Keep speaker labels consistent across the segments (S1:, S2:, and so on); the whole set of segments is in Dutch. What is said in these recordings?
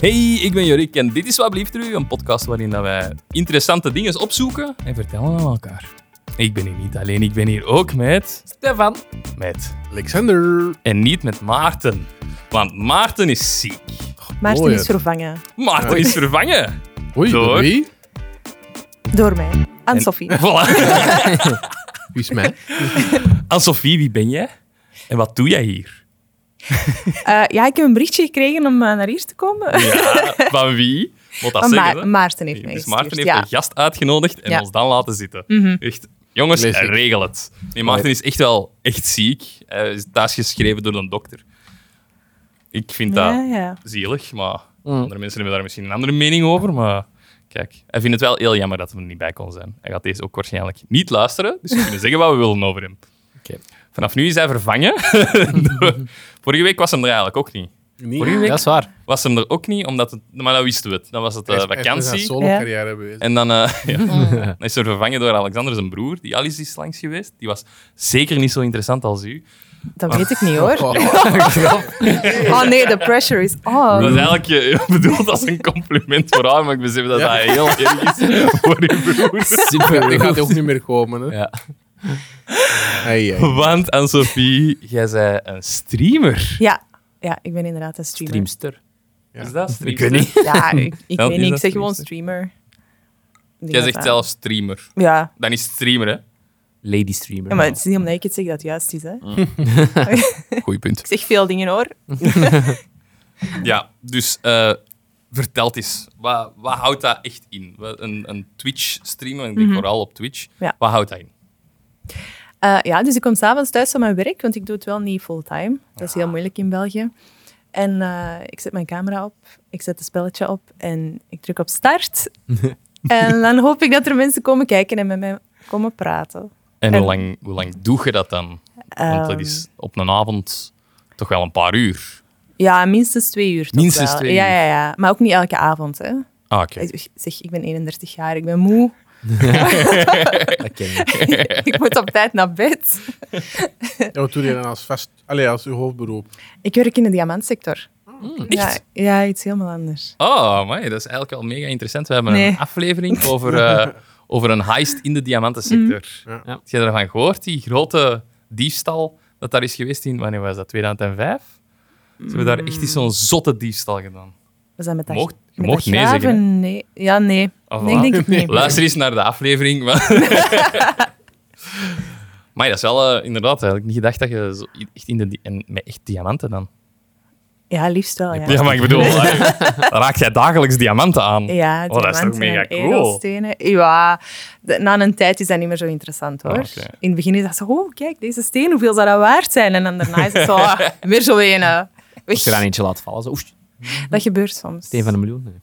S1: Hey, ik ben Jorik en dit is Wat Blieft Er U, een podcast waarin dat wij interessante dingen opzoeken en vertellen aan elkaar. Ik ben hier niet alleen, ik ben hier ook met...
S2: Stefan.
S1: Met.
S2: Alexander.
S1: En niet met Maarten. Want Maarten is ziek.
S3: Maarten
S2: Mooi,
S3: is
S2: hè.
S3: vervangen
S1: Maarten is vervangen.
S2: Oei, door
S1: Door.
S2: wie?
S3: door mij. Aan
S1: En-
S3: Sophie.
S1: Voilà.
S2: Wie is mij?
S1: Anne-Sophie, wie ben jij? En wat doe jij hier?
S3: Eh, ja, ik heb een berichtje gekregen om eh, naar hier te komen.
S1: Ja, van wie? Moet dat
S3: Maar
S1: zeggen, hè?
S3: Ma- Maarten heeft mij
S1: Dus
S3: gestuurd,
S1: Maarten heeft
S3: ja.
S1: een gast uitgenodigd en
S3: Ja. Mhm.
S1: ons dan laten zitten. Echt, jongens,
S2: Classic.
S1: regel het. Nee, Maarten is echt wel echt ziek. Hij is thuis geschreven door een dokter. Ik vind
S3: Ja,
S1: dat
S3: ja.
S1: zielig, maar andere mensen hebben daar misschien een andere mening over. Maar kijk, hij vindt het wel heel jammer dat we er niet bij kon zijn. Hij gaat deze ook waarschijnlijk niet luisteren, dus we kunnen zeggen wat we willen over hem.
S4: Oké.
S1: Vanaf nu is hij vervangen. Door- Vorige week was hem er eigenlijk ook niet. Vorige week
S4: Dat is waar.
S1: was hem er ook niet, omdat het, maar dat wisten we het. Dan was het eh, vakantie.
S2: solo carrière hebben we.
S1: En dan, eh, ja. dan is er vervangen door Alexander zijn broer, die al eens is langs geweest. Die was zeker niet zo interessant als u.
S3: Dat weet ik niet hoor.
S2: Oh,
S3: Oh nee, de pressure is
S1: Dat
S3: on.
S1: is eigenlijk eh, bedoeld als een compliment voor haar, maar ik besef dat
S2: Ja.
S1: dat heel erg is voor uw broer.
S4: Super.
S2: die gaat ook niet meer komen. Hè.
S4: Ja.
S2: Ai, ai.
S1: Want, Anne-Sophie, jij bent een streamer.
S3: Ja. ja, ik ben inderdaad een streamer.
S4: Streamster.
S2: Ja.
S1: Is dat
S4: Ik weet niet.
S3: Ja, ik, ik
S1: Wel,
S3: weet
S1: is
S3: niet. Ik
S1: dat
S3: zeg gewoon
S1: streamster?
S3: streamer. Ik denk
S1: Jij
S3: dat
S1: zegt
S3: dat-
S1: zelf streamer.
S3: Ja.
S1: Dan is streamer, hè?
S4: Lady streamer. Nou,
S3: Ja, maar het is niet omdat ik het zeg dat het juist is. Hè.
S1: Mm. Goeie punt.
S3: Ik zeg veel dingen hoor.
S1: Ja, dus eh, vertel eens. Wat, wat houdt dat echt in? Wat- Een, een Twitch-streamer, ik denk vooral op Twitch.
S3: Ja.
S1: Wat houdt dat in?
S3: Eh, ja, dus ik kom s'avonds thuis van mijn werk, want ik doe het wel niet fulltime. Dat is heel
S1: Ah.
S3: moeilijk in België. En eh, ik zet mijn camera op, ik zet het spelletje op en ik druk op start. en dan hoop ik dat er mensen komen kijken en met mij komen praten.
S1: En,
S3: En-
S1: hoe, lang, hoe lang doe je dat dan? Want dat
S3: Ehm,
S1: is op een avond toch wel een paar uur.
S3: Ja, minstens twee uur. toch
S1: Minstens
S3: wel.
S1: twee
S3: ja,
S1: uur.
S3: Ja, ja, maar ook niet elke avond. Hè.
S1: Ah, oké.
S3: Ik Zeg, ik ben 31 jaar, ik ben moe.
S4: Dat ken ik.
S3: ik moet op tijd naar bed.
S2: Ja, wat doe je dan als, vast, allee, als uw hoofdberoep?
S3: Ik werk in de diamantsector. Ja,
S1: Echt?
S3: ja, iets helemaal anders.
S1: Oh, man, dat is eigenlijk wel mega interessant. We hebben een
S3: Nee.
S1: aflevering over, eh, over een heist in de diamantensector.
S3: Mhm.
S2: Ja.
S4: Ja.
S1: Heb je daarvan gehoord? Die grote diefstal dat daar is geweest in, wanneer was dat, 2005? Ze hebben daar echt eens zo'n zotte diefstal gedaan.
S3: We zijn met dat,
S1: Mocht- je
S3: met
S1: mocht
S3: dat
S1: nee zeggen,
S3: graven, nee. Ja, nee.
S1: Ah,
S3: nee,
S1: voilà.
S3: ik denk het niet.
S1: Luister eens naar de aflevering. Maar, maar dat is wel eh, inderdaad eigenlijk niet gedacht dat je zo echt in de di- en met echt diamanten dan.
S3: Ja, liefst wel, ja.
S1: Ja, maar ik bedoel, eh, raak jij dagelijks diamanten aan?
S3: Ja,
S1: Oh, dat is toch
S3: diamanten
S1: mega
S3: en
S1: cool.
S3: edelstenen. Ja, de- na een tijd is dat niet meer zo interessant hoor.
S1: Ah, oké.
S3: In het begin is dat zo, oh kijk, deze steen, hoeveel zou dat waard zijn? En dan daarna is het zo, ah, weer zo een. eh, weg.
S4: Als je er aan eentje laat vallen, zo... Oest,
S3: Dat gebeurt soms.
S4: steen van een miljoen. Nee.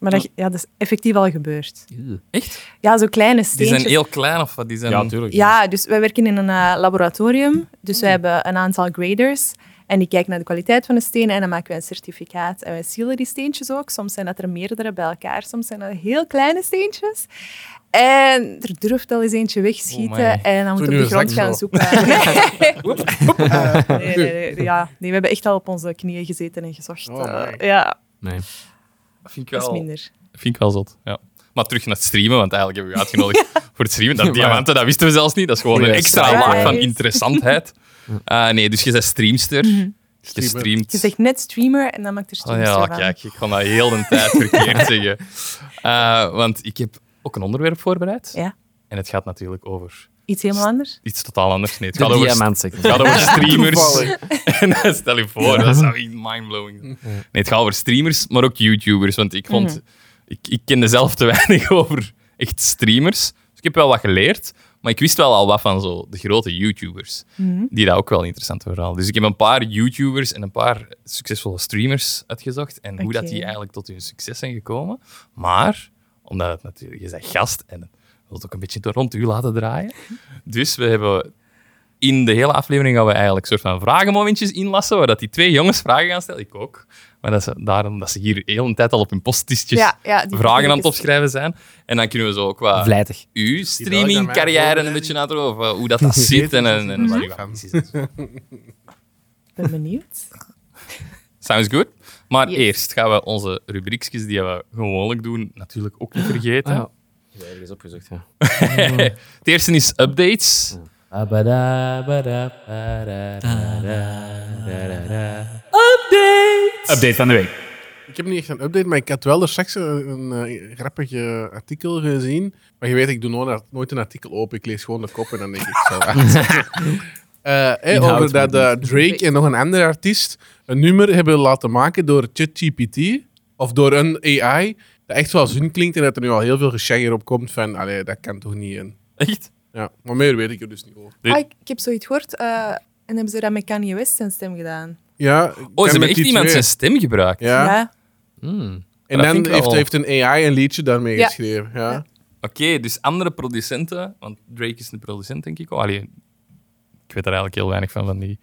S3: Maar dat, ja, dat is effectief al gebeurd.
S4: Eeuw.
S1: Echt?
S3: Ja, zo kleine
S1: Die
S3: steentjes.
S1: zijn heel klein of wat? Die zijn...
S4: Ja, tuurlijk.
S3: Ja, dus wij werken in een eh, laboratorium. Dus wij hebben een aantal graders. En die kijken naar de kwaliteit van de stenen en dan maken wij een certificaat. En wij sealen die steentjes ook. Soms zijn dat er meerdere bij elkaar. Soms zijn dat heel kleine steentjes. En er durft al eens eentje
S1: Oeh, my.
S3: wegschieten. en dan moet
S2: Toen
S3: je op de
S2: uw zak
S3: grond gaan
S2: zo.
S3: zoeken. Nee. Eh, nee, nee, nee. Ja, nee, we hebben echt al op onze knieën gezeten en gezocht.
S2: Oh,
S3: Eh,
S2: my.
S3: ja,
S4: Nee.
S1: Dat vind ik
S3: dat is
S1: wel,
S3: minder.
S1: vind ik wel zot. Ja. Maar terug naar het streamen, want eigenlijk hebben we je uitgenodigd voor het streamen. Dat diamanten, dat wisten we zelfs niet. Dat is gewoon een
S4: Goeie
S1: extra
S3: surprise.
S1: laag van interessantheid. Ah, nee, dus je bent streamster. Je
S2: Streamer.
S1: streamt.
S3: Mhm. Je zegt net streamer en dan maakt er
S1: Oh
S3: streamster
S1: ja,
S3: van.
S1: kijk, ik kon dat heel de tijd verkeerd zeggen. Eh, want ik heb ook een onderwerp voorbereid.
S3: Ja,
S1: En het gaat natuurlijk over
S3: iets helemaal anders.
S1: iets totaal anders. Nee, het
S4: De
S1: gaat over, het
S4: diamantsector.
S1: gaat over streamers.
S2: Toevallig.
S1: en stel je voor, dat zou echt mindblowing zijn. Nee, het gaat over streamers, maar ook YouTubers. Want ik vond, ik, ik kende zelf te weinig over echt streamers. Dus ik heb wel wat geleerd. Maar ik wist wel al wat van zo de grote YouTubers. Die dat ook wel interessant verhaal. Dus ik heb een paar YouTubers en een paar succesvolle streamers uitgezocht. En hoe dat
S3: Oké.
S1: die eigenlijk tot hun succes zijn gekomen. Maar, omdat het natuurlijk, je bent gast en je wilt ook een beetje rond u laten draaien. Dus we hebben in de hele aflevering gaan we eigenlijk soort van vragenmomentjes inlassen, waar dat die twee jongens vragen gaan stellen. Ik ook. Maar dat ze, daarom dat ze hier heel een tijd al op hun posttistjes
S3: Ja, ja, die
S1: vragen aan het
S3: is-
S1: opschrijven zijn. En dan kunnen we zo ook wat
S4: Vlijtig.
S1: uw
S2: Die
S1: streamingcarrière
S2: dag
S1: een
S2: dat
S1: beetje naar over of, eh, hoe dat, dat zit en, en, en
S3: Mhm.
S1: waar je
S2: Van.
S1: van precies is.
S3: Ik ben benieuwd.
S1: Sounds good. Maar
S3: Yes.
S1: eerst gaan we onze rubriekjes die we gewoonlijk doen, natuurlijk ook niet vergeten.
S4: Ah, ja. Ik heb ergens opgezocht, ja.
S1: Het eerste is updates.
S5: Update van de week.
S2: Ik heb niet echt een update, maar ik had wel er straks een, een eh, grappig eh, artikel gezien. Maar je weet, ik doe nooit, nooit een artikel open. Ik lees gewoon de kop en dan denk ik zo. Eh, eh,
S4: Inhoud
S2: over dat eh,
S4: moet
S2: Drake en nog een andere artiest een nummer hebben laten maken door ChatGPT of door een AI. Dat echt wel zin klinkt en dat er nu al heel veel geshagger op komt van, allee, dat kan toch niet in.
S1: Echt?
S2: Ja, maar meer weet ik er dus niet over.
S1: Dit-
S3: Ah, ik, ik heb zoiets gehoord. eh, en hebben ze dat met Kanye West zijn stem gedaan?
S2: Ja,
S1: Oh,
S2: kan
S1: ze hebben
S2: met
S1: echt
S2: die
S1: iemand
S2: twee.
S1: zijn stem gebruikt.
S2: Ja.
S4: Hmm.
S2: En
S1: dat
S2: dan
S1: vind ik
S2: heeft,
S1: wel-
S2: heeft een AI een liedje daarmee
S3: Ja.
S2: geschreven. Ja.
S3: Ja.
S1: Oké, dus andere producenten, want Drake is een producent, denk ik. wel. Allee, ik weet er eigenlijk heel weinig van, van die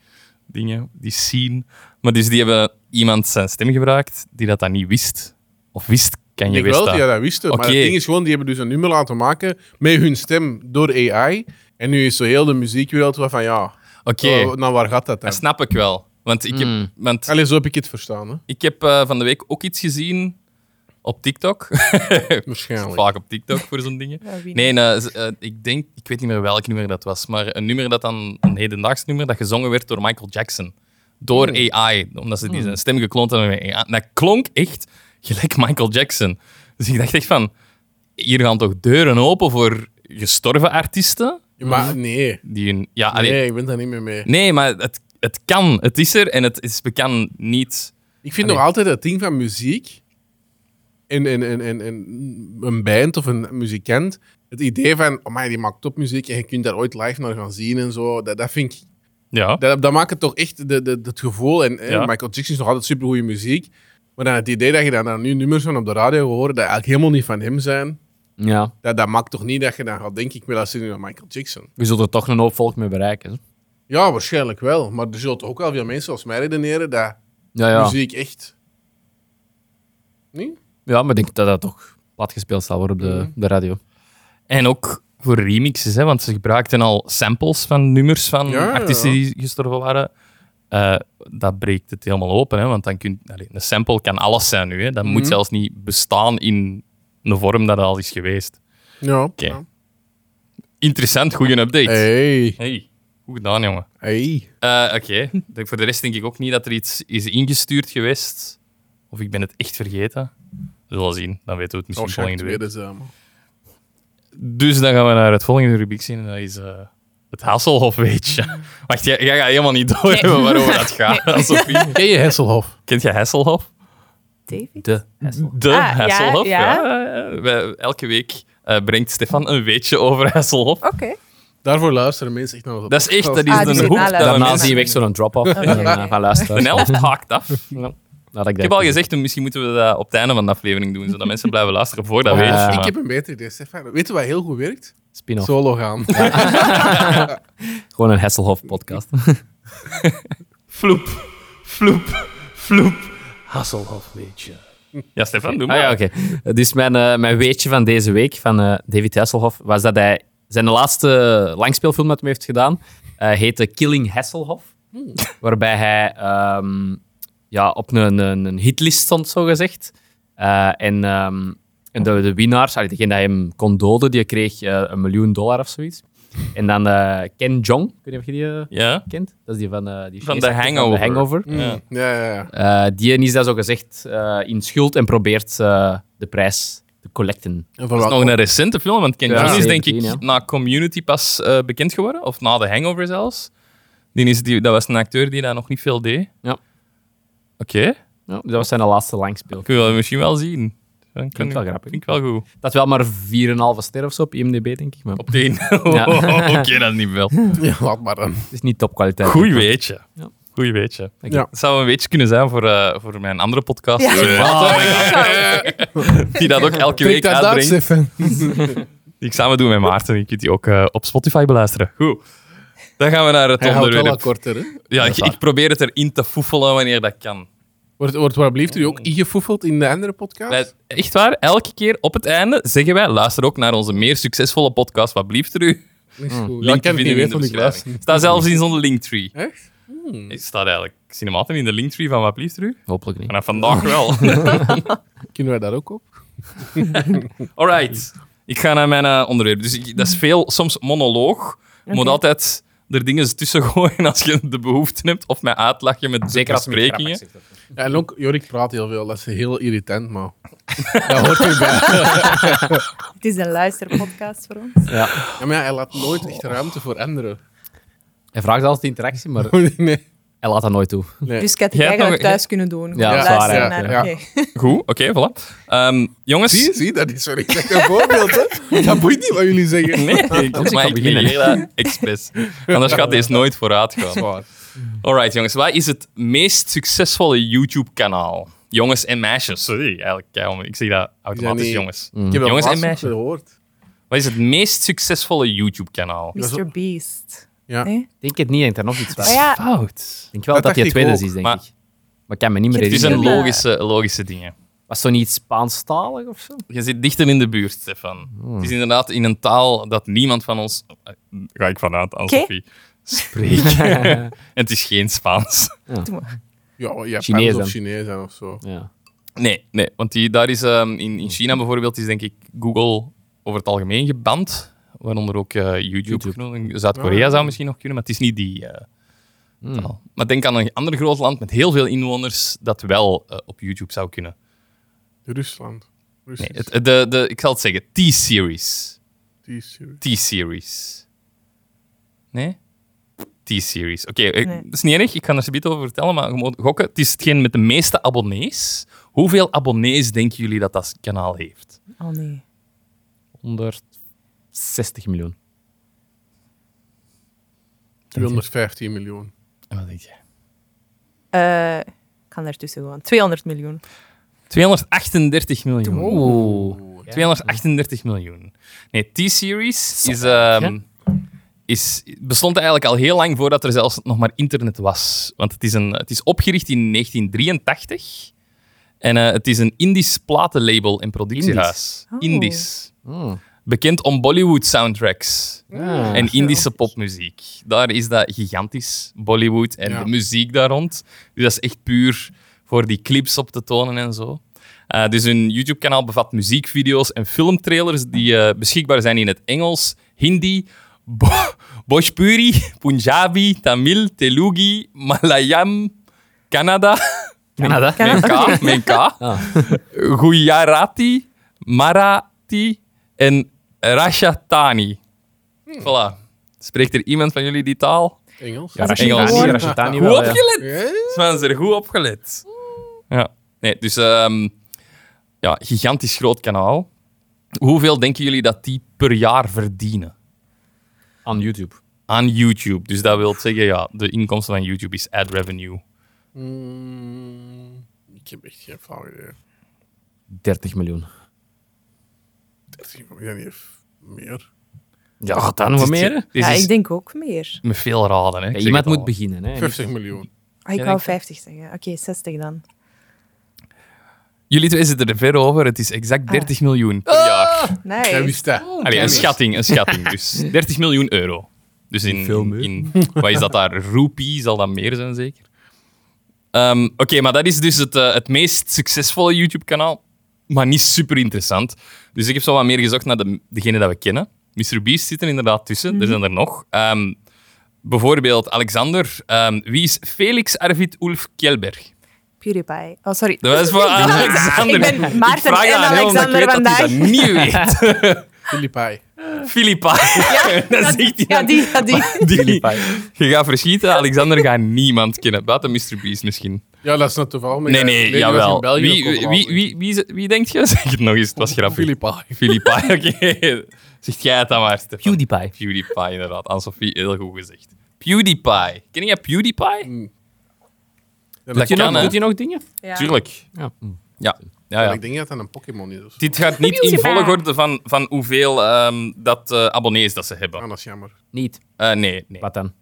S1: dingen, die scene. Maar dus die hebben iemand zijn stem gebruikt die dat dan niet wist. Of wist, kan je
S2: Ik wel,
S1: wist dat.
S2: ja, dat wisten.
S1: Oké.
S2: Maar het ding is gewoon, die hebben dus een nummer laten maken met hun stem door AI. En nu is zo heel de muziekwereld wel van, ja,
S1: Oké,
S2: oh, nou waar gaat dat dan?
S1: dat snap ik wel. Want ik heb,
S4: Hmm.
S1: want
S2: Allee, zo heb ik het verstaan, hè.
S1: ik heb eh, van de week ook iets gezien op TikTok.
S2: waarschijnlijk.
S1: Vaak op TikTok voor zo'n dingen.
S3: Ja, wie niet?
S1: Nee, nee, z- eh, ik denk, ik weet niet meer welk nummer dat was, maar een nummer dat dan, een hedendaags nummer, dat gezongen werd door Michael Jackson. Door
S4: Hmm.
S1: AI, omdat ze
S3: Hmm.
S1: die zijn stem gekloond hebben met AI. Dat klonk echt gelijk Michael Jackson. Dus ik dacht echt van, hier gaan toch deuren open voor gestorven artiesten?
S2: Maar nee,
S1: Die hun, ja, Mhm. allee- nee.
S2: nee, ik ben daar niet meer mee.
S1: maar het, het kan, het is er en het is bekend niet.
S2: Ik vind
S1: Allee.
S2: nog altijd dat ding van muziek en, en, en, en, en een band of een muzikant, het idee van, oh die maakt topmuziek en je kunt daar ooit live naar gaan zien en zo, dat, dat vind ik
S1: Ja.
S2: Dat, dat maakt het toch echt de, de, het gevoel. En, eh,
S1: Ja.
S2: Michael Jackson is nog altijd supergoeie muziek. Maar dan het idee dat je dan, dan nu nummers van op de radio hoort, dat eigenlijk helemaal niet van hem zijn.
S4: Ja,
S2: Dat, dat maakt toch niet dat je dan gaat denken, ik wil luisteren naar Michael Jackson.
S4: we zullen er toch een hoop volk mee bereiken. hè.
S2: Ja, waarschijnlijk wel. Maar er zullen toch ook wel veel mensen als mij redeneren dat
S4: Ja, ja.
S2: muziek echt... Nee?
S4: ja, maar ik denk dat dat toch plat gespeeld zal worden op de, de radio.
S1: En ook voor remixes, hè, want ze gebruikten al samples van nummers van
S2: Ja, ja.
S1: artiesten die gestorven waren. Eh, dat breekt het helemaal open, hè, want dan kun, allee, een sample kan alles zijn nu. Hè. Dat
S2: Mhm.
S1: moet zelfs niet bestaan in een vorm dat al is geweest.
S2: Ja.
S1: Ja. Interessant, goede update. Hey.
S2: Hey.
S1: goed gedaan, jongen.
S2: Hey.
S1: Eh, Oké, De- voor de rest denk ik ook niet dat er iets is ingestuurd geweest. Of ik ben het echt vergeten. We zullen zien, dan weten we het misschien volgende
S2: Waarschijnlijk
S1: week.
S2: Oh, weer eh, dezelfde.
S1: Dus dan gaan we naar het volgende rubriek zien. En dat is eh, het Hasselhof weetje. Wacht, jij, jij gaat helemaal niet door hebben waarover dat gaat. Sophie.
S2: Ken je Hesselhof?
S1: Kent je Hasselhof?
S3: David?
S4: De
S1: De
S3: Ah, ja,
S1: Hasselhoff.
S3: ja.
S1: eh, wij- elke week eh, brengt Stefan een weetje over Hasselhof.
S3: Oké.
S2: Daarvoor luisteren mensen echt naar de
S1: Dat is echt, dat is
S3: Ah, die
S1: een
S3: zit
S1: hoek.
S3: na-
S1: Dat we
S4: Daarna
S1: mensen-
S4: zie je echt zo'n drop-off. En dan eh, gaan luisteren.
S1: de helft haakt af.
S4: Nadat ik
S1: Ik heb al gezegd, misschien moeten we dat op het einde van de aflevering doen, zodat mensen blijven luisteren voor dat
S4: Ja.
S1: weetje.
S2: Ik
S1: maar-
S2: heb een beter idee, Stefan. Weet je wat heel goed werkt?
S1: Nou.
S4: Spin-off.
S2: Solo gaan.
S4: Gewoon een Hasselhoff-podcast.
S1: Floep, floep, floep. Hasselhof weetje. Ja, Stefan, doe
S4: Ah
S1: maar.
S4: ja, oké. Dus mijn, eh, mijn weetje van deze week van eh, David Hasselhoff was dat hij zijn laatste langspeelfilm dat hij heeft gedaan eh, heette Killing Hasselhoff.
S1: Hmm.
S4: Waarbij hij ehm, ja, op een, een, een hitlist stond, zogezegd. gezegd en ehm, en de, de winnaars, allee, degene die hem kon doden, die kreeg eh, een miljoen dollar of zoiets. En dan eh, Ken Jong, ik weet niet of je die eh,
S1: Ja?
S4: kent. Dat is die van, eh, die
S1: Van de
S4: Chinese acteur
S1: Hangover.
S4: Van de hangover.
S1: Ja.
S2: Ja, ja, ja.
S4: Eh, die is daar zo gezegd eh, in schuld en probeert eh, de prijs te collecten.
S2: En voor
S1: Dat
S2: wat
S1: is nog een recente film, want Ken
S4: Ja,
S1: Jeong is denk
S4: 17,
S1: ik
S4: ja.
S1: na Community pas eh, bekend geworden. Of na The Hangover zelfs. Die is, die, dat was een acteur die daar nog niet veel deed.
S4: Ja.
S1: Oké,
S4: Ja, dus dat was zijn laatste langspeel.
S1: dat kun je wel, misschien wel zien. Dan kan
S4: Klinkt wel
S1: ik-
S4: grappig.
S1: Vind ik wel goed.
S4: Dat wel maar 4,5 ster of zo op IMDb, denk ik. Maar
S1: Op de een. Oh,
S4: Ja.
S1: Oké, dat is niet veel.
S2: Ja, laat maar dan.
S4: het is niet topkwaliteit.
S1: Goeie weetje.
S4: Ja.
S1: Goeie weetje.
S2: je. Ja.
S1: Dat zou een weetje kunnen zijn voor, eh, voor mijn andere podcast.
S3: Ja.
S1: Eh,
S4: Ah,
S1: Die dat ook elke week uitbrengt. Die ik samen doe met Maarten. Je kunt die ook eh, op Spotify beluisteren. Goed. Dan gaan we naar het
S2: Hij houdt wel
S1: onderwerp.
S2: wat korter, hè?
S1: Ja, ik, ik probeer het erin te foefelen wanneer dat kan.
S2: Wordt, wordt waarblieft u ook ingefoefeld in de andere podcast?
S1: Wij- echt waar, elke keer op het einde zeggen wij: luister ook naar onze meer succesvolle podcast. Wat blieft er u?
S2: Is goed. Ja,
S1: Mm. Link
S2: ik ken het
S1: vinden
S2: niet
S1: we in
S2: weet
S1: de
S2: van die Hmm.
S1: beschrijving.
S2: luister.
S1: Staat zelfs in zo'n linktree.
S2: Echt?
S1: Hij staat eigenlijk Cinematen in de linktree van Wat Blieft terug.
S4: Hopelijk niet.
S1: Vanaf vandaag wel.
S2: Kunnen wij daar ook op?
S1: Alright. Ik ga naar mijn eh, onderwerp. Dus ik- dat is veel, soms monoloog. Je moet
S3: Oké.
S1: altijd er dingen tussen gooien als je de behoefte hebt. Of mij uitlachen met Zeker besprekingen.
S2: Ja, en ook, Jorik praat heel veel. Dat is heel irritant, maar... dat hoort erbij.
S3: Het is een luisterpodcast voor ons.
S2: Ja, maar ja, hij laat nooit echt ruimte voor anderen.
S4: Hij vraagt altijd interactie, maar
S2: Nee.
S4: hij laat dat nooit toe.
S3: Dus ik had het
S1: Jij hebt
S3: eigenlijk
S1: nog-
S3: thuis kunnen doen. Gewoon
S4: dat is waar
S3: luisteren
S4: eigenlijk,
S3: naar-
S2: ja.
S3: oké.
S1: Goed, oké, voilà. Ehm, jongens...
S2: Zie, zie, dat is wel echt een voorbeeld, hè. Dat boeit niet wat jullie zeggen.
S1: Nee, ik, maar
S4: kan
S1: ik
S4: beginnen.
S1: negeer dat expres. Anders gaat deze nooit vooruit gaan.
S2: Zwaar.
S1: Alright, jongens. Wat is het meest succesvolle YouTube-kanaal? Jongens en meisjes. Sorry, eigenlijk. kei- Ik zeg dat automatisch,
S2: niet-
S1: jongens.
S2: Ik heb
S1: Jongens en
S2: dat laatst nog
S1: meisjes.
S2: gehoord.
S1: Wat is het meest succesvolle YouTube-kanaal?
S2: is-
S3: Mr. Beast.
S2: Ja.
S3: Nee?
S4: Ik denk het niet, denk dat nog iets was.
S3: Maar ja,
S1: Fout.
S4: Ik denk wel
S2: Dat
S4: dat, die
S2: dacht ik
S4: tweede
S2: ook,
S4: is, denk
S1: maar-
S4: ik. Maar ik kan me niet meer
S3: Het
S1: Het is
S4: herinneren.
S1: een logische, logische dingen.
S4: Was zo niet iets Spaanstalig of zo?
S1: Je zit dichter in de buurt, Stefan. Het is inderdaad in een taal dat niemand van ons... eh, Ga ik vanuit, Anne-Sophie. Spreekt. en het is geen Spaans.
S3: doe maar.
S2: Ja, ja
S4: Chinees
S2: Chinees of
S4: dan.
S2: Chinees zijn of zo.
S4: Ja.
S1: Nee, nee want die, daar is, ehm, in, in China bijvoorbeeld is denk ik Google over het algemeen geband. Waaronder ook eh, YouTube.
S4: YouTube.
S1: genoemd. Zuid-Korea zou misschien nog kunnen, maar het is niet die eh, taal. Maar denk aan een ander groot land met heel veel inwoners dat wel eh, op YouTube zou kunnen.
S2: Rusland.
S1: Nee,
S2: Russisch.
S1: het, de, de, ik zal het zeggen. T-series.
S2: Die is serieus.
S1: T-series. Nee? T-series. Oké, eh,
S3: Nee.
S1: dat is niet erg. Ik ga er zo over vertellen, maar je moet gokken. Het is hetgeen met de meeste abonnees. Hoeveel abonnees denken jullie dat dat kanaal heeft?
S3: Oh nee.
S4: 160 miljoen.
S2: 215 miljoen.
S1: En wat denk je?
S3: Eh, ik kan daartussen gewoon. 200 miljoen.
S1: 238 miljoen.
S4: Oeh.
S1: 238 miljoen. Nee, T-series is, ehm, is, bestond eigenlijk al heel lang voordat er zelfs nog maar internet was. Want het is, een, het is opgericht in 1983. En eh, het is een Indisch platenlabel en productiehuis.
S3: Indisch? Oh.
S1: Indisch.
S4: Mm.
S1: Bekend om Bollywood soundtracks
S4: Ah.
S1: en Indische popmuziek. Daar is dat gigantisch, Bollywood en
S2: Ja.
S1: de muziek daar rond. Dus dat is echt puur voor die clips op te tonen en zo. Eh, dus hun YouTube-kanaal bevat muziekvideo's en filmtrailers die eh, beschikbaar zijn in het Engels, Hindi, Bo- Bhojpuri, Punjabi, Tamil, Telugu, Malayam, Canada,
S4: Canada.
S3: Kan
S1: mijn
S3: dat? Oké.
S1: K, mijn K,
S4: Ah.
S1: Gujarati, Marathi en Rajasthani.
S3: Hmm.
S1: Voilà. Spreekt er iemand van jullie die taal?
S2: Engels?
S4: Ja,
S3: Als ik
S1: Engels.
S4: Rashidani.
S3: gewoon-
S4: Rashidani
S1: Goed
S4: wel, ja.
S1: opgelet!
S2: Eh?
S1: Sven, er goed opgelet. Ja. Nee, dus ehm, ja, gigantisch groot kanaal. Hoeveel denken jullie dat die per jaar verdienen
S4: Aan YouTube.
S1: aan YouTube? Dus dat wil zeggen, ja, de inkomsten van YouTube is ad revenue.
S2: Mm, ik heb echt geen flauw idee.
S4: 30 miljoen.
S2: 30 miljoen heeft meer.
S4: Ja, dan wat
S1: Dit-
S4: meer. hè?
S1: Dus Dit
S3: Ja,
S1: is
S3: ik denk ook meer.
S1: met veel raden. Hè? Ik
S4: Ja,
S1: zeg
S4: iemand
S1: het al.
S4: moet beginnen. Hè.
S2: 50 miljoen.
S3: Ah, ik
S1: Ja,
S3: wou
S1: denk
S3: 50 zeggen. Oké, 60 dan.
S1: Jullie twee zitten er ver over. Het is exact 30 miljoen per jaar.
S2: Jij
S3: Nice.
S2: wist dat.
S1: Allee, een schatting, een schatting. Dus 30 miljoen euro. Dus in,
S4: Veel
S1: in,
S4: meer.
S1: in- wat is dat daar? Roepie zal dat meer zijn, zeker. Ehm, Oké, maar dat is dus het, eh, het meest succesvolle YouTube-kanaal. Maar niet super interessant. Dus ik heb zo wat meer gezocht naar de, degene dat we kennen. Mr. Beast zit er inderdaad tussen. Er zijn er nog. Ehm, bijvoorbeeld Alexander. Ehm, wie is Felix Arvid Ulf Kjelberg?
S3: PewDiePie. Oh, sorry.
S1: Dat was voor Alexander.
S3: Ik ben Maarten
S1: vraag
S3: en
S1: aan hem, omdat
S3: Alexander
S1: ik weet dat
S3: vandaag.
S1: hij dat niet weet.
S2: Filipai.
S1: Filippa. dat is echt
S3: Ja, die. Ja, die.
S4: Filippa.
S1: Je gaat verschieten, Alexander gaat niemand kennen. Buiten Mr. Beast misschien.
S2: Ja, dat is net toevallig. maar
S1: Nee,
S2: ja,
S1: nee,
S2: ik weet niet of in
S1: jawel.
S2: België
S1: Wie,
S2: ook Oh,
S1: wie,
S2: al
S1: wie,
S2: was.
S1: wie, wie, wie denkt je? Zeg het nog eens, het was grappig.
S2: Filipai.
S1: Filippa, oké. Zeg jij het dan maar, Stefan.
S4: PewDiePie.
S1: PewDiePie, inderdaad. Anne-Sophie, heel goed gezegd. PewDiePie. Ken jij PewDiePie?
S2: Hmm. Dat
S1: Dat
S2: kan,
S1: kan,
S2: hè.
S1: hè.
S4: Doet hij nog dingen?
S3: Ja.
S1: Tuurlijk.
S4: Ja.
S1: Ja. Ah, Ja, ja.
S2: Ik denk dat dat een Pokémon is. Of zo.
S1: Dit gaat niet in
S3: PewDiePie.
S1: volgorde van, van hoeveel ehm, dat, eh, abonnees dat ze hebben.
S2: Ah, dat is jammer.
S4: Niet.
S1: Eh, nee, nee.
S4: Wat dan?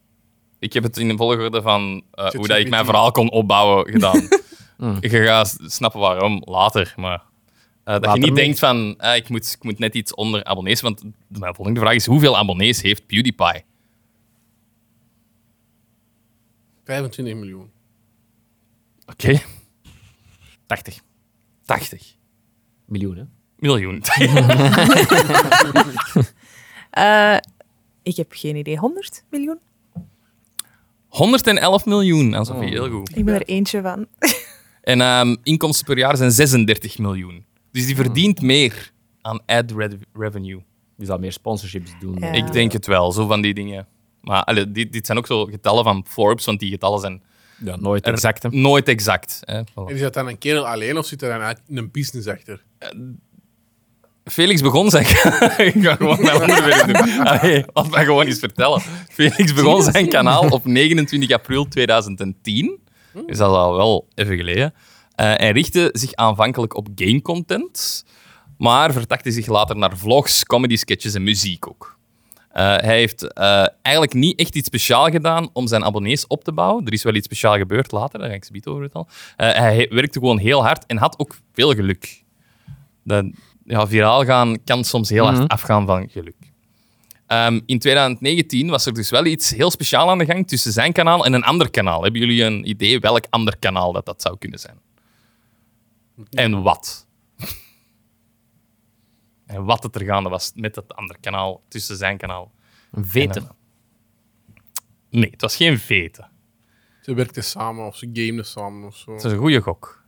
S1: Ik heb het in de volgorde van eh, hoe dat ik mijn
S2: ChatGPT.
S1: verhaal kon opbouwen gedaan. Mm. Je gaat s- snappen waarom later, maar eh, dat je
S4: Later
S1: niet
S4: mee.
S1: denkt van eh, ik, moet, ik moet net iets onder abonnees, want de- mijn volgende vraag is hoeveel abonnees heeft PewDiePie?
S2: 25 miljoen.
S1: Oké.
S4: 80
S1: 80
S4: miljoen, hè?
S1: miljoen.
S3: Eh, ik heb geen idee. 100 miljoen?
S1: 111 miljoen aan
S4: Oh.
S1: Sophie, heel goed.
S3: Ik ben er eentje van.
S1: En ehm, inkomsten per jaar zijn 36 miljoen. Dus die verdient meer aan ad red- revenue.
S4: Die zal meer sponsorships doen. eh,
S3: Ja.
S1: Ik denk het wel, zo van die dingen. Maar allee, dit, dit zijn ook zo getallen van Forbes, want die getallen zijn
S4: Ja, nooit
S1: er-
S4: exact. hè.
S1: nooit exact. Hè? Voilà.
S2: En is dat dan een kerel alleen of zit er dan eigenlijk een business achter?
S1: Felix begon zijn... ik ga gewoon mijn onderwerp doen. Allee, laat mij gewoon eens vertellen. Felix begon zijn kanaal op 29 april 2010. Dus dat is al wel even geleden. Eh, en richtte zich aanvankelijk op gamecontent. Maar vertakte zich later naar vlogs, comedy sketches en muziek ook. Eh, hij heeft eh, eigenlijk niet echt iets speciaals gedaan om zijn abonnees op te bouwen. Er is wel iets speciaals gebeurd later, daar ga ik zo over het al. hij werkte gewoon heel hard en had ook veel geluk. Dat, ja, viraal gaan kan soms heel
S4: Mhm.
S1: hard afgaan van geluk. Ehm, in 2019 was er dus wel iets heel speciaals aan de gang tussen zijn kanaal en een ander kanaal. Hebben jullie een idee welk ander kanaal dat, dat zou kunnen zijn? En wat? en wat het er gaande was met dat andere kanaal, tussen zijn kanaal.
S4: Een
S1: en
S4: veten.
S1: hem. Nee, het was geen veten.
S2: Ze werkten samen of ze gameden samen of zo.
S1: Het was een goede gok.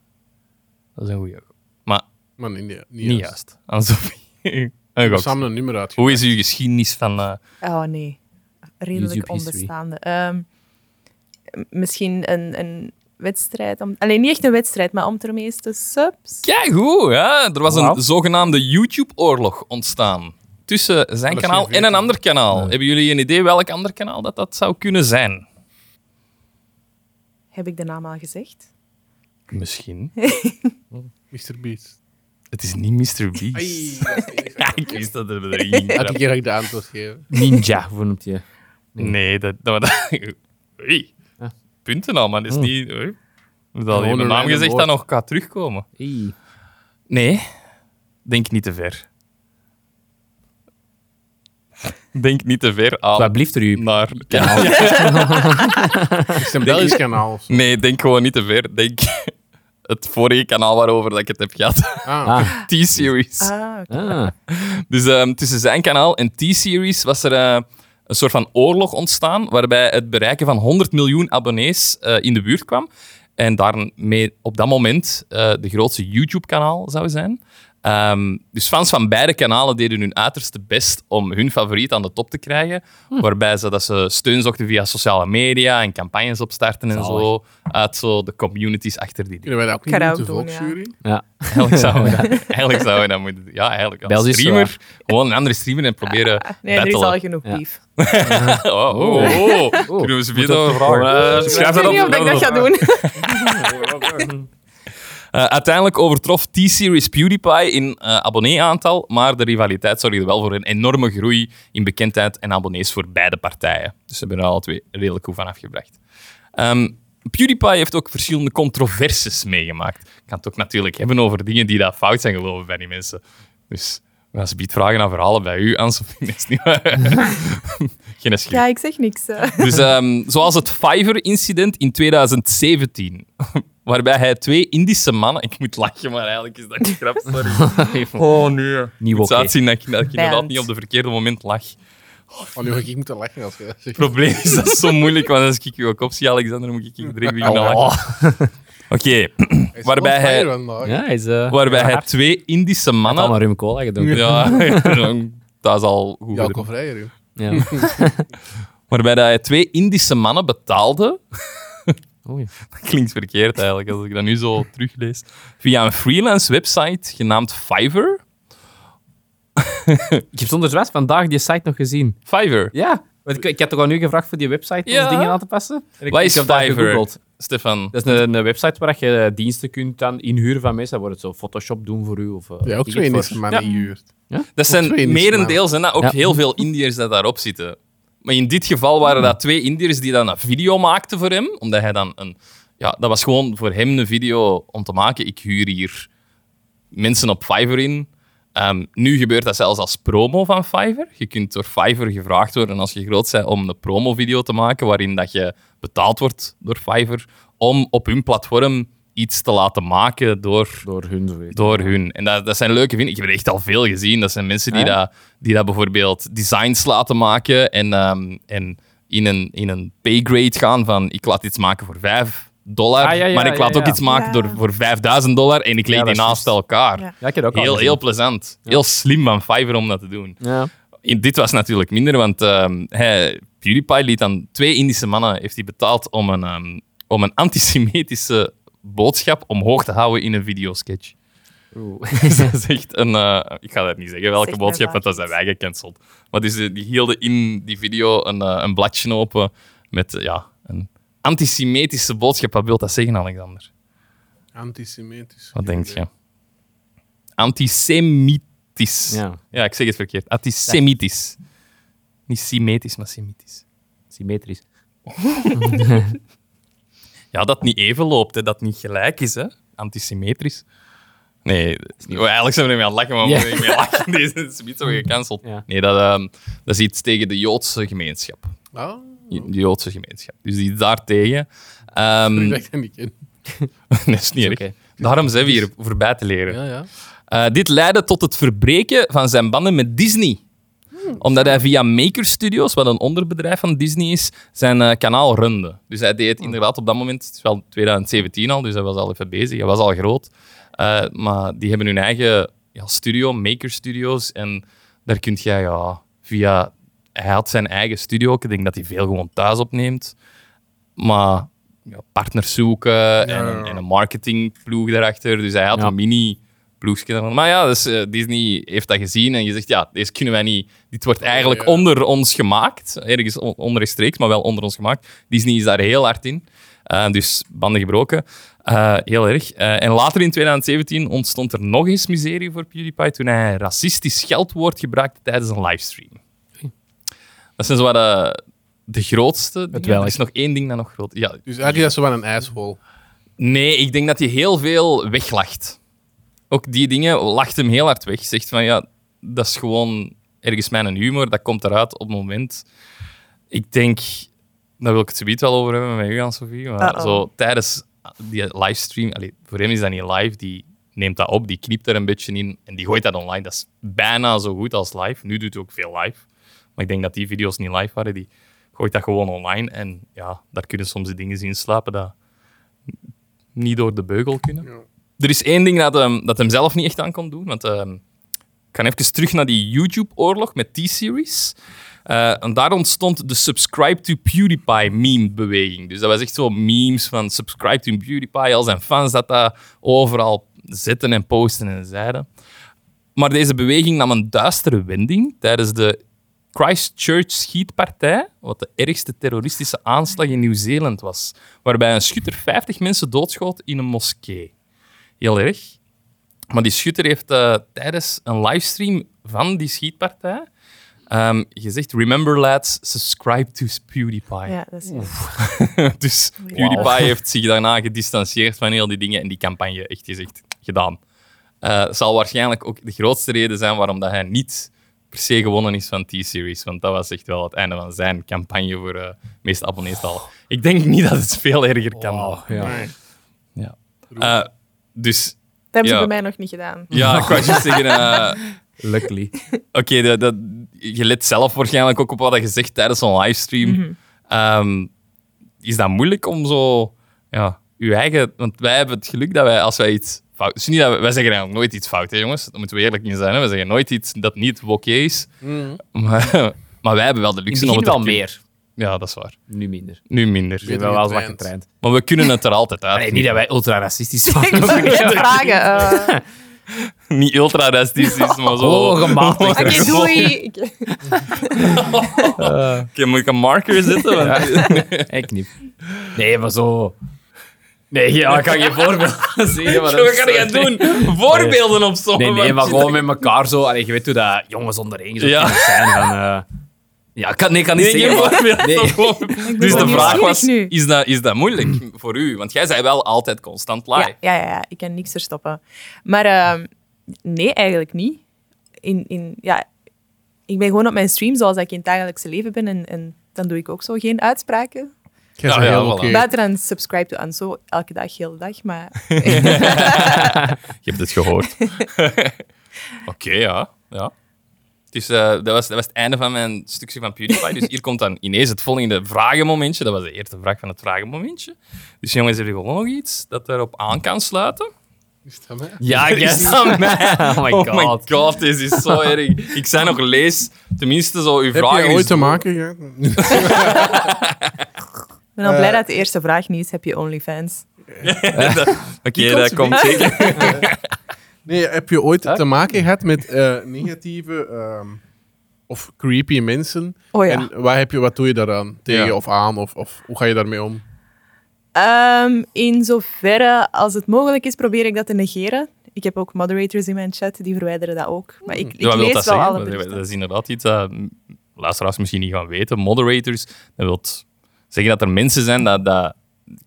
S1: Dat is een goede gok. Maar
S2: Maar nee, nee, niet,
S1: niet
S2: juist.
S1: juist. Alsof... een
S2: We hebben
S1: gok.
S2: samen een nummer uit.
S1: Hoe is uw geschiedenis van... eh,
S3: Oh nee, redelijk
S4: YouTube history.
S3: onbestaande. Ehm, m- misschien een, een wedstrijd. Om, alleen niet echt een wedstrijd, maar om ter meeste subs.
S1: Kijk hoe, ja. Er was
S4: Wauw.
S1: een zogenaamde YouTube-oorlog ontstaan. Tussen zijn
S2: is
S1: kanaal
S2: geen
S1: en een
S2: veto.
S1: ander kanaal. Hebben jullie een idee welk ander kanaal dat, dat zou kunnen zijn?
S3: Heb ik de naam al gezegd?
S1: Misschien.
S2: Mr. Beast.
S1: Het is niet Mr. Beast.
S2: Ai, dat is niet
S1: Ja, ik wist dat er erin ging.
S2: Elke keer dat ik de antwoord geef.
S4: Ninja, hoe noemt je?
S1: Nee, dat... dat, dat- Oei.
S4: Ja.
S1: Punten al, maar dat is niet... Oei. Dat al
S2: Gewoon
S1: je
S2: een
S1: Hm. naam
S2: random
S1: gezegd dat
S2: woord.
S1: nog gaat terugkomen.
S4: Hey.
S1: Nee. Denk niet te ver. Denk niet te ver aan
S4: Alsjeblieft, er u.
S1: naar...
S2: Het is een Belgisch kanaal of zo.
S1: Nee, denk gewoon niet te ver. Denk het vorige kanaal waarover dat ik het heb gehad.
S2: Ah,
S4: Ah,
S1: T-Series.
S3: Ah, oké.
S4: ah.
S1: Dus ehm, tussen zijn kanaal en T-Series was er eh, een soort van oorlog ontstaan. Waarbij het bereiken van 100 miljoen abonnees eh, in de buurt kwam. En daarmee op dat moment eh, de grootste YouTube-kanaal zou zijn. Ehm, dus fans van beide kanalen deden hun uiterste best om hun favoriet aan de top te krijgen. Waarbij ze, dat ze steun zochten via sociale media en campagnes opstarten en
S4: Zalig.
S1: zo. Uit zo de communities achter die
S2: kunnen wij dat ook niet
S3: Kan ook
S2: doen, de
S3: doen, ja.
S2: volksjury?
S4: Ja.
S1: Eigenlijk zouden we dat, eigenlijk zouden we dat moeten doen. Ja, eigenlijk. Als
S4: Belgisch
S1: streamer, gewoon een andere streamer en proberen
S3: Ah, Nee, er is al
S1: battelen.
S3: genoeg
S4: Ja.
S3: beef.
S1: Oh, oh, oh. Kunnen we ze
S4: Moet
S1: via over vragen? Schrijf
S3: ik
S1: dat
S3: weet niet
S1: op.
S3: of ik dat
S1: schrijf
S3: ga
S1: dat op.
S3: doen.
S1: Eh, uiteindelijk overtrof T-Series PewDiePie in eh abonnee-aantal, maar de rivaliteit zorgde wel voor een enorme groei in bekendheid en abonnees voor beide partijen. Dus ze hebben er alle twee redelijk goed van afgebracht. Ehm, PewDiePie heeft ook verschillende controversies meegemaakt. Ik kan het ook natuurlijk hebben over dingen die daar fout zijn gelopen bij die mensen. Dus als ze biedt vragen aan verhalen bij u, Anne-Sophie, dat is niet waar. Geen schrik.
S3: Ja, ik zeg niks. eh.
S1: Dus ehm, zoals het Fiverr-incident in 2017, waarbij hij twee Indische mannen... Ik moet lachen, maar eigenlijk is dat een grap, sorry. Oh, nee.
S4: Nieuw
S1: Het
S4: oké.
S1: zou uitzien dat ik, dat ik inderdaad
S3: Band.
S1: niet op de verkeerde moment lach.
S2: Oh, nu ga ik moeten lachen als je dat zegt.
S1: Het probleem is dat is zo moeilijk, want als ik je ook opzie, Alexander, moet ik je direct beginnen lachen. Oké,
S2: is
S1: Waarbij
S2: on
S1: hij-
S2: fire vandaag.
S4: Ja, hij is... eh,
S1: waarbij hij
S4: hard.
S1: twee Indische
S4: Hij had al
S1: mannen...
S4: een rum cola gedronken.
S1: Ja, dat is al goed. gedaan.
S2: Ja, alcoholvrij, joh.
S4: Ja.
S1: Waarbij dat hij twee Indische mannen betaalde
S4: Oei.
S1: klinkt verkeerd eigenlijk als ik dat nu zo teruglees. Via een freelance website genaamd Fiverr.
S4: Ik heb zonder zwart vandaag die site nog gezien.
S1: Fiverr.
S4: Ja. Want ik, ik had toch al nu gevraagd voor die website om
S1: Ja.
S4: dingen aan te passen? En ik-
S1: Wat
S4: ik
S1: is
S4: heb daar
S1: Fiverr?
S4: gegoogeld.
S1: Stefan.
S4: Dat is een, een website waar je eh, diensten kunt dan inhuren van mensen. Dan wordt het zo Photoshop doen voor u. Of, eh,
S2: Ja, ook
S4: dingen
S2: twee
S4: voor-
S2: Indische mannen
S1: Ja.
S2: ingehuurd.
S1: Dat
S2: twee
S1: zijn
S2: Indische
S1: merendeel zijn dat ook
S4: Ja.
S1: heel veel Indiërs dat daarop zitten. Maar in dit geval waren dat twee Indiërs die dan een video maakten voor hem. Omdat hij dan een... Ja, dat was gewoon voor hem een video om te maken. Ik huur hier mensen op Fiverr in. Ehm, nu gebeurt dat zelfs als promo van Fiverr. Je kunt door Fiverr gevraagd worden als je groot bent om een promovideo te maken waarin dat je betaald wordt door Fiverr om op hun platform iets te laten maken door,
S4: Door hun, zo weet
S1: door hun. En dat, dat zijn leuke vindingen. Ik heb er echt al veel gezien. Dat zijn mensen die,
S4: Ah,
S1: dat, die dat bijvoorbeeld designs laten maken en, ehm, en in, een, in een paygrade gaan van ik laat iets maken voor 5 dollar,
S4: Ah, ja, ja,
S1: maar ik
S4: ja,
S1: laat ook
S4: ja.
S1: iets maken
S3: Ja.
S1: door, voor 5000 dollar en ik leg
S4: Ja, dat
S1: die
S4: is
S1: naast
S4: juist.
S1: elkaar.
S3: Ja.
S4: Ja, ik heb dat ook al
S1: Heel,
S4: gezien.
S1: heel plezant. Heel slim van Fiverr om dat te doen.
S4: Ja.
S1: In- dit was natuurlijk minder, want ehm, hij, PewDiePie liet dan twee Indische mannen heeft hij betaald om een, ehm, om een antisemitische boodschap omhoog te houden in een videosketch. Dus dat is echt een... eh, ik ga dat niet zeggen welke
S3: Zeg maar
S1: boodschap,
S3: waar
S1: want dat
S3: iets.
S1: zijn wij gecanceld. Maar dus, eh, die hielden in die video een, eh, een bladje open met eh, ja, een antisemitische boodschap. Wat wil dat zeggen, Alexander?
S2: Antisemitisch.
S1: Wat denk je? Antisemitisch.
S4: Ja.
S1: Ja, ik zeg het verkeerd. Antisemitisch. Niet semitisch, maar semitisch.
S4: Symmetrisch.
S1: Ja, dat niet even loopt, hè. dat niet gelijk is. Hè. Antisymmetrisch. Nee, dat is niet- Oh, eigenlijk zijn we ermee aan het lachen, maar we
S4: Ja.
S1: moeten niet meer lachen. Deze is niet zo gecanceld.
S4: Ja.
S1: Nee, dat, ehm, dat is iets tegen de Joodse gemeenschap.
S2: Ah,
S4: Oh.
S1: De Joodse gemeenschap. Dus iets daartegen. Ehm
S2: ik
S1: nee,
S2: dacht dat niet ken.
S1: dat is niet
S4: Is
S1: erg.
S4: oké.
S1: Daarom zijn we hier voorbij te leren.
S2: Ja, ja.
S1: Eh, dit leidde tot het verbreken van zijn banden met Disney. Omdat hij via Maker Studios, wat een onderbedrijf van Disney is, zijn eh, kanaal runde. Dus hij deed inderdaad op dat moment, het is wel 2017 al, dus hij was al even bezig, hij was al groot. Eh, maar die hebben hun eigen ja, studio, Maker Studios. En daar kun je ja, via. Hij had zijn eigen studio, ik denk dat hij veel gewoon thuis opneemt. Maar ja, partners zoeken en, een- en een marketingploeg daarachter. Dus hij had
S4: Ja.
S1: een mini ploegje. daarvan. Maar ja, dus, eh, Disney heeft dat gezien en je zegt, ja, deze kunnen wij niet. Dit wordt eigenlijk
S2: ja.
S1: onder ons gemaakt. Ergens on- onrechtstreeks, maar wel onder ons gemaakt. Disney is daar heel hard in. Eh, dus banden gebroken. Eh, heel erg. Eh, en later in 2017 ontstond er nog eens miserie voor PewDiePie toen hij een racistisch scheldwoord gebruikte tijdens een livestream. Dat zijn zo wat de, de grootste. dingen.
S4: welk?
S1: Er is nog één ding dat nog groot ja,
S2: Dus eigenlijk is dat zo wel een ijshol.
S1: Nee, ik denk dat hij heel veel weglacht. Ook die dingen lacht hem heel hard weg. Zegt van ja, dat is gewoon ergens mijn humor, dat komt eruit op het moment. Ik denk, daar wil ik het zoiets wel over hebben met u, Anne-Sophie. Maar
S3: Uh-oh.
S1: zo tijdens die livestream, allee, voor hem is dat niet live, die neemt dat op, die knipt er een beetje in en die gooit dat online. Dat is bijna zo goed als live. Nu doet hij ook veel live. Maar ik denk dat die video's niet live waren, die gooit dat gewoon online. En ja, daar kunnen soms de dingen zien slapen dat niet door de beugel kunnen. Er is één ding dat, hem dat hem zelf niet echt aan kon doen. Want ehm, ik ga even terug naar die YouTube-oorlog met T-Series. Eh, en daar ontstond de Subscribe to PewDiePie meme-beweging. Dus dat was echt zo memes van Subscribe to PewDiePie. Al zijn fans dat dat overal zitten en posten en zeiden. Maar deze beweging nam een duistere wending tijdens de Christchurch schietpartij, wat de ergste terroristische aanslag in Nieuw-Zeeland was, waarbij een schutter 50 mensen doodschoot in een moskee. Heel erg. Maar die schutter heeft eh, tijdens een livestream van die schietpartij ehm, gezegd: Remember lads, subscribe to PewDiePie.
S3: Ja, dat is
S1: dus PewDiePie heeft zich daarna gedistanceerd van heel die dingen en die campagne echt gezegd gedaan. Eh, zal waarschijnlijk ook de grootste reden zijn waarom dat hij niet per se gewonnen is van T-Series. Want dat was echt wel het einde van zijn campagne voor eh meeste abonnees al. Ik denk niet dat het veel erger kan.
S4: ja.
S1: Ja. Eh, dus
S3: Dat hebben ze
S1: Ja.
S3: bij mij nog niet gedaan.
S1: ja, ik wou juist zeggen... eh,
S4: Luckily.
S1: Oké, dat, dat, je let zelf waarschijnlijk ook op wat je zegt tijdens zo'n livestream.
S4: Mhm.
S1: Ehm, is dat moeilijk om zo ja, je eigen. Want wij hebben het geluk dat wij als wij iets fout. Het is niet dat wij, wij zeggen eigenlijk nooit iets fout, hè, jongens. Daar moeten we eerlijk in zijn. Hè? We zeggen nooit iets dat niet oké is.
S4: Mhm.
S1: Maar, maar wij hebben wel de
S4: Ik
S1: luxe
S4: zie
S1: om
S4: wel
S1: te kunnen-
S4: meer.
S1: Ja, dat is waar.
S4: Nu minder.
S1: Nu minder.
S4: Ik
S2: Beter
S4: ben wel zwak
S2: getraind.
S4: getraind.
S1: Maar we kunnen het er altijd uit.
S4: Allee, niet dat wij ultra-racistisch
S3: Ik
S4: waren.
S3: wou net vragen. eh,
S1: Niet ultra racistisch, maar zo.
S4: Oh, gematigd.
S3: Oké,
S4: Oké,
S3: doei. Ik-
S1: Oké, moet ik een marker zetten? Want-
S4: Ik knip. Nee, maar zo... Nee, ja, ik kan geen voorbeeld zeggen. Maar dat
S1: Wat
S4: is
S1: ga
S4: zo-
S1: jij doen? Voorbeelden op sommige
S4: Nee, nee, maar gewoon met elkaar zo. Allee, je weet hoe dat jongens onderheen zo
S1: Ja.
S4: kunnen zijn. Van, eh, Ja, ik kan, nee, ik kan niet
S1: Nee,
S4: zeggen.
S1: geen
S4: maar-
S1: voorbeeld.
S4: Nee.
S1: Dat gewoon-
S3: ben
S1: Dus
S3: wel
S1: de vraag
S3: nieuwsgierig
S1: was,
S3: nu.
S1: is dat, is dat moeilijk voor u? Want jij zei wel altijd constant live.
S3: Ja, ja, ja, ja, ik kan niks verstoppen. Maar ehm, nee, eigenlijk niet. in, in, ja, ik ben gewoon op mijn stream zoals ik in het dagelijkse leven ben. En, en dan doe ik ook zo geen uitspraken.
S2: Jij
S1: Ja,
S2: zei
S1: ja,
S2: heel
S1: voilà.
S2: oké.
S3: Buiten dan subscribe to Anso, elke dag, heel de dag. Maar
S1: Je hebt het gehoord. Oké, ja. ja. Dus eh, dat, was, dat was het einde van mijn stukje van PewDiePie. Dus hier komt dan ineens het volgende vragenmomentje. Dat was de eerste vraag van het vragenmomentje. Dus jongens, hebben jullie gewoon nog iets dat erop aan kan sluiten?
S2: Is dat mij?
S4: Ja,
S1: Er is
S4: yes.
S1: aan mij.
S4: Oh my
S1: Oh my
S4: god.
S1: god, dit is zo erg. Ik zei nog lees, tenminste zo uw
S2: Heb
S1: vragen...
S2: je
S1: is
S2: ooit te
S1: door.
S2: maken gehad?
S3: ik ben al
S1: Eh.
S3: blij dat de eerste vraag niet is, heb je OnlyFans?
S1: Dat- Oké,
S2: Die
S1: dat
S2: komt
S1: komt zeker.
S2: Nee, heb je ooit
S4: Huh?
S2: te maken gehad met eh, negatieve ehm, of creepy mensen?
S3: Oh ja.
S2: En waar heb je, wat doe je daaraan? Tegen
S1: Ja.
S2: of aan? Of, of hoe ga je daarmee om?
S3: Ehm, in zoverre als het mogelijk is, probeer ik dat te negeren. Ik heb ook moderators in mijn chat, die verwijderen dat ook. Maar ik, ik
S1: Wat Hm. wil
S3: lees wel
S1: dat zeggen?
S3: alle
S1: Dat-
S3: berichten.
S1: Dat is inderdaad iets dat mm, luisteraars misschien niet gaan weten. Moderators, dat wil zeggen dat er mensen zijn dat... dat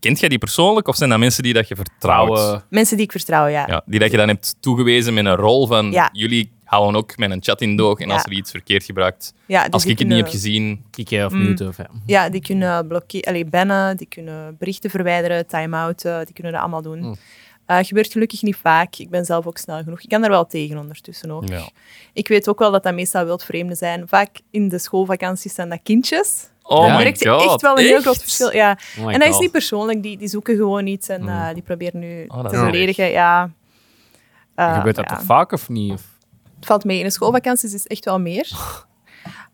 S1: Kent jij die persoonlijk of zijn dat mensen die dat je vertrouwt?
S3: Mensen die ik vertrouw, ja.
S1: Ja, die dat je dan hebt toegewezen met een rol van
S3: Ja.
S1: jullie houden ook met een chat in doog en
S3: Ja.
S1: als er iets verkeerd gebruikt,
S3: Ja, dus
S1: als
S3: die
S1: ik het niet
S3: kunnen-
S1: heb gezien,
S4: Kikken eh, of muten of ja.
S3: Ja, die kunnen blokkeren, allee, bannen, die kunnen berichten verwijderen, time-outen, die kunnen dat allemaal doen.
S1: Hmm.
S3: Eh, gebeurt gelukkig niet vaak. Ik ben zelf ook snel genoeg. Ik kan daar wel tegen ondertussen ook.
S1: Ja.
S3: Ik weet ook wel dat dat meestal wildvreemden zijn. Vaak in de schoolvakanties zijn dat kindjes.
S1: oh
S4: Ja.
S3: Dan
S1: my
S3: merk je
S1: god,
S3: echt wel een heel
S1: echt?
S3: groot verschil. Ja.
S4: Oh my
S3: en dat is
S4: God.
S3: niet persoonlijk. Die, die zoeken gewoon iets en eh, die proberen nu
S1: Oh, dat
S3: te
S1: is erg.
S3: beledigen. Ja. Eh,
S4: Gebeurt dat
S3: ja.
S4: toch vaak of niet? Of?
S3: Het valt mee. In de schoolvakanties is het echt wel meer.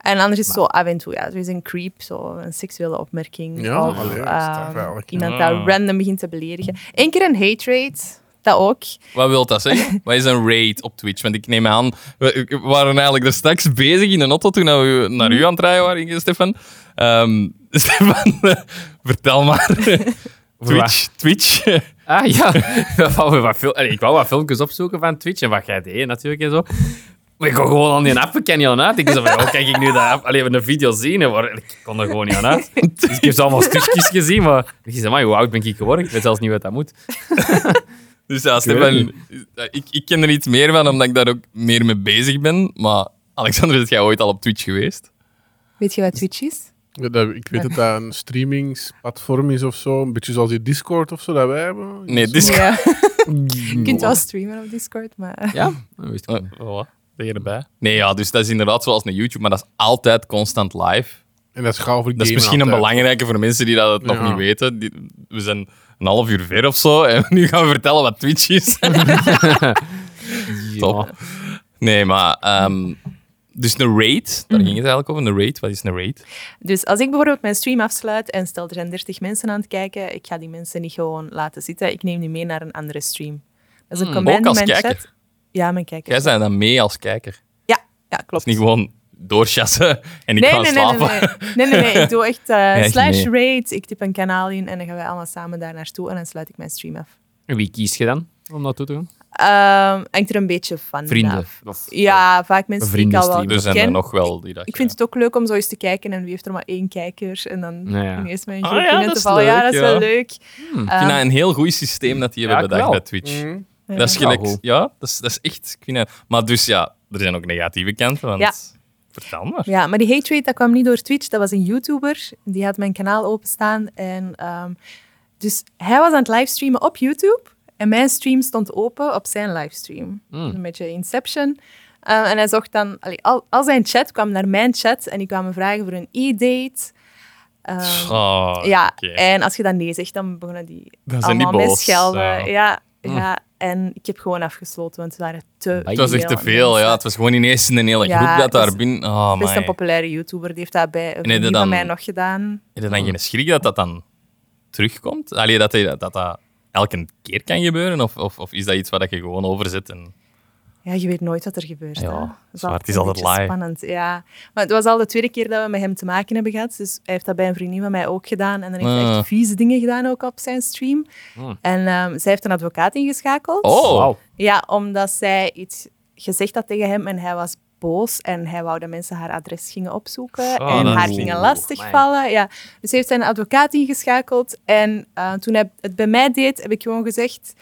S3: En anders is het zo af en toe, ja, er is een creep, zo, een seksuele opmerking.
S2: Ja,
S3: of
S2: allee, dat is
S3: ehm,
S2: toch wel lekker.
S3: iemand
S1: Ah.
S3: dat random begint te beledigen. Eén keer een hate raid, dat ook.
S1: Wat wil dat zeggen? Wat is een raid op Twitch? Want ik neem aan, we we waren eigenlijk er straks bezig in een auto toen we naar u aan het rijden waren, Stefan. Ehm, Stefan, eh, vertel maar. Twitch, Twitch.
S4: Ah ja, We wouden wat fil- Allee, ik wou wat filmpjes opzoeken van Twitch en wat jij deed natuurlijk en zo. Maar ik kon gewoon aan die app, ik kan niet aan uit. Ik zei van, hoe kan ik nu dat app, alleen een video zien? hè, waar- Ik kon er gewoon niet aan uit. Dus ik heb ze allemaal stukjes gezien, maar ik zei, maar hoe oud ben ik geworden? Ik weet zelfs niet wat dat moet.
S1: Dus ja,
S4: weet
S1: Stefan, eh, ik, ik ken er iets meer van, omdat ik daar ook meer mee bezig ben. Maar Alexander, is jij ooit al op Twitch geweest?
S3: Weet je wat Twitch is?
S2: Ja, dat- Ik weet dat dat een streamingsplatform is of zo. Een beetje zoals die Discord of zo dat wij hebben.
S1: Nee,
S2: Zo.
S1: Discord.
S3: Ja. Je kunt wel streamen op Discord, maar...
S4: Ja, dat wist ik
S1: Eh,
S4: niet.
S1: Wat? Ben je erbij? Nee, ja, dus dat is inderdaad zoals een YouTube, maar dat is altijd constant live.
S2: En dat is gauw voor
S1: Dat is
S2: gamen
S1: misschien een
S2: altijd.
S1: belangrijke voor mensen die dat nog
S2: Ja.
S1: niet weten. Die- we zijn een half uur ver of zo en nu gaan we vertellen wat Twitch is. Top. Nee, maar... ehm, dus een raid,
S3: Mhm.
S1: daar ging het eigenlijk over. Een raid, wat is een raid?
S3: Dus als ik bijvoorbeeld mijn stream afsluit en stel er zijn 30 mensen aan het kijken, ik ga die mensen niet gewoon laten zitten. Ik neem die mee naar een andere stream. Dat is
S2: Hmm.
S3: een command
S1: ook als
S3: in mijn
S1: kijker?
S3: chat. Ja, mijn
S1: Jij
S3: kijker.
S1: zei dan mee als kijker.
S3: Ja, ja, klopt.
S1: Of niet gewoon doorchassen en ik ga
S3: nee, nee,
S1: slapen.
S3: nee, nee, nee, nee, nee. Ik doe echt eh,
S1: echt
S3: slash
S1: nee.
S3: rate. Ik typ een kanaal in en dan gaan wij allemaal samen daar naartoe en dan sluit ik mijn stream af.
S4: En wie kies je dan om dat toe te gaan?
S3: Ehm hangt er een beetje van
S4: Vrienden.
S3: af.
S4: Of-
S3: Ja, vaak mensen die ik al wel
S4: Vriendenstream.
S1: Er Dus zijn
S3: ken.
S1: er nog wel die dat...
S3: Ik vind het ook leuk om zo eens te kijken en wie heeft er maar één kijker en dan
S4: Ja, ja.
S3: ineens mijn
S1: Ah,
S3: groep
S1: ja,
S3: binnen
S1: dat
S3: te
S1: is
S3: vallen. ja,
S1: leuk,
S3: dat is
S1: ja.
S3: wel leuk.
S1: Ik vind
S3: Ehm, Mhm.
S1: dat een heel goed systeem dat die
S4: Ja,
S1: hebben
S4: ik
S1: bedacht
S4: wel.
S1: bij Twitch.
S2: Mm.
S1: Dat is
S3: ja.
S1: gelijk...
S4: Ja, goed.
S1: Ja, dat is, dat is echt... Ik vind dat- maar dus ja, er zijn ook negatieve kanten, want...
S3: Ja.
S1: Vertel maar.
S3: Ja, maar die hate rate dat kwam niet door Twitch, dat was een YouTuber. Die had mijn kanaal openstaan. En, ehm, dus hij was aan het livestreamen op YouTube. En mijn stream stond open op zijn livestream.
S1: Hmm.
S3: Een beetje Inception. Eh, en hij zocht dan... Allee, al, al zijn chat kwam naar mijn chat en die kwamen vragen voor een e-date. Ehm,
S1: Oh,
S3: ja, eh,
S1: oké.
S3: en als je dan nee zegt, dan begonnen die
S1: Dan zijn die
S3: allemaal mee
S1: boos,
S3: schelden.
S1: ja. Hmm.
S3: Ja, ja, en ik heb gewoon afgesloten, want het waren te
S4: Het
S1: Het was echt te veel,
S3: mensen.
S1: ja. Het was gewoon ineens een hele
S3: Ja,
S1: groep dat
S3: het was
S1: daar binnen... Oh,
S3: best een
S1: man.
S3: populaire YouTuber. Die heeft dat bij een
S1: heb je
S3: vriendin
S1: dan-
S3: van mij nog gedaan.
S1: Heb je dan geen schrik dat dat dan terugkomt? Allee, dat die- dat, dat dat elke keer kan gebeuren? Of, of, of is dat iets waar dat je gewoon overzet? En...
S3: Ja, je weet nooit wat er gebeurt.
S1: Ja,
S3: hè. Dat
S1: zwaar, het is
S3: een
S1: altijd
S3: beetje
S1: live.
S3: spannend, ja. Maar het was al de tweede keer dat we met hem te maken hebben gehad. Dus hij heeft dat bij een vriendin van mij ook gedaan. En dan heeft hij
S1: Ah. Hmm.
S3: echt vieze dingen gedaan ook op zijn stream. En ehm, zij heeft een advocaat ingeschakeld.
S1: Oh!
S4: Wauw.
S3: Ja, omdat zij iets gezegd had tegen hem en hij was boos en hij wou dat mensen haar adres gingen opzoeken
S1: Ah,
S3: en
S1: dat
S3: haar
S1: is-
S3: gingen
S4: Oeh,
S3: lastigvallen. Ja. Dus hij heeft zijn advocaat ingeschakeld en eh, toen hij het bij mij deed, heb ik gewoon gezegd,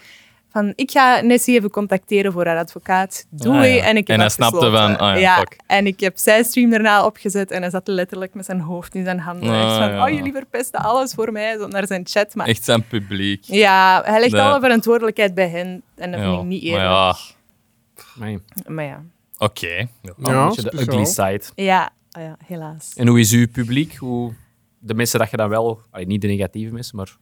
S3: van ik ga Nessie even contacteren voor haar advocaat. Doei.
S4: Ah, ja.
S3: En ik heb
S1: En hij
S3: afgesloten.
S1: snapte van, ah, ja, fuck.
S3: En ik heb zijn stream daarna opgezet en hij zat letterlijk met zijn hoofd in zijn handen.
S1: Ah,
S3: Echt van,
S1: ja.
S3: oh, jullie verpesten alles voor mij. Zo naar zijn chat. Maar
S1: Echt zijn publiek.
S3: ja, hij legt
S1: Nee.
S3: alle verantwoordelijkheid bij hen. En dat vind
S1: Ja,
S3: ik niet
S1: maar
S3: eerlijk.
S1: ja,
S4: Amai.
S3: Maar ja,
S1: oké.
S4: Wel
S2: Ja,
S4: een beetje de
S2: speciaal.
S4: ugly side.
S3: ja, ah ja helaas.
S4: En hoe is uw publiek? Hoe, de mensen dat je dan wel... allee, niet de negatieve mensen, maar...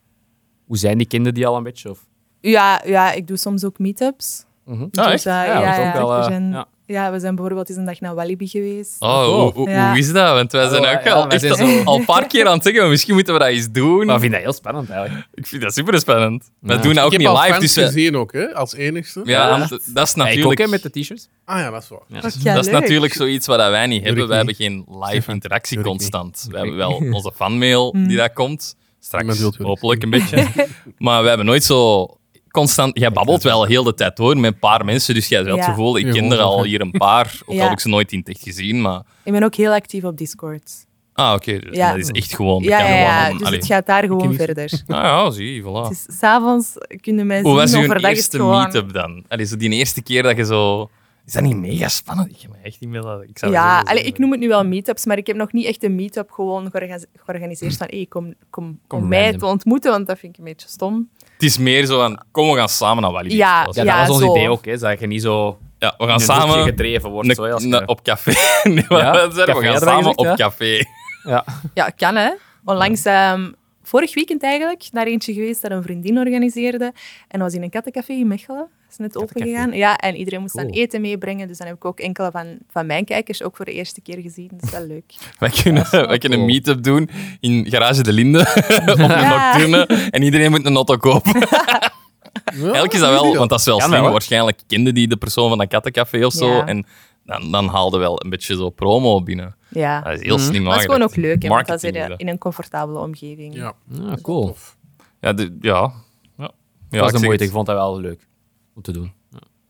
S4: Hoe zijn die kinderen die al een beetje? Of,
S3: Ja, ja, ik doe soms ook meetups.
S1: Ah,
S3: Dus,
S1: echt?
S3: eh, ja,
S4: dat is
S3: ja,
S4: ook wel,
S3: we
S4: eh,
S3: zijn,
S4: ja.
S3: ja. we zijn bijvoorbeeld eens een dag naar Walibi geweest.
S1: Oh, hoe, hoe-
S3: Ja.
S1: hoe is dat? Want wij zijn
S4: Oh,
S1: ook
S4: ja,
S1: al,
S4: wij
S1: echt
S4: zijn
S1: al-
S4: zo-
S1: al een paar keer aan het zeggen, maar misschien moeten we dat eens doen.
S4: Maar ik vind dat heel spannend eigenlijk.
S1: Ik vind dat super spannend. We
S4: Ja.
S1: doen dat ook
S2: ik heb
S1: niet
S2: al
S1: live,
S2: fans
S1: dus we-
S2: gezien ook, hè, als enigste.
S1: ja, want dat is
S4: Ja, ik ook
S1: natuurlijk,
S4: hè, met de t-shirts.
S2: Ah ja, dat is waar.
S4: Ja.
S3: Fuck ja,
S1: dat is
S3: leuk.
S1: natuurlijk zoiets wat wij niet hebben.
S2: ik
S1: Wij hebben
S2: niet.
S1: geen live interactie
S2: doe ik
S1: constant. We hebben wel onze fanmail
S3: Mm.
S1: die daar komt. Straks
S2: Niemand wil het horen.
S1: hopelijk een beetje. Maar we hebben nooit zo constant... Jij babbelt wel heel de tijd door met een paar mensen, dus jij hebt het
S3: Ja.
S1: gevoel, ik
S2: Ja,
S1: ken er
S2: gewoon
S1: al
S2: zo.
S1: hier een paar. Ook
S3: Ja.
S1: al heb ik ze nooit in het echt gezien, maar...
S3: Ik ben ook heel actief op Discord.
S1: Ah, oké. dus
S3: Ja.
S1: Dat is echt gewoon...
S3: Ja, ja, ja,
S1: gewoon,
S3: dus
S1: allee.
S3: het gaat daar gewoon
S2: niet-
S3: verder. Het
S1: Ah ja, zie, voilà.
S3: is s'avonds kunnen mensen
S1: Hoe was
S3: zien,
S1: je
S3: overdag is het
S1: eerste
S3: gewoon...
S1: meet-up dan? Allee, zo die eerste keer dat je zo... Is dat niet mega spannend? Ik heb me echt niet meer... dat- Ik zou dat
S3: Ja,
S1: zo
S3: allee,
S1: zeggen.
S3: ik noem het nu wel meetups, maar ik heb nog niet echt een meetup gewoon georga- georganiseerd van hey, kom, kom,
S4: Kom
S3: om mij
S4: random.
S3: te ontmoeten, want dat vind ik een beetje stom.
S1: Het is meer zo van, kom, we gaan samen naar Walibi.
S3: Ja,
S1: Zoals-
S4: Ja,
S3: Ja,
S4: dat was ons
S3: zo.
S4: idee ook. Hè, dat je niet zo
S1: Ja, we
S4: in
S1: gaan
S4: een hoekje
S1: samen
S4: gedreven wordt.
S1: ne-
S4: zo, hè, als je-
S1: ne- op café. Nee, maar
S4: Ja,
S1: dat is er.
S4: café,
S1: we gaan
S4: had hij
S1: samen
S4: gezegd,
S1: op
S4: ja.
S1: café.
S4: ja.
S3: Ja, kan hè. Onlangs, ehm, vorig weekend eigenlijk, naar eentje geweest dat een vriendin organiseerde. En dat was in een kattencafé in Mechelen. Dat is net
S4: Kattencafé.
S3: opengegaan. Ja, en iedereen moest dan
S4: Cool.
S3: eten meebrengen. Dus dan heb ik ook enkele van, van mijn kijkers ook voor de eerste keer gezien. Dat is wel leuk.
S1: Wij kunnen, wij
S4: Oh.
S1: kunnen een meet-up doen in Garage de Linde op een
S3: Ja.
S1: Nocturne en iedereen moet een auto kopen.
S2: Ja,
S1: Elk is dat wel, want dat is wel
S4: Kan
S1: slim.
S4: wel, hè?
S1: Waarschijnlijk kende die de persoon van dat kattencafé of zo.
S3: Ja.
S1: En dan, dan haalde wel een beetje zo promo binnen.
S3: Ja. Mhm.
S1: Dat is heel slim
S3: Maar het is gewoon ook leuk, hè, want dat is
S1: Marketing
S3: in,
S1: is dat.
S3: in een comfortabele omgeving.
S2: Ja,
S4: Ja, cool.
S2: tof.
S1: Ja, de- ja. ja. ja
S4: dat
S1: ik
S4: was
S1: zeg
S4: een moeite.
S1: het.
S4: Ik vond dat wel leuk om te doen.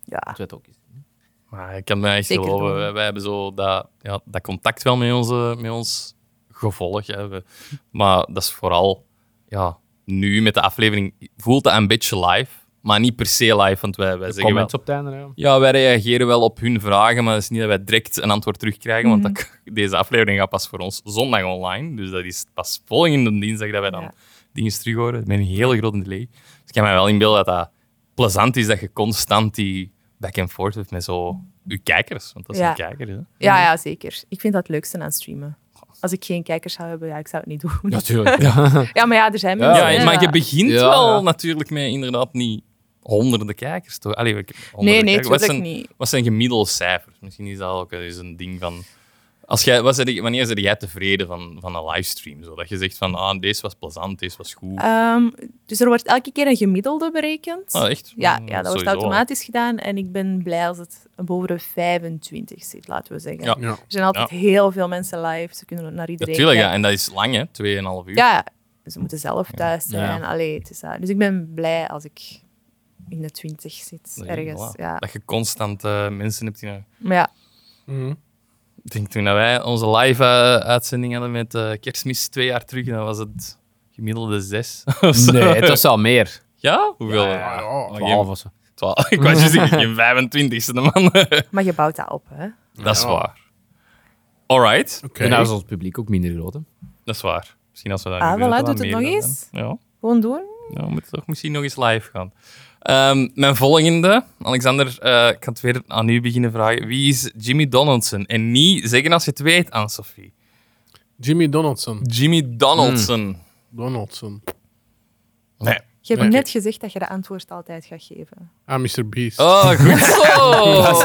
S3: Ja.
S4: Dat werd ook eens.
S1: Maar ik kan mij echt
S3: Zeker
S1: geloven.
S3: doen.
S1: Wij, wij hebben zo dat, ja, dat contact wel met, onze, met ons gevolg. Hè. We- maar dat is vooral ja, nu met de aflevering voelt dat een beetje live. Maar niet per se live, want wij, wij zeggen wel...
S4: Comments op het einde. Ja.
S1: Ja, wij reageren wel op hun vragen, maar het is niet dat wij direct een antwoord terugkrijgen,
S3: Mhm.
S1: want dat, deze aflevering gaat pas voor ons zondag online. Dus dat is pas volgende dinsdag dat wij dan
S3: Ja.
S1: dingen terug horen. Met een hele grote delay. Dus ik kan mij wel inbeelden dat dat plezant is dat je constant die back and forth hebt met zo uw kijkers. Want dat zijn
S3: Ja.
S1: kijkers, hè.
S3: Ja, ja, zeker. Ik vind dat het leukste aan streamen. Als ik geen kijkers zou hebben, ja, ik zou het niet doen.
S4: Natuurlijk.
S3: Ja, maar ja, er zijn
S4: Ja,
S3: mensen.
S1: Ja,
S3: hè,
S1: maar
S3: dat-
S1: je begint
S4: Ja,
S1: wel
S4: ja.
S1: natuurlijk met inderdaad niet honderden kijkers, toch? Allee, ik- honderden
S3: Nee, nee,
S1: kijkers. Wat
S3: natuurlijk
S1: zijn-
S3: niet.
S1: Wat zijn gemiddelde cijfers? Misschien is dat ook eens een ding van. Als jij, wat zeg je- wanneer ben jij tevreden van, van een livestream? Zo? Dat je zegt van, ah, deze was plezant, deze was goed.
S3: Ehm, dus er wordt elke keer een gemiddelde berekend.
S1: Ah, echt?
S3: Ja,
S1: Mm,
S3: ja, dat wordt
S1: sowieso.
S3: automatisch gedaan. En ik ben blij als het boven de 25 zit, laten we zeggen.
S1: Ja.
S2: Ja.
S3: Er zijn altijd heel veel mensen live. Ze kunnen naar iedereen
S1: Natuurlijk, ja.
S3: kijken.
S1: En dat is lang, hè? Tweeënhalf uur.
S3: Ja, ze moeten zelf thuis zijn.
S4: Ja.
S3: Allee, het is dat. Dus ik ben blij als ik in de 20 zit,
S1: Dat is-
S3: ergens.
S1: voilà.
S3: Ja.
S1: Dat je constant eh, mensen hebt die... naar-
S3: Maar ja,
S2: Mhm.
S1: Ik denk toen dat wij onze live eh, uitzending hadden met eh, kerstmis twee jaar terug, dan was het gemiddelde zes. of zo.
S4: Nee, het was al meer.
S1: Ja? Hoeveel?
S4: Ja, ja,
S2: Ah, ja.
S1: Oh,
S4: Twaalf
S1: geen-
S4: of zo.
S1: twaalf. Ik was juist zeggen, geen 25ste, man.
S3: maar je bouwt dat op, hè.
S1: dat is
S2: Ja.
S1: waar. All right.
S2: Oké.
S4: En nou is ons publiek ook minder groot. Hè.
S1: Dat is waar. Misschien als we dat
S3: Ah,
S1: nu doen,
S3: voilà,
S1: dat we
S3: doet het
S1: meer
S3: nog
S1: gaan
S3: eens?
S1: doen. Ja,
S3: Gewoon doen.
S1: nou, we moeten toch misschien nog eens live gaan. Ehm, mijn volgende, Alexander, eh, ik kan het weer aan u beginnen vragen. Wie is Jimmy Donaldson? En niet zeggen als je het weet aan Sophie.
S2: Jimmy Donaldson.
S1: Jimmy Donaldson.
S4: Hmm.
S2: Donaldson.
S1: Nee.
S3: Je hebt
S2: Ja,
S3: net gezegd dat je de antwoord altijd gaat geven.
S2: Ah, Mr. Beast.
S1: Oh, goed zo!
S4: Dat is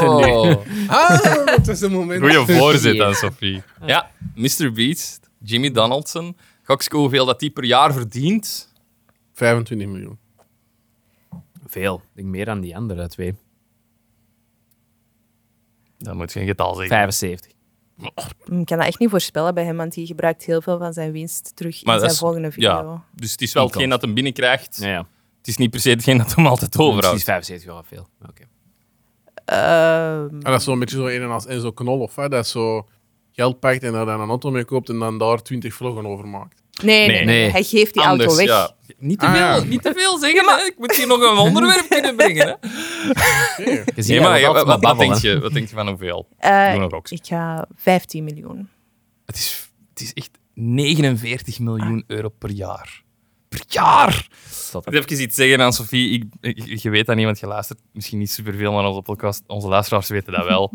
S4: een
S2: Ah, het is een moment.
S1: Goeie voorzet aan Sophie. Ja, Mr. Beast, Jimmy Donaldson. Gokske hoeveel dat die per jaar verdient.
S2: 25 miljoen.
S4: Veel. Ik denk meer dan die andere twee.
S1: Dan moet je een getal zeggen.
S4: 75.
S3: Hm, Ik kan dat echt niet voorspellen bij hem, want hij gebruikt heel veel van zijn winst terug
S1: Maar dat
S3: in zijn
S1: is-
S3: volgende video.
S1: Ja, dus het is wel hetgeen dat hem binnenkrijgt.
S4: Ja, ja.
S1: Het is niet per se hetgeen dat hem altijd
S4: Misschien is
S1: overhoudt.
S4: 75 wel veel. Oké.
S3: Ehm,
S2: En dat is zo'n beetje zo een en als Enzo Knol of hè? dat is zo geld pakt en daar dan een auto mee koopt en dan daar 20 vloggen over maakt.
S3: Nee, nee,
S1: Nee.
S3: nee.
S4: Nee.
S3: hij geeft die
S1: Anders,
S3: auto weg.
S1: ja. Niet te
S2: Ah,
S1: veel,
S2: ja.
S1: niet te veel zeggen. hè. Ik moet hier nog een onderwerp kunnen brengen. Hè.
S2: Oké.
S4: Je ziet
S1: Nee, maar
S4: dat
S1: ja,
S4: altijd
S1: wat, wat,
S4: babbelen,
S1: denk
S4: hè.
S1: je, wat denk je van hoeveel?
S3: Eh,
S1: Doe nog ook.
S3: ik ga 15 miljoen.
S1: Het is, het is echt 49 miljoen euro per jaar. Per jaar!
S4: Dat-
S1: Ik wil even iets zeggen aan Sophie. Ik, ik- je weet dat niemand geluisterd. Misschien niet superveel, maar onze podcast, onze luisteraars weten dat wel.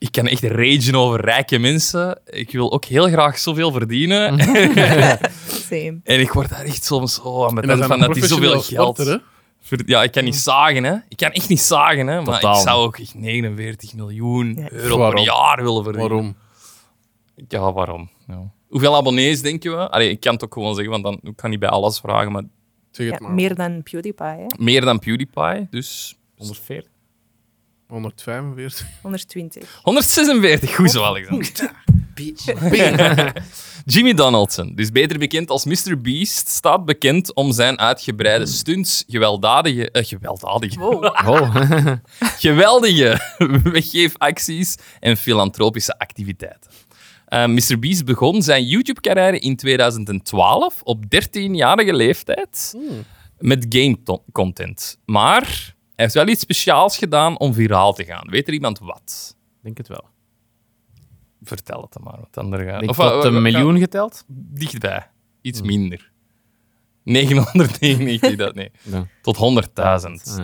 S1: Ik kan echt ragen over rijke mensen. Ik wil ook heel graag zoveel verdienen.
S2: Mhm.
S3: Same.
S1: en ik word daar echt soms zo aan
S2: En dat
S1: mijn
S2: zijn
S1: van dat die zoveel
S2: professionele
S1: geld...
S2: sporter, hè? Mhm.
S1: Ver- Ja, ik kan niet zagen, hè. Ik kan echt niet zagen, hè. Maar
S4: Totaal.
S1: ik zou ook echt 49 miljoen
S3: Ja.
S1: euro per
S2: Waarom?
S1: jaar willen verdienen.
S2: Waarom?
S1: Ja, waarom? Ja. Hoeveel abonnees denken we? Allee, ik kan het ook gewoon zeggen, want dan ik kan niet bij alles vragen, maar
S2: Zeg
S3: Ja,
S2: het maar.
S3: meer dan PewDiePie, hè?
S1: meer dan PewDiePie. Dus
S4: 140.
S2: 145.
S3: 120.
S1: 146, goed zo, Alexander. Jimmy Donaldson, dus beter bekend als Mr. Beast, staat bekend om zijn uitgebreide stunts, gewelddadige, eh, gewelddadige,
S3: Wow.
S4: Oh.
S1: geweldige weggeefacties en filantropische activiteiten. Eh Mr. Beast begon zijn YouTube-carrière in 2012 op 13-jarige leeftijd
S4: Hmm.
S1: met game-content. Maar hij heeft wel iets speciaals gedaan om viraal te gaan. Weet er iemand wat?
S4: denk het wel.
S1: Vertel het dan maar, want dan er gaat...
S4: Denk
S1: Of,
S4: tot
S1: eh,
S4: een
S1: eh,
S4: miljoen Hmm. geteld?
S1: Dichtbij. Iets minder. 999, dat nee.
S4: Ja. Ah.
S1: Tot 100.000.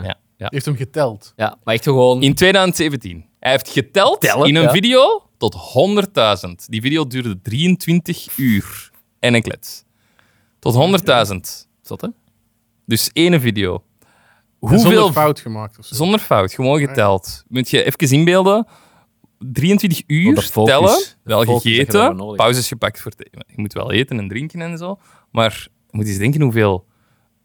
S1: Ja. Ja.
S2: Heeft hem geteld.
S4: Ja, maar echt gewoon...
S1: In 2017. Hij heeft geteld
S4: Tellen,
S1: in een
S4: ja.
S1: video tot 100.000. Die video duurde 23 uur en een klets. Tot 100.000.
S4: Zot, hè?
S1: Dus één video.
S2: En
S1: Hoeveel
S2: Zonder fout gemaakt of zo.
S1: Zonder fout, gewoon geteld. Moet je even inbeelden. 23 uur
S4: Wat de focus.
S1: tellen,
S4: De
S1: wel
S4: focus dat je daarvoor nodig
S1: gegeten,
S4: hebt.
S1: pauzes gepakt voor het e- Je moet wel eten en drinken en zo. Maar je moet eens denken hoeveel...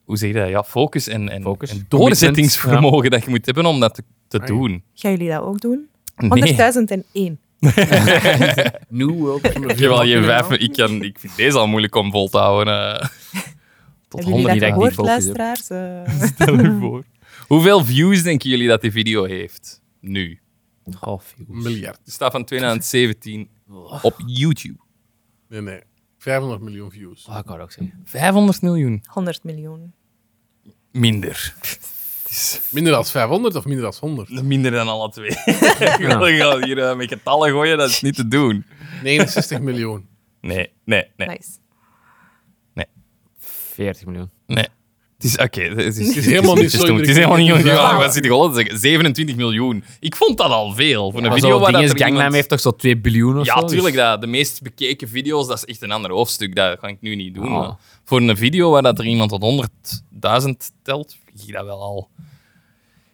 S1: Hoe zeg je dat? Ja, focus en, en,
S4: Focus.
S1: en doorzettingsvermogen dat je moet hebben om dat te, te
S2: Ah, ja.
S1: doen.
S3: Gaan jullie dat ook doen?
S1: Nee.
S3: 100.001.
S4: New World.
S1: Jawel, je vijf, ik, kan, ik vind deze al moeilijk om vol te houden. eh. Tot
S3: Hebben jullie
S1: 100
S3: dat
S4: direct
S3: gehoord,
S4: die focus heb.
S3: luisteraars? Eh,
S1: stel je voor. Hoeveel views denken jullie dat die video heeft? Nu.
S4: Half
S2: Een miljard.
S1: Het staat van 2017 op YouTube.
S2: Nee, nee. 500 miljoen views.
S4: Oh, ik kan ook zeggen.
S1: 500 miljoen.
S3: 100 miljoen.
S1: Minder.
S2: Minder dan 500 of minder dan 100?
S1: Minder dan alle twee. Ik wil gewoon hier eh, met getallen gooien, dat is niet te doen.
S2: 69 miljoen.
S1: Nee, nee, nee.
S3: Nice.
S4: 40 miljoen.
S1: nee. Het is, oké, het, is,
S2: is helemaal niet zo
S1: te doen. Het is helemaal
S2: indrukwekkend.
S1: niet zo.
S2: Ja.
S1: Ja, wat zit ik al te zeggen? 27 miljoen. Ik vond dat al veel. Voor een
S4: Maar
S1: video
S4: zo'n
S1: waar dat
S4: ding is,
S1: er
S4: Gangnam
S1: iemand-
S4: heeft toch zo 2 biljoen of zo?
S1: Ja,
S4: dus-
S1: tuurlijk. Dat, de meest bekeken video's, dat is echt een ander hoofdstuk. Dat ga ik nu niet doen.
S4: Ah.
S1: maar Voor een video waar dat er iemand tot 100.000 telt, vind ik dat wel al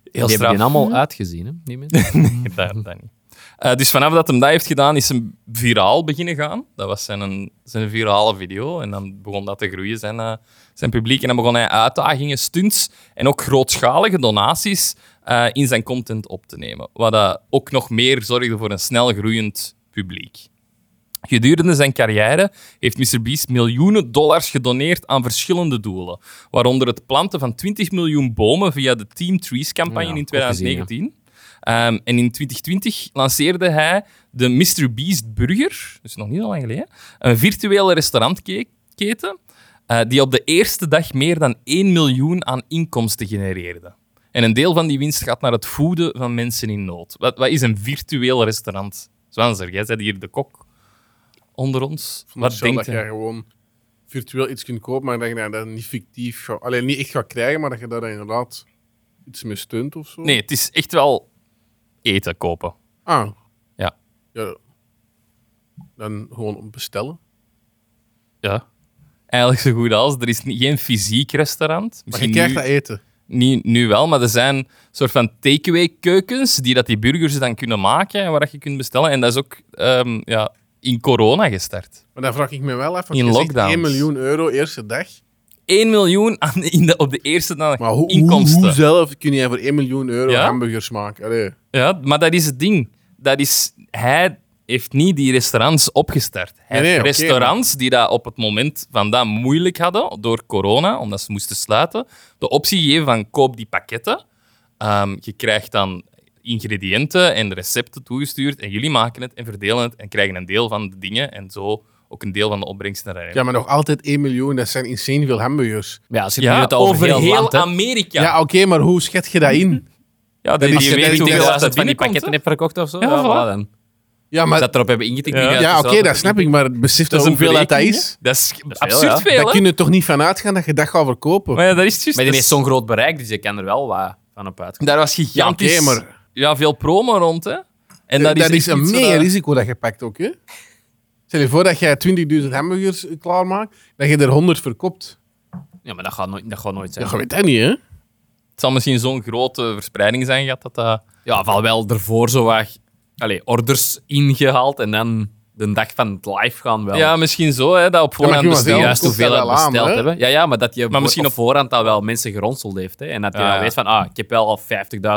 S1: heel
S4: die
S1: straf.
S4: hebben die allemaal uitgezien, hè? Die mensen.
S1: dat, dat niet. Eh, dus vanaf dat hem dat heeft gedaan, is hem viraal beginnen gaan. Dat was zijn, zijn virale video. En dan begon dat te groeien, zijn, eh, zijn publiek. En dan begon hij uitdagingen, stunts en ook grootschalige donaties eh, in zijn content op te nemen. Wat dat ook nog meer zorgde voor een snel groeiend publiek. Gedurende zijn carrière heeft Mr. Beast miljoenen dollars gedoneerd aan verschillende doelen. Waaronder het planten van 20 miljoen bomen via de Team Trees-campagne
S4: Ja,
S1: in
S4: ik heb gezien,
S1: 2019. Ehm, en in 2020 lanceerde hij de Mr. Beast Burger, dus nog niet zo lang geleden, een virtuele restaurantketen eh, die op de eerste dag meer dan 1 miljoen aan inkomsten genereerde. En een deel van die winst gaat naar het voeden van mensen in nood. Wat, wat is een virtueel restaurant? Zwanzer, jij bent hier de kok onder ons. Wat
S2: Stel
S1: denkt
S2: dat jij
S1: je?
S2: gewoon virtueel iets kunt kopen, maar dat je dat niet fictief... gaat- Alleen niet echt gaat krijgen, maar dat je daar dan inderdaad iets mee steunt of zo.
S1: Nee, het is echt wel eten kopen.
S2: Ah.
S1: Ja.
S2: ja. Dan gewoon bestellen.
S1: ja. Eigenlijk zo goed als. Er is ni- geen fysiek restaurant.
S2: Maar je
S1: Misschien
S2: krijgt
S1: nu-
S2: dat e- eten.
S1: niet nu wel, maar er zijn soort van takeaway keukens die dat die burgers dan kunnen maken en waar dat je kunt bestellen. En dat is ook ehm, ja, in corona gestart.
S2: Maar dan vraag ik me wel af, want
S1: In
S2: je zegt
S1: lockdowns.
S2: 1 miljoen euro eerste dag.
S1: 1 miljoen aan, in de, op de eerste dag
S2: Maar hoe, hoe,
S1: inkomsten.
S2: hoe zelf kun jij voor 1 miljoen euro
S1: Ja?
S2: hamburgers maken? Allee.
S1: ja, maar dat is het ding. Dat is, hij heeft niet die restaurants opgestart. Hij
S2: Nee, nee,
S1: heeft
S2: oké,
S1: restaurants die dat op het moment van dat moeilijk hadden door corona, omdat ze moesten sluiten, de optie gegeven van koop die pakketten. Ehm, je krijgt dan ingrediënten en de recepten toegestuurd. En jullie maken het en verdelen het en krijgen een deel van de dingen. En zo ook een deel van de opbrengst naar
S2: Ja, maar nog altijd 1 miljoen, dat zijn insane veel hamburgers.
S4: Ja, als je het nu het over, heel, land hebt.
S1: Amerika.
S2: Ja, oké, maar hoe schet je dat in?
S1: Ja, die,
S2: Als
S1: die
S2: je
S1: weet
S2: net
S1: niet hoeveel
S2: hoeveel
S1: dat
S4: dat van die
S1: binnenkomt,
S4: pakketten
S1: hè.
S4: hebt verkocht of zo.
S1: Ja,
S4: Ja,
S1: voilà.
S4: voilà dan.
S2: Ja, maar,
S4: dat erop hebben ingetikt.
S1: Ja.
S4: nu,
S2: ja oké,
S4: hetzelfde
S2: dat snap ik, maar besef
S1: Dat
S2: dat
S1: is een
S2: hoeveel dat, dat
S1: berekening,
S2: is?
S1: Dat is
S4: veel,
S1: absurd
S4: ja.
S1: veel,
S2: Daar
S1: hè?
S2: kun je toch niet van uitgaan dat je dat gaat verkopen?
S1: Maar ja, dat is juist.
S4: Maar die
S1: dat
S4: heeft
S1: is-
S4: zo'n groot bereik, dus je kan er wel wat van op uitkomen.
S1: Daar was gigantisch...
S2: Ja, oké, maar- Eh,
S1: ja, veel promo rond, hè. En dat, is, echt
S2: een
S1: iets
S2: mega
S1: wat-
S2: risico dat je pakt ook. Hè? Stel je voor dat jij 20.000 hamburgers eh, klaarmaakt, dat je er 100 verkoopt.
S4: Ja, maar dat gaat nooit, dat gaat nooit zijn.
S2: Ja, je weet dat niet, hè?
S1: Het zal misschien zo'n grote verspreiding zijn gehad dat dat...
S4: Ja, van wel ervoor zo wat allee, orders ingehaald en dan de dag van het live gaan wel.
S1: Ja, misschien zo, hè, dat op voorhand
S2: kun je maar
S1: besteld.
S4: de
S2: zelf
S1: Ja,
S4: juiste
S2: kost dat
S4: hoeveelheid
S2: wel aan,
S4: besteld
S2: hè?
S4: hebben. Ja, ja, maar dat je
S1: Maar misschien
S4: misschien op voorhand al wel mensen geronseld heeft. Hè, en dat je
S1: Ja.
S4: dan weet van, ah, ik heb wel al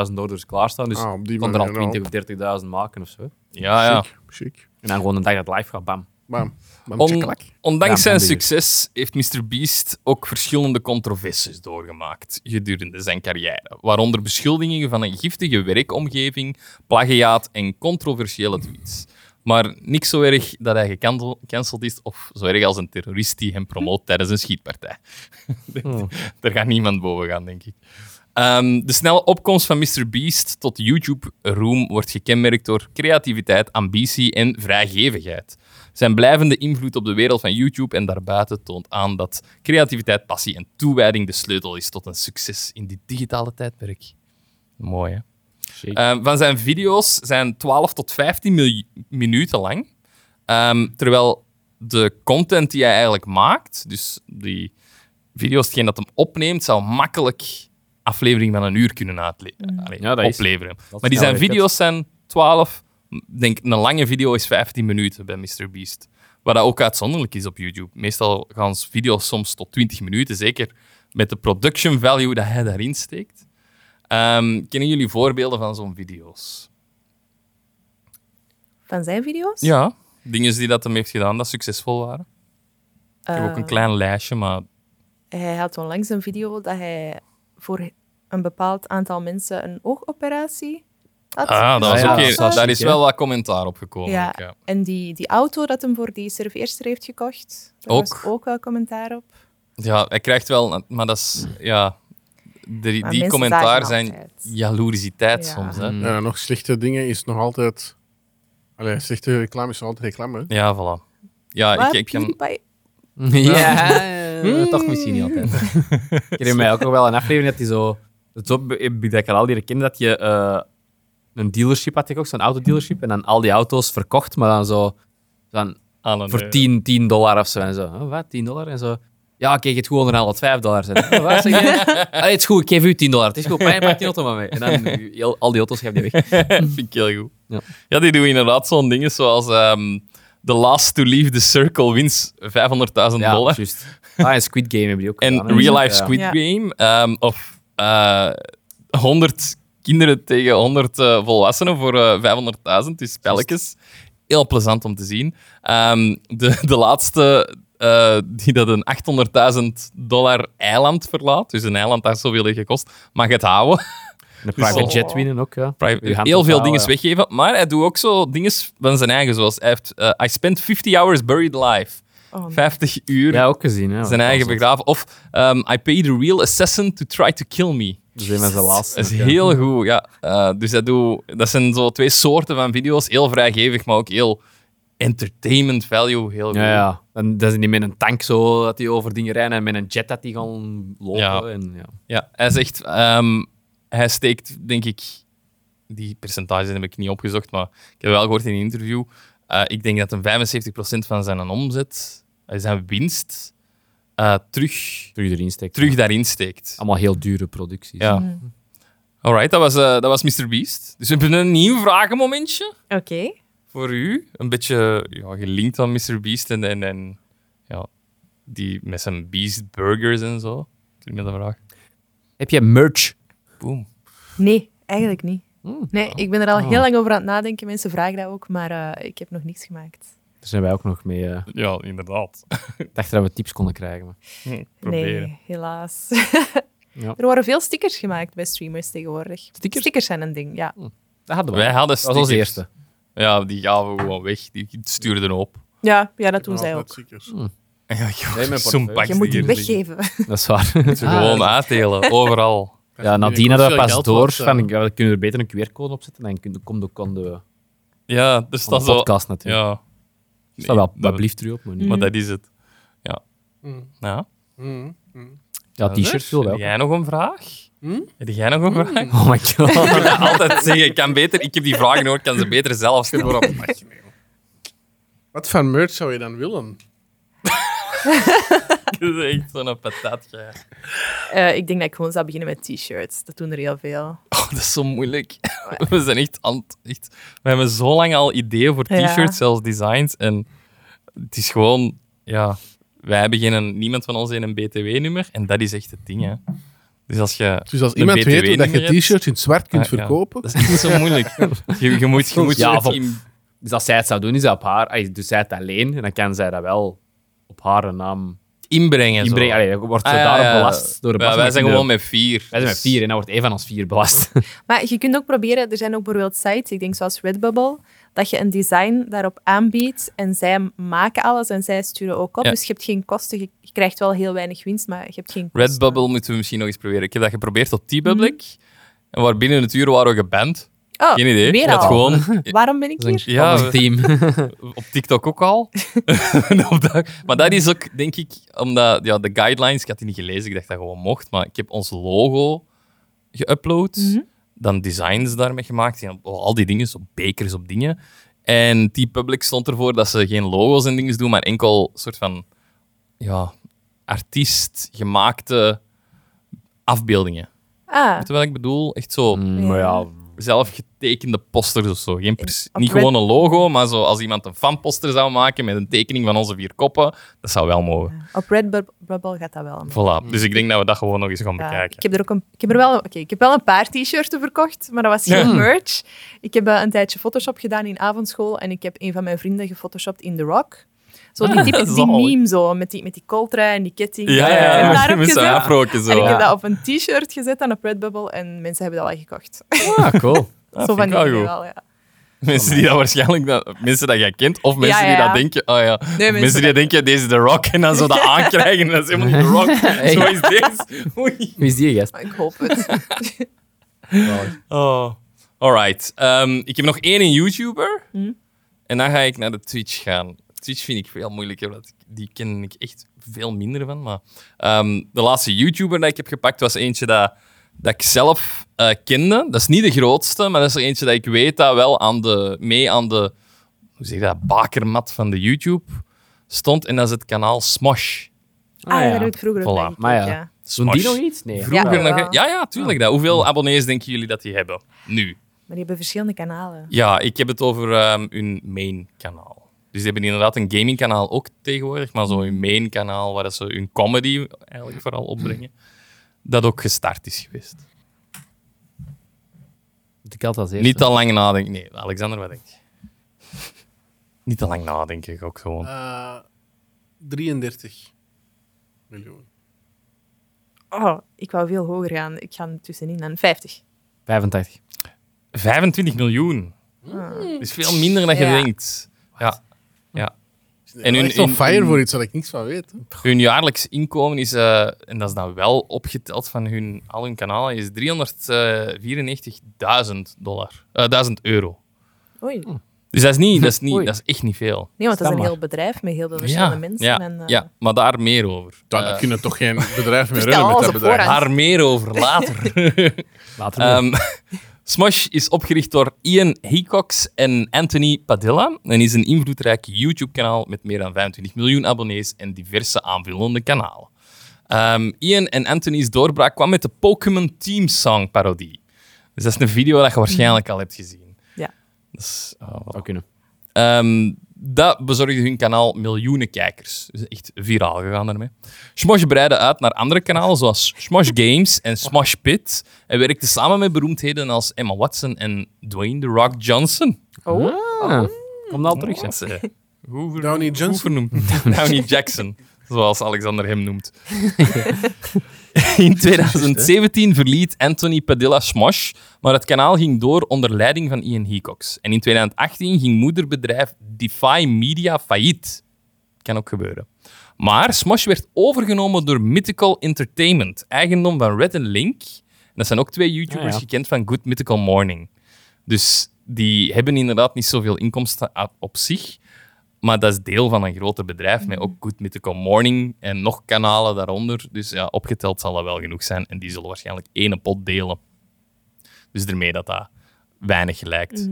S4: 50.000 orders klaarstaan, dus
S2: Ah, op die
S4: ik kon er al
S2: manier wel.
S4: 20 of 30.000 maken of zo.
S1: ja, ja.
S2: Chic, chic.
S4: En dan gewoon een dag dat het live gaat, bam.
S2: Bam. Bam,
S1: On-
S2: tjakalak.
S1: ondanks
S4: Ja,
S1: zijn
S4: van die dus.
S1: succes heeft Mr. Beast ook verschillende controversies doorgemaakt gedurende zijn carrière. Waaronder beschuldigingen van een giftige werkomgeving, plagiaat en controversiële tweets. Maar niks zo erg dat hij gecancel- gecanceld is, of zo erg als een terrorist die hem promoot tijdens een schietpartij.
S4: Hmm.
S1: Daar gaat niemand boven gaan, denk ik. Ehm, de snelle opkomst van Mr. Beast tot YouTube-roem wordt gekenmerkt door creativiteit, ambitie en vrijgevigheid. Zijn blijvende invloed op de wereld van YouTube en daarbuiten toont aan dat creativiteit, passie en toewijding de sleutel is tot een succes in dit digitale tijdperk. Mooi, hè?
S4: Zeker.
S1: Ehm, van zijn video's zijn 12 tot 15 mil- minuten lang. Ehm, terwijl de content die hij eigenlijk maakt, dus die video's, hetgeen dat hem opneemt, zou makkelijk aflevering van een uur kunnen uitle- allee,
S4: Mm. Ja, dat is-
S1: opleveren.
S4: is
S1: Maar die
S4: snel
S1: zijn
S4: werk,
S1: video's zijn 12. Ik denk, een lange video is 15 minuten bij MrBeast. Wat dat ook uitzonderlijk is op YouTube. Meestal gaan s- video's soms tot 20 minuten, zeker met de production value dat hij daarin steekt. Ehm, kennen jullie voorbeelden van zo'n video's?
S3: Van zijn video's?
S1: Ja. Dingen die dat hem heeft gedaan dat succesvol waren. Ik heb
S3: Eh,
S1: ook een klein lijstje, maar
S3: Hij had onlangs een video dat hij voor een bepaald aantal mensen een oogoperatie had.
S1: ah, dat was
S4: ja,
S1: ook
S4: dat
S1: een-
S4: is wel
S1: daar
S4: ziek,
S1: is
S4: hè?
S1: wel wat commentaar op gekomen.
S3: Ja,
S1: ook, ja.
S3: En die, die auto dat hem voor die serveerster heeft gekocht, daar
S1: Ook.
S3: was ook wel commentaar op.
S1: Ja, hij krijgt wel, maar dat is. Ja, de-
S3: Maar
S1: die
S3: mensen
S1: commentaar
S3: zagen
S1: zijn
S3: altijd.
S1: jaloersiteit
S3: Ja.
S1: soms. Hè?
S4: Mm.
S2: Ja, Eh, nog slechte dingen is nog altijd... Allee, slechte reclame is nog altijd reclame. hè.
S1: Ja, voilà. Ja,
S3: maar
S1: ik, ik kan.
S3: PewDiePie-
S4: Ja,
S1: Hmm.
S4: eh, toch misschien niet altijd. Ik herinner mij ook nog wel een aflevering dat hij zo... Dat zo eh, heb ik dat ik al leren kennen, dat je eh, een dealership had gekocht, zo'n autodealership, en dan al die auto's verkocht, maar dan zo... Dan
S1: aan een- eh,
S4: voor 10, 10 dollar of zo. En zo. Oh, wat, 10 dollar? En zo. Ja, kijk, het gewoon al wat 5 dollar zijn. Oh, wat zeg je? Allee, het is goed, ik geef u 10 dollar. Het is goed, maar maak die auto maar mee. En dan heel- al die auto's geef je weg.
S1: vind ik heel goed. Ja,
S4: Ja.
S1: die doen inderdaad zo'n dingen zoals ehm, The Last to Leave the Circle wins 500.000
S4: Ja,
S1: dollar.
S4: juist. Ah, en Squid Game hebben die ook gedaan, hè.
S1: En Real Life
S4: Ja.
S1: Squid
S3: Ja.
S1: Game. ehm, of eh 100 kinderen tegen 100 eh, volwassenen voor eh, 500.000. Dus spelletjes. Heel plezant om te zien. Ehm, de, de laatste eh, die dat een 800.000 dollar eiland verlaat. Dus een eiland dat zoveel heeft gekost. Mag het houden.
S4: Een private
S1: Oh.
S4: jet winnen ook, ja.
S1: Private-
S4: Uw hand
S1: heel veel
S4: ophouden,
S1: dingen
S4: ja.
S1: weggeven. Maar hij doet ook zo dingen van zijn eigen. Zoals hij heeft eh, I spent 50 hours buried life.
S3: Oh, nee.
S1: 50 uur
S4: Ja, ook gezien. Hè,
S1: zijn eigen begraven. Of ehm, I paid a real assassin to try to kill me.
S4: Dat zijn met zijn laatste.
S1: Dat is heel goed, ja. Eh, dus dat, doe, dat zijn zo twee soorten van video's. Heel vrijgevig, maar ook heel entertainment value. Heel goed.
S4: Ja, ja. En dat is niet met een tank zo dat die over dingen rijden en met een jet dat die gaan lopen.
S1: Ja.
S4: En, ja.
S1: Ja, hij zegt, ehm, hij steekt, denk ik, die percentages heb ik niet opgezocht, maar ik heb wel gehoord in een interview. eh, ik denk dat een 75% van zijn omzet, eh, zijn winst, eh, terug,
S4: Terug erin steken.
S1: terug daarin steekt.
S4: Allemaal heel dure producties.
S1: Ja. Alright, dat was, eh, dat was Mr. Beast. Dus we hebben een nieuw vragenmomentje
S3: Oké.
S1: voor u. Een beetje ja, gelinkt aan Mr. Beast en, en, en ja, die met zijn Beast Burgers en zo. Kun je me dat vraag?
S4: Heb jij merch?
S1: Boom.
S3: Nee, eigenlijk niet.
S1: Hmm.
S3: Nee, ik ben er
S1: Ah.
S3: al heel lang over aan het nadenken. Mensen vragen dat ook, maar eh, ik heb nog niets gemaakt.
S4: Daar zijn wij ook nog mee. eh,
S1: Ja, inderdaad.
S4: Ik dacht dat we tips konden krijgen. Maar...
S1: Hm, Proberen.
S3: Nee, helaas.
S4: Ja.
S1: Hmm.
S3: Er worden veel stickers gemaakt bij streamers tegenwoordig. Stickers, zijn een ding, ja.
S4: Dat hadden we.
S1: Wij hadden
S4: dat was onze
S1: stickers.
S4: eerste.
S1: Ja, die gaven we gewoon weg. Die stuurden op.
S3: Ja, ja dat doen zij ook.
S2: dus. Mm.
S1: En ja, ik
S4: mijn
S1: heb zo'n
S4: portefeuille.
S1: pak
S3: Je moet die
S1: stickers liggen.
S3: weggeven.
S4: Dat is waar. Ah.
S1: Ze gewoon uitdelen, overal.
S4: Ja, nadien hadden we pas door van, ja, we kunnen er beter een QR-code op zetten en kun- komt ook aan de, aan
S1: Ja, er
S4: de
S1: staat zo...
S4: podcast Mm. natuurlijk.
S1: Ja.
S4: Er staat wel,
S1: Nee,
S4: wat
S1: dat-
S4: blieft er op, maar niet.
S1: Maar dat is het. Ja.
S2: Mm.
S1: Ja.
S4: Ja, t-shirts wil wel.
S1: Heb jij nog een vraag?
S2: Hm?
S1: Heb jij nog een vraag? Ik
S4: Oh my god.
S1: kan dat altijd zeggen. Ik, kan beter, ik heb die vragen gehoord, ik kan ze beter zelf stellen.
S2: Wat van merch zou je dan willen?
S1: Dat is echt zo'n patat. ja.
S3: Eh, ik denk dat ik gewoon zou beginnen met t-shirts. Dat doen er heel veel.
S1: Oh, dat is zo moeilijk. We zijn echt, aan het- echt... We hebben zo lang al ideeën voor t-shirts,
S3: Ja.
S1: zelfs designs. En het is gewoon... Ja, wij beginnen... Niemand van ons heeft een BTW-nummer. En dat is echt het ding, hè. Dus als je
S2: Dus als
S1: een
S2: iemand weet hoe dat
S1: BTW-nummer
S2: je
S1: hebt-
S2: t-shirts in het zwart kunt
S1: Ah, ja.
S2: verkopen,
S1: Dat is niet zo moeilijk. Je, je moet, je moet
S4: Ja,
S1: het
S4: of-
S1: in-
S4: Dus als zij het zou doen, is dat op haar. Ay, Dus zij het alleen en dan kan zij dat wel op haar naam
S1: inbrengen. zo.
S4: inbrengen. Allee, dat wordt zo
S1: Ah, ja,
S4: daarop
S1: ja, ja.
S4: belast door de
S1: Ja,
S4: belasting.
S1: wij zijn gewoon met vier. Dus
S4: Wij zijn met vier en dan wordt één van ons vier belast.
S3: Maar je kunt ook proberen, er zijn ook bijvoorbeeld sites, ik denk zoals Redbubble, dat je een design daarop aanbiedt en zij maken alles en zij sturen ook op.
S1: Ja.
S3: Dus je hebt geen kosten, je, je krijgt wel heel weinig winst, maar je hebt geen kosten.
S1: Redbubble moeten we misschien nog eens proberen. Ik heb dat geprobeerd op T-Public.
S4: Mhm.
S1: En waar binnen het uur waren we geband.
S4: Ah,
S3: Oh,
S1: Geen idee.
S3: Weer
S1: Je had
S3: al. Ah,
S1: gewoon
S3: Waarom ben ik hier?
S1: Ja,
S4: Van
S1: we-
S4: ons team.
S1: op TikTok ook al. En op dat- maar dat is ook, denk ik, omdat ja, de guidelines, ik had die niet gelezen, ik dacht dat gewoon mocht. Maar ik heb ons logo geüpload, dan designs daarmee gemaakt, ja, oh, al die dingen, zo bekers op dingen. En T-Public stond ervoor dat ze geen logo's en dingen doen, maar enkel soort van ja, artiest gemaakte afbeeldingen.
S3: Ah,
S1: Weet je wat ik bedoel? Echt zo
S4: maar ja,
S1: zelf getekende posters of zo. Geen pers-
S3: op
S1: niet
S3: Red-
S1: gewoon een logo, maar zo als iemand een fanposter zou maken met een tekening van onze vier koppen, dat zou wel mogen.
S3: op Redbubble gaat dat wel. allemaal.
S1: Voilà. Dus ik denk dat we dat gewoon nog eens gaan
S3: Ja,
S1: bekijken.
S3: ik heb er ook een, ik heb er wel, oké, ik heb wel een paar t-shirts verkocht, maar dat was geen
S1: Ja.
S3: merch. Ik heb eh, een tijdje Photoshop gedaan in avondschool en ik heb een van mijn vrienden gefotoshopt in The Rock. Zo die,
S1: Ah,
S3: typische, die
S1: zalig.
S3: meme zo, met die, met die coltra en die ketting.
S1: Ja,
S3: Ik
S1: ja,
S3: heb
S1: ja.
S3: daarop
S1: Met zo'n
S3: gezet.
S1: afrookje zo.
S3: En ik heb
S1: Ja.
S3: dat op een t-shirt gezet en op Redbubble en mensen hebben dat al gekocht.
S4: ah, cool.
S1: Dat
S3: zo
S1: vind
S3: van
S1: ik
S3: die
S1: wel
S3: dingen
S1: goed.
S3: wel, ja.
S1: Mensen die dat waarschijnlijk dat, mensen dat jij kent, of mensen
S3: Ja, ja,
S1: die
S3: ja.
S1: dat denken, oh ja. Of mensen,
S3: mensen
S1: die denken, deze is The Rock, en dan zo dat aankrijgen, en dat is helemaal niet The Rock. Zo is deze. Oei.
S4: Wie is die gast?
S3: Ik hoop het. Ah,
S1: Oh. Alright. Ehm, ik heb nog één YouTuber. En dan ga ik naar de Twitch gaan. Twitch vind ik veel moeilijker, want ik- die ken ik echt veel minder van. Maar ehm, de laatste YouTuber dat ik heb gepakt was eentje dat, dat ik zelf eh, kende. Dat is niet de grootste, maar dat is er eentje dat ik weet dat wel aan de, mee aan de hoe zeg je dat, bakermat van de YouTube stond. En dat is het kanaal Smosh.
S3: Ah,
S4: ja.
S3: daar heb ik vroeger op
S1: Voilà.
S3: gekeken,
S4: Maar ja.
S3: ja.
S4: Doen die
S1: Smosh.
S4: nog iets? Nee. Ah.
S1: Vroeger
S3: Ja,
S1: nog, hè?
S3: wel.
S1: ja, ja, tuurlijk. Dat. Hoeveel abonnees denken jullie dat die hebben? Nu.
S3: Maar die hebben verschillende kanalen.
S1: Ja, ik heb het over ehm, hun main kanaal. Dus die hebben inderdaad een gaming kanaal ook tegenwoordig, maar zo hun main kanaal waar dat ze hun comedy eigenlijk vooral opbrengen, dat ook gestart is geweest.
S4: Moet Ik had als eerste.
S1: Niet te lang nadenken. Nee, Alexander, wat denk je? Niet te lang nadenken, ik ook gewoon.
S2: Eh, 33 miljoen.
S3: Oh, ik wou veel hoger gaan. Ik ga er tussenin aan 50.
S4: 85.
S1: 25 miljoen. Dat is veel minder dan je
S3: Ja.
S1: denkt. Ja. ja.
S2: En
S1: hun-
S2: hun, echt on
S1: hun-
S2: fire
S1: hun-
S2: voor iets waar ik niks van weet. hè.
S1: Hun jaarlijks inkomen is, eh, en dat is dan wel opgeteld van hun, al hun kanalen, is 394.000 dollar, eh, 1000 euro.
S3: Oei.
S4: Hm,
S1: Dus dat is, niet, dat, is niet,
S4: Oei.
S1: dat is echt niet veel.
S3: Nee, want dat is een
S4: Stammer.
S3: heel bedrijf met heel veel verschillende mensen.
S1: ja,
S3: en, eh,
S1: ja, maar daar meer over.
S2: Dan
S1: Eh,
S2: kunnen toch geen bedrijf meer
S3: Vertel
S2: runnen met
S3: alles
S2: dat
S3: op
S2: bedrijf.
S3: voorhand.
S1: daar meer over later.
S4: Later nog.
S1: Ehm Smosh is opgericht door Ian Hickox en Anthony Padilla en is een invloedrijk YouTube-kanaal met meer dan 25 miljoen abonnees en diverse aanvullende kanalen. Ehm, Ian en Anthony's doorbraak kwam met de Pokémon Team Song parodie. Dus dat is een video dat je waarschijnlijk al hebt gezien.
S3: Ja.
S1: Dat is, oh, voilà.
S4: Zou kunnen.
S1: Ehm, dat bezorgde hun kanaal miljoenen kijkers. Dus echt viraal gegaan daarmee. Smosh breidde uit naar andere kanalen zoals Smosh Games en Smosh Pit. En werkte samen met beroemdheden als Emma Watson en Dwayne The Rock Johnson.
S3: Oh.
S4: Ah, Kom nou terug.
S1: Dat is, eh, hoe ver-
S2: Downey
S1: hoe
S2: Johnson.
S1: vernoemd? Downey Jackson, zoals Alexander hem noemt. In 2017 verliet Anthony Padilla Smosh, maar het kanaal ging door onder leiding van Ian Hickox. En in 2018 ging moederbedrijf Defy Media failliet. Kan ook gebeuren. Maar Smosh werd overgenomen door Mythical Entertainment, eigendom van Red Link. En dat zijn ook twee YouTubers
S4: Ah, ja.
S1: gekend van Good Mythical Morning. Dus die hebben inderdaad niet zoveel inkomsten a- op zich. Maar dat is deel van een groter bedrijf met ook Good Mythical Morning en nog kanalen daaronder. Dus ja, opgeteld zal dat wel genoeg zijn. En die zullen waarschijnlijk één pot delen. Dus daarmee dat dat weinig lijkt.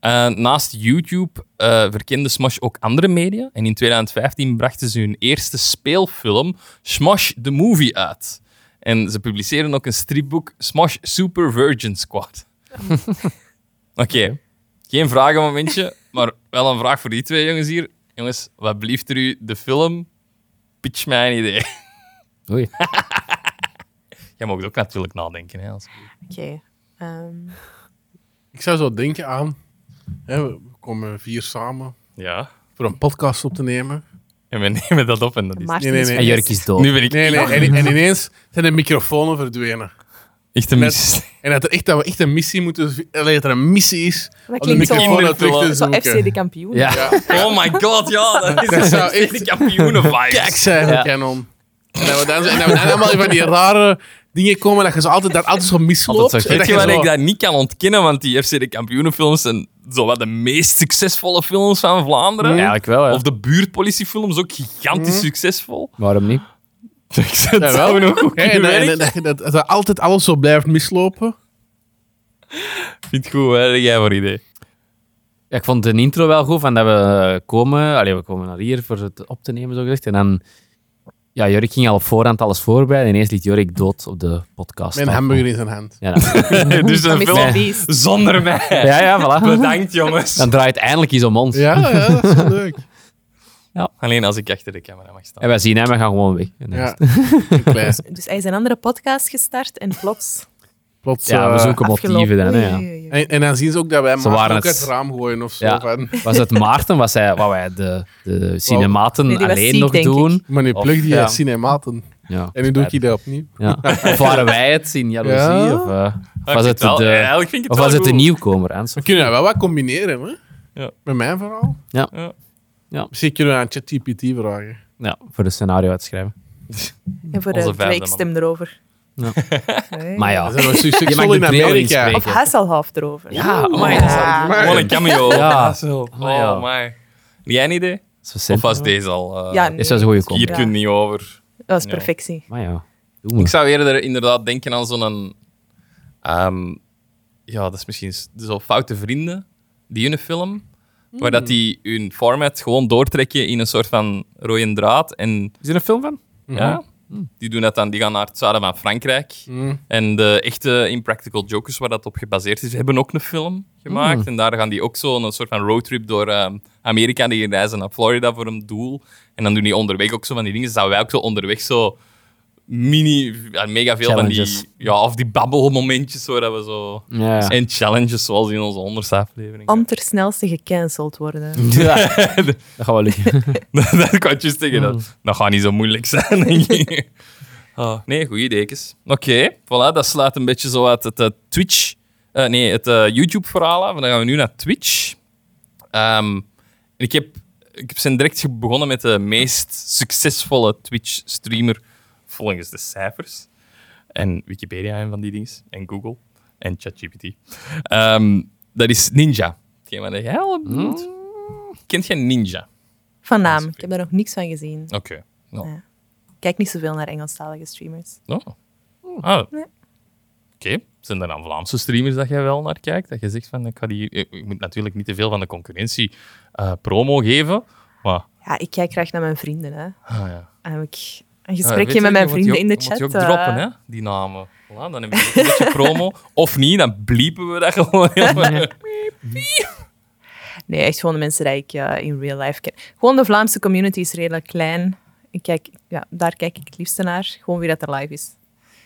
S1: Eh, naast YouTube eh, verkende Smosh ook andere media. En in 2015 brachten ze hun eerste speelfilm, Smosh the Movie, uit. En ze publiceerden ook een stripboek, Smosh Super Virgin Squad. Oké, geen vragenmomentje, maar wel een vraag voor die twee jongens hier. Jongens, wat blieft er u de film? Pitch mij een idee.
S4: Oei.
S1: Jij mag ook natuurlijk nadenken. Hè, als...
S3: Oké. ehm,
S2: Ik zou zo denken aan... Hè, we komen vier samen
S1: Ja.
S2: voor een podcast op te nemen.
S1: En we nemen dat op en dat is...
S3: Maarten
S2: nee,
S3: is
S2: nee.
S4: En Jurk is dood.
S1: Nu ben ik
S2: Nee, nee, en, en ineens zijn de microfoons verdwenen.
S1: echt een
S2: Met-
S1: mis.
S2: En dat, er echt, dat we echt een missie moeten... v- Allee, dat er een missie is
S3: Dat
S2: om Oh, de
S3: klinkt zo-
S2: microfoon uit terug te
S3: Zo FC
S2: zoeken.
S3: de kampioen.
S4: Ja.
S1: Oh my god, ja, dat is
S2: Dat zou
S1: echt
S2: echt-
S1: de kampioenen-vibes.
S2: Kijk, zei
S4: Ja.
S2: ja. Canon. En dat we dan, zo- en dat we dan allemaal van die rare dingen komen dat je zo altijd, dat altijd zo misloopt. En
S1: Weet
S2: dat
S1: je
S2: je
S1: wat
S2: zo-
S1: ik dat niet kan ontkennen? Want die FC de kampioenenfilms zijn zowat de meest succesvolle films van
S2: Mm.
S1: Vlaanderen.
S4: Eigenlijk wel, hè.
S1: Of de buurtpolitiefilms, ook gigantisch succesvol.
S4: Waarom niet?
S1: Ik zet
S2: Ja,
S1: wel nog goed
S2: Ja, en dat- en
S1: werk.
S2: dat- dat, dat, dat, dat altijd alles zo blijft mislopen.
S1: Vind het goed, hè? Heb Jij voor idee. Dus
S4: Ja, ik vond de intro wel goed, van dat we komen, allee, we komen naar hier voor het op te nemen, zo gezegd. En dan, ja, Jurk ging al op voorhand alles voorbij en ineens liet Jurk dood op de podcast.
S2: Mijn hamburger in zijn hand.
S4: Ja, dan-
S1: dus een
S3: Mr.
S1: film
S3: Beast.
S1: zonder mij.
S4: ja, ja, voilà.
S1: Bedankt, jongens.
S4: Dan draait het eindelijk iets om ons.
S2: Ja, ja, dat is wel leuk.
S1: Alleen als ik achter de camera mag staan.
S4: En wij zien hem, we gaan gewoon weg. En dan is
S2: Ja.
S4: het-
S2: Een klein.
S3: Dus hij is een andere podcast gestart en plots
S2: Plots,
S4: Ja, we
S2: eh,
S4: zoeken motieven
S3: afgelopen.
S4: dan. Hè,
S3: Oei,
S4: ja.
S3: oei, oei.
S2: en, en dan zien ze ook dat wij Maarten
S4: waren
S2: ook
S4: het-
S2: uit het raam gooien of zo.
S4: Ja.
S2: Van,
S4: Was het Maarten? Was hij, wat wij de, de cinematen
S3: Nee, die was
S4: alleen
S3: ziek,
S4: nog
S3: denk ik.
S4: doen?
S2: maar nu
S4: Of,
S2: plug die
S4: ja.
S2: cinematen.
S4: Ja.
S2: En nu doe ik dat opnieuw.
S4: Ja. Of waren wij het in jaloezie?
S2: Ja.
S4: Of, eh,
S1: Maar
S4: was
S1: ik vind
S4: het
S1: wel-
S4: de,
S1: eigenlijk vind ik
S4: of was
S1: wel
S4: het de
S1: goed.
S4: nieuwkomer? hè, Anso?
S2: We kunnen dat wel wat combineren, hè?
S1: Ja.
S2: Met mijn verhaal.
S4: Ja.
S1: Ja.
S4: Ja.
S2: Misschien kunnen we aan ChatGPT vragen.
S4: Ja, voor de scenario uitschrijven.
S3: En voor
S1: Onze
S3: de
S1: vijfde
S3: Drake stem erover.
S4: Ja.
S3: Nee.
S4: Maar
S2: Dat
S4: ja,
S2: zijn we
S4: je mag
S2: succesvol
S4: de
S2: in
S4: trailer
S2: Amerika. Ah.
S4: inspreken.
S3: Of Hasselhoff erover.
S4: Ja,
S1: Oh my, Gewoon een cameo.
S4: Ja.
S1: Dat is wel-
S4: ja.
S1: Oh my. Heb Jij een idee?
S4: zo
S1: Of
S4: simpel.
S1: was deze al... eh,
S3: Ja,
S4: Is dat een goede kom?
S1: Hier
S3: Ja.
S1: kun je niet over.
S3: Dat was
S1: Ja.
S3: perfectie.
S4: Maar ja, doe maar.
S1: Ik zou eerder inderdaad denken aan zo'n. ehm, ja, dat is misschien s- zo foute vrienden. Die hun film. Waar dat die hun format gewoon doortrekken in een soort van rode draad. En
S4: Is er een film van?
S1: ja, die doen dat dan. Die gaan naar het zuiden van Frankrijk. En de echte Impractical Jokers, waar dat op gebaseerd is, hebben ook een film gemaakt. En daar gaan die ook zo'n soort van roadtrip door ehm, Amerika. Die reizen naar Florida voor een doel. En dan doen die onderweg ook zo van die dingen. Dus dat wij ook zo onderweg zo mini, ja, mega veel
S4: Challenges.
S1: van die... Ja, of die babbelmomentjes, zo dat we zo...
S4: Ja. ja.
S1: En challenges, zoals in onze honderdste aflevering.
S3: Om ter snelste gecanceld worden.
S4: Dat gaat wel lukken.
S1: dat kan je tegen dat. Dat gaat niet zo moeilijk zijn, denk ik. Ah, nee, goede dekens. Oké, voilà, dat sluit een beetje zo uit het eh, Twitch... eh, nee, het eh, YouTube-verhaal af. Dan gaan we nu naar Twitch. Ehm, en ik, heb, ik heb- ben direct ge- begonnen met de meest succesvolle Twitch-streamer volgens de cijfers. En Wikipedia en van die dingen. En Google. En ChatGPT. Ehm, dat is Ninja. Hetgeen wat jij al bedoelt. Kent jij Ninja?
S3: Van naam. Ik heb daar nog niks van gezien.
S1: Oké. Nou,
S3: Ja. Ik kijk niet zoveel naar Engelstalige streamers.
S1: Oh. Ah.
S3: Nee.
S1: Oké. Zijn er dan Vlaamse streamers dat jij wel naar kijkt? Dat je zegt van, ik, ga die, ik moet natuurlijk niet te veel van de concurrentie eh, promo geven, maar...
S3: Ja, ik kijk graag naar mijn vrienden. Hè.
S1: Ah, ja.
S3: En heb ik een
S1: Ah, weet
S3: gesprekje
S1: je,
S3: met mijn
S1: je moet die
S3: vrienden in de
S1: ook-
S3: chat.
S1: moet je ook droppen,
S3: eh,
S1: hè, die namen. Voilà, dan heb je een beetje promo. Of niet, dan bliepen we dat gewoon.
S3: Nee, echt gewoon de mensen die ik eh, in real life ken. Gewoon de Vlaamse community is redelijk klein. Ik kijk, ja, daar kijk ik het liefste naar. Gewoon wie dat er live is.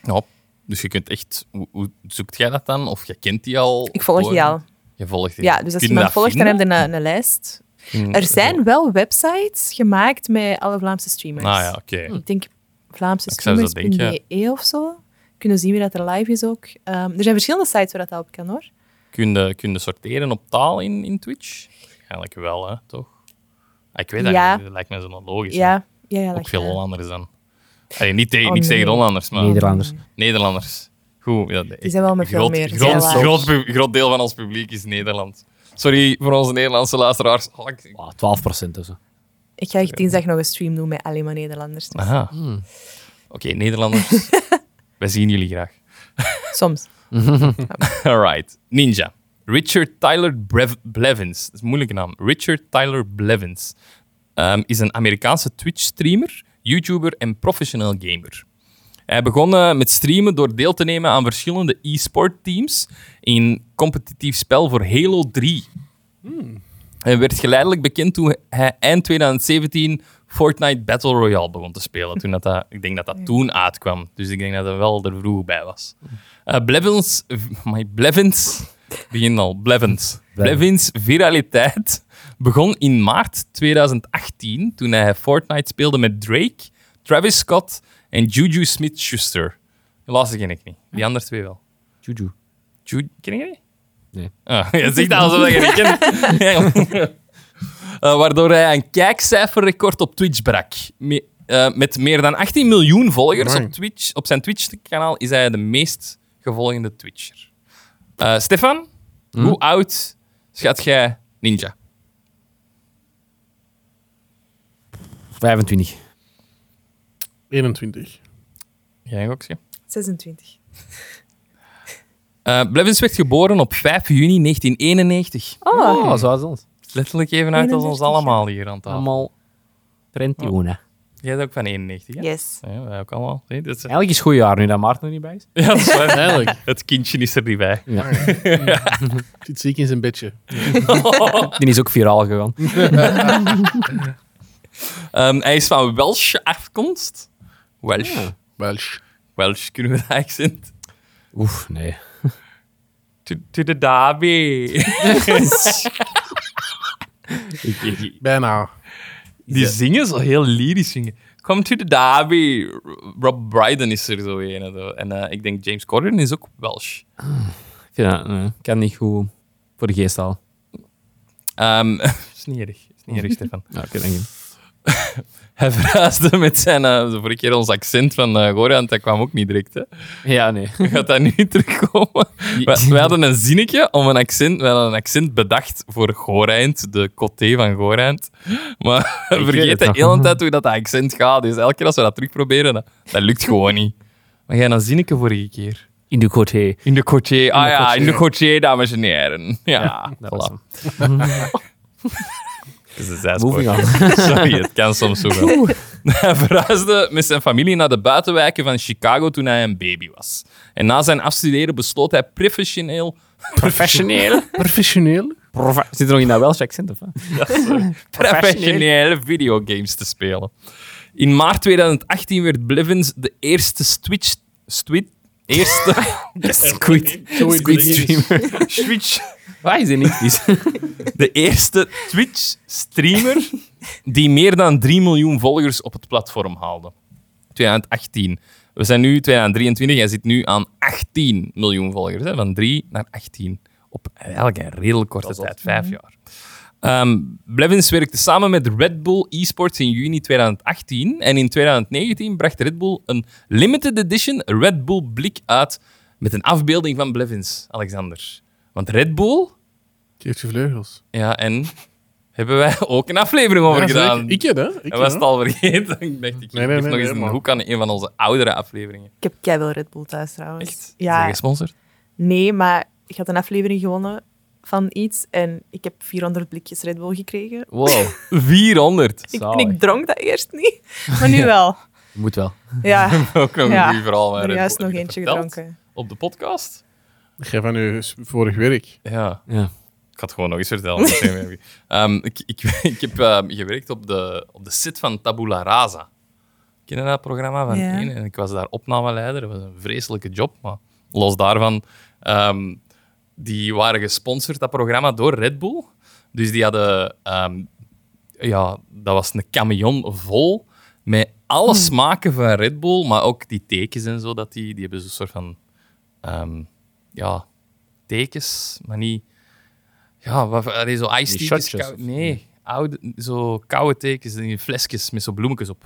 S1: ja, dus je kunt echt... Hoe, hoe zoekt jij dat dan? Of je kent die al?
S3: Ik volg die
S1: Hoor-
S3: al.
S1: Je volgt die
S3: Ja, dus als je
S1: Kun
S3: iemand
S1: dat
S3: volgt, dan heb
S1: vinden?
S3: je een, een lijst.
S1: Kun-
S3: Er zijn wel websites gemaakt met alle Vlaamse streamers.
S1: Ah ja, oké.
S3: Ik denk Vlaamse
S1: Ik zou zo
S3: streamers.be E of zo. Kunnen zien wie dat er live is ook. Ehm, er zijn verschillende sites waar dat op kan hoor.
S1: Kun je, kun je sorteren op taal in, in Twitch? Eigenlijk wel, hè, toch? Ah, Ik weet dat
S3: Ja.
S1: niet. Dat lijkt me zo logisch. hè.
S3: Ja, ja, ja.
S1: Ook
S3: dat
S1: veel
S3: gaat.
S1: Hollanders dan. Allee, niet tegen,
S3: Oh,
S1: niks tegen
S3: nee.
S1: Hollanders, maar
S4: Nederlanders.
S1: Nederlanders. Goed. Ja, de-
S3: Die zijn wel met veel
S1: groot,
S3: meer
S1: Groot,
S3: zijn
S1: groot, pu- groot deel van ons publiek is Nederland. Sorry voor onze Nederlandse luisteraars. Oh, ik-
S4: Ah, 12 procent of zo.
S3: Ik ga echt dinsdag nog een stream doen met alleen maar Nederlanders. dus
S1: Aha. Oké, Nederlanders. Wij zien jullie graag.
S3: Soms.
S1: Alright. Ninja. Richard Tyler Brev- Blevins. Dat is een moeilijke naam. Richard Tyler Blevins ehm, is een Amerikaanse Twitch-streamer, YouTuber en professioneel gamer. Hij begon eh, met streamen door deel te nemen aan verschillende e-sport teams in een competitief spel voor Halo 3. Hij werd geleidelijk bekend toen hij eind 2017 Fortnite Battle Royale begon te spelen. Toen dat dat, ik denk dat dat toen uitkwam. Dus ik denk dat hij wel er vroeg bij was. Eh, Blevins, my Blevins, begin al, Blevins. Blevins viraliteit begon in maart 2018 toen hij Fortnite speelde met Drake, Travis Scott en Juju Smith-Schuster. De laatste ken ik niet, die andere twee wel.
S4: Juju.
S1: Jude, ken je die?
S4: Nee.
S1: Ah, je zegt dat alsof je die kent. Ja. Eh, waardoor hij een kijkcijferrecord op Twitch brak. Me- eh, met meer dan 18 miljoen volgers op,
S2: Amai.
S1: Twitch, op zijn Twitch-kanaal is hij de meest gevolgde Twitcher. Eh, Stefan, hoe oud schat jij Ninja?
S4: 25.
S2: 21.
S1: Jij ook,
S3: 26.
S1: Eh, Blevins werd geboren op 5 juni 1991.
S3: Oh,
S4: Oh, zoals ons.
S1: Letterlijk even uit als ons
S3: 31, ja.
S1: allemaal hier aan tafel.
S4: Allemaal Trentione.
S1: Jij bent ook van 91, hè?
S3: yes.
S1: Ja, wij ook allemaal. Zie, dat is-
S4: Eigenlijk is het goed jaar nu dat Maarten er niet bij is.
S1: Ja, dat is waar.
S2: Eigenlijk.
S1: Het kindje is er niet bij.
S2: Zit ziek in zijn bedje.
S4: Die is ook viraal gegaan.
S1: Ehm, hij is van Welsh afkomst. Welsh.
S2: Welsh.
S1: Welsh kunnen we dat accent.
S4: Oef, nee.
S1: To, to the derby.
S2: Bijna.
S1: Die zingen zo heel lyrisch zingen. Come to the derby. Rob Brydon is er zo een. zo. En eh, ik denk James Corden is ook Welsh.
S4: Ik vind dat, nee, ik kan niet goed voor de geest halen.
S1: Ehm is niet erg. Is niet erg, Stefan.
S4: Ja, oké, dank je.
S1: Hij verhuisde met zijn... eh, de vorige keer ons accent van eh Goran, dat kwam ook niet direct, hè.
S4: Ja, nee.
S1: Gaat dat nu terugkomen? We, we hadden een zinnetje om een accent, we hadden een accent bedacht voor Gorijnd, de coté van Gorijnd. Maar we
S4: weet het
S1: vergeten
S4: nog.
S1: heel de tijd hoe dat accent gaat. Dus elke keer als we dat terugproberen, dat, dat lukt gewoon niet. Maar jij had een zinnetje vorige keer.
S4: In de côté.
S1: In de coté. Ah
S4: de
S1: ja,
S4: coté.
S1: in de coté, dames en heren. Ja,
S4: dat was hem.
S1: Het is een zijspoor.
S4: Moving on.
S1: Sorry, het kan soms zo wel. Hij verhuisde met zijn familie naar de buitenwijken van Chicago toen hij een baby was. En na zijn afstuderen besloot hij professioneel...
S4: Professioneel.
S2: Professioneel.
S4: Profe- Zit er nog in dat Welsh accent of wat?
S1: professionele videogames te spelen. In maart 2018 werd Blivens de eerste Twitch... Twitch... Eerste... Squid. Squid streamer. Twitch.
S4: Waar is hij niet?
S1: De eerste Twitch-streamer die meer dan 3 miljoen volgers op het platform haalde. 2018. We zijn nu 2023. Hij zit nu aan 18 miljoen volgers. Hè? Van 3 naar 18. Op eigenlijk een redelijk korte tijd. Vijf jaar. Ehm, Blevins werkte samen met Red Bull Esports in juni 2018. En in 2019 bracht Red Bull een limited edition Red Bull blik uit met een afbeelding van Blevins, Alexander. Want Red Bull
S2: Die heeft je vleugels.
S1: ja, en hebben wij ook een aflevering over
S2: Ja, zeker.
S1: gedaan.
S2: Ik het, hè? Ik
S1: en was het
S2: hè?
S1: al vergeten. Ik dacht, ik geef
S2: nee, nee,
S1: nog eens
S2: nee,
S1: een
S2: man.
S1: hoek aan een van onze oudere afleveringen.
S3: Ik heb keihard Red Bull thuis trouwens.
S1: Echt? Is dat
S3: Ja,
S1: gesponsord?
S3: nee, maar ik had een aflevering gewonnen van iets en ik heb 400 blikjes Red Bull gekregen.
S4: Wow.
S1: 400.
S3: Ik, en
S4: Zalig.
S3: ik dronk dat eerst niet, maar nu wel.
S4: Moet wel.
S3: Ja,
S1: Ook nog
S3: Ja,
S1: een goed verhaal. van
S3: er
S1: Red
S3: juist
S1: Bull.
S3: nog
S1: Heb ik
S3: eentje
S1: dat verteld?
S3: gedronken.
S1: Op de podcast?
S2: Jij van je s- vorig werk.
S1: Ja.
S4: Ja.
S1: Ik had gewoon nog eens vertellen. maar geen idee. Ehm, ik, ik, ik heb ehm, gewerkt op de, op de set van Tabula Rasa. Ken je dat programma van
S3: Ja.
S1: één? En ik was daar opnameleider. Dat was een vreselijke job. Maar los daarvan, ehm, die waren gesponsord, dat programma, door Red Bull. Dus die hadden... ehm, ja, dat was een camion vol met alle smaken van Red Bull, maar ook die tekens en zo, dat die, die hebben zo'n soort van ehm, ja, tekens, maar niet. Ja, wat, allee, zo ice
S4: Die
S1: tekens.
S4: shotjes
S1: kou-
S4: of-
S1: nee, oude, zo koude tekens in flesjes met zo'n bloemetjes op.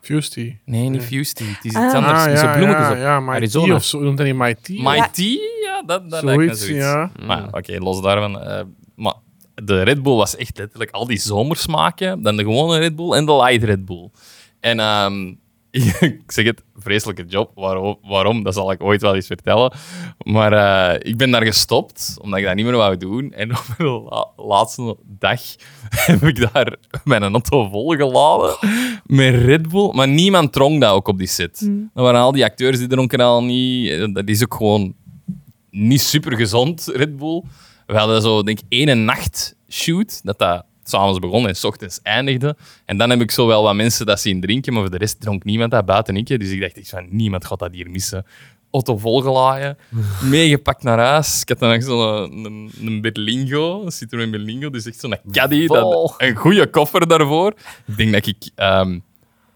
S2: Fuse tea.
S1: Nee, niet Fuse Tea. Het is iets
S3: Ah.
S1: anders.
S2: Ah,
S1: met zo'n
S2: ja,
S1: bloemetjes
S2: ja,
S1: op.
S2: ja, my
S1: Arizona.
S2: tea of zo. Noemt dat niet my tea?
S1: My
S3: Ja.
S1: Tea? Ja, dat, dat lijkt me
S2: Zoiets,
S1: zoiets.
S2: ja.
S1: Maar ja, oké, los daarvan. eh, maar de Red Bull was echt letterlijk al die zomersmaken. Dan de gewone Red Bull en de light Red Bull. En ehm, ik zeg het, vreselijke job. Waarom, waarom? Dat zal ik ooit wel eens vertellen. Maar eh, ik ben daar gestopt, omdat ik dat niet meer wou doen. En op de la- laatste dag heb ik daar mijn auto volgeladen met Red Bull. Maar niemand drong dat ook op die set. Dan waren al die acteurs die dronken al niet. Eh, Dat is ook gewoon niet super gezond, Red Bull. We hadden zo, denk ik, één nacht shoot, dat dat s'avonds begon en s ochtends eindigde. En dan heb ik zo wel wat mensen dat zien drinken, maar voor de rest dronk niemand dat buiten ik. hè. Dus ik dacht echt van, niemand gaat dat hier missen. Otto volgeladen, meegepakt naar huis. Ik had dan echt zo'n een, een Berlingo, een Citroën Berlingo, dus echt zo'n caddy. Dat,
S4: Vol.
S1: een goede koffer daarvoor. Ik denk dat ik ehm,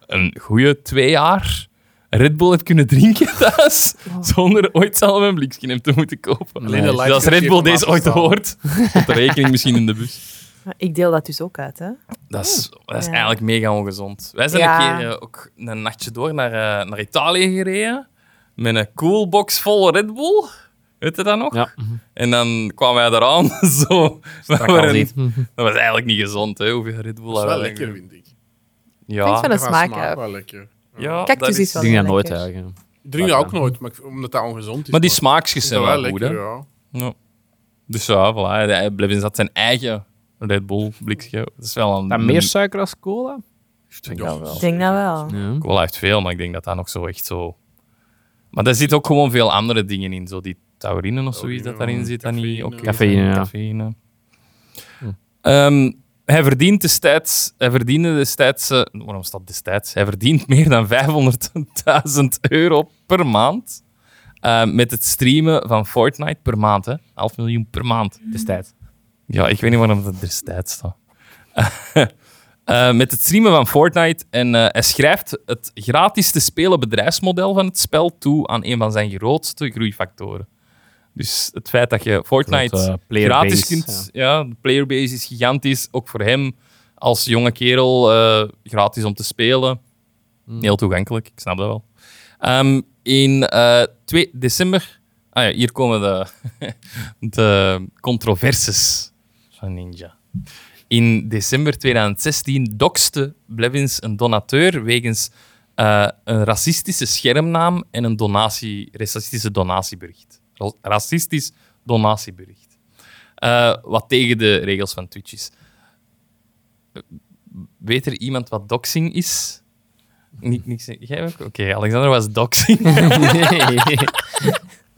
S1: een goede twee jaar Red Bull heb kunnen drinken thuis, zonder ooit zelf een blikskind te moeten kopen.
S2: Alleen de
S1: Dus
S2: lights
S1: als Red Bull
S2: heeft
S1: deze ooit
S2: afgestaan.
S1: hoort, op de rekening misschien in de bus.
S3: Maar Ik deel dat dus ook uit, hè.
S1: Dat is, dat is
S3: Ja.
S1: eigenlijk mega ongezond. Wij zijn
S3: Ja.
S1: een keer eh, ook een nachtje door naar, eh, naar Italië gereden, met een coolbox vol Red Bull. Weet je dat nog?
S4: Ja.
S1: En dan kwamen wij eraan, zo. we
S4: al
S1: waren-
S4: ziet.
S1: dat was eigenlijk niet gezond, hè, hoeveel Red Bull
S2: Dat is wel
S1: hadden we
S2: lekker,
S1: eigenlijk.
S2: vind ik.
S3: Hangt
S1: Ja,
S3: van de
S2: Qua
S3: smaak af.
S2: wel lekker.
S1: ja
S3: Cactus
S1: dat
S3: is wel-
S4: Ik drink dat nooit
S3: lekker.
S4: eigenlijk. ja.
S2: Ik drink dat ook nooit, maar ik- omdat dat ongezond is.
S1: Maar die
S2: ik
S1: smaakjes
S2: vind
S1: zijn
S2: dat
S1: wel,
S2: wel
S1: goed,
S2: lekker,
S1: hè.
S2: ja.
S1: Ja. Dus ja, voilà. Hij bleef in zat zijn eigen Red Bull blikje. Dat is wel een...
S4: Dat meer suiker als cola?
S1: Ik denk
S2: Ja.
S1: dat wel.
S3: Ik denk dat wel.
S4: Ja.
S1: Cola heeft veel, maar ik denk dat dat nog zo echt zo... Maar daar zit ook gewoon veel andere dingen in. Zo die taurine of zoiets dat daarin zit. Dat niet oké.
S4: Cafeïne, ja. Hm.
S1: Cafeïne. Ehm, hij verdient destijds... Hij verdiende destijds... eh, waarom staat destijds? Hij verdient meer dan 500.000 euro per maand. eh, met het streamen van Fortnite per maand. Hè. Half miljoen per maand.
S4: Destijds.
S1: Ja, ik weet niet waarom dat destijds staat. Eh, met het streamen van Fortnite. En eh, hij schrijft het gratis te spelen bedrijfsmodel van het spel toe aan een van zijn grootste groeifactoren. Dus het feit dat je Fortnite
S4: Grote playerbase,
S1: gratis kunt... Ja. de playerbase is gigantisch. Ook voor hem als jonge kerel eh, gratis om te spelen. Heel toegankelijk, ik snap dat wel. Ehm, in eh 2 december... Ah ja, hier komen de, de controverses van Ninja. In december 2016 dokste Blevins een donateur wegens eh, een racistische schermnaam en een donatie, racistische donatiebericht. Ra- Racistisch donatiebericht. Eh, wat tegen de regels van Twitch is. Eh, Weet er iemand wat doxing is? Niet, niks, jij ook? Oké, Alexander was doxing.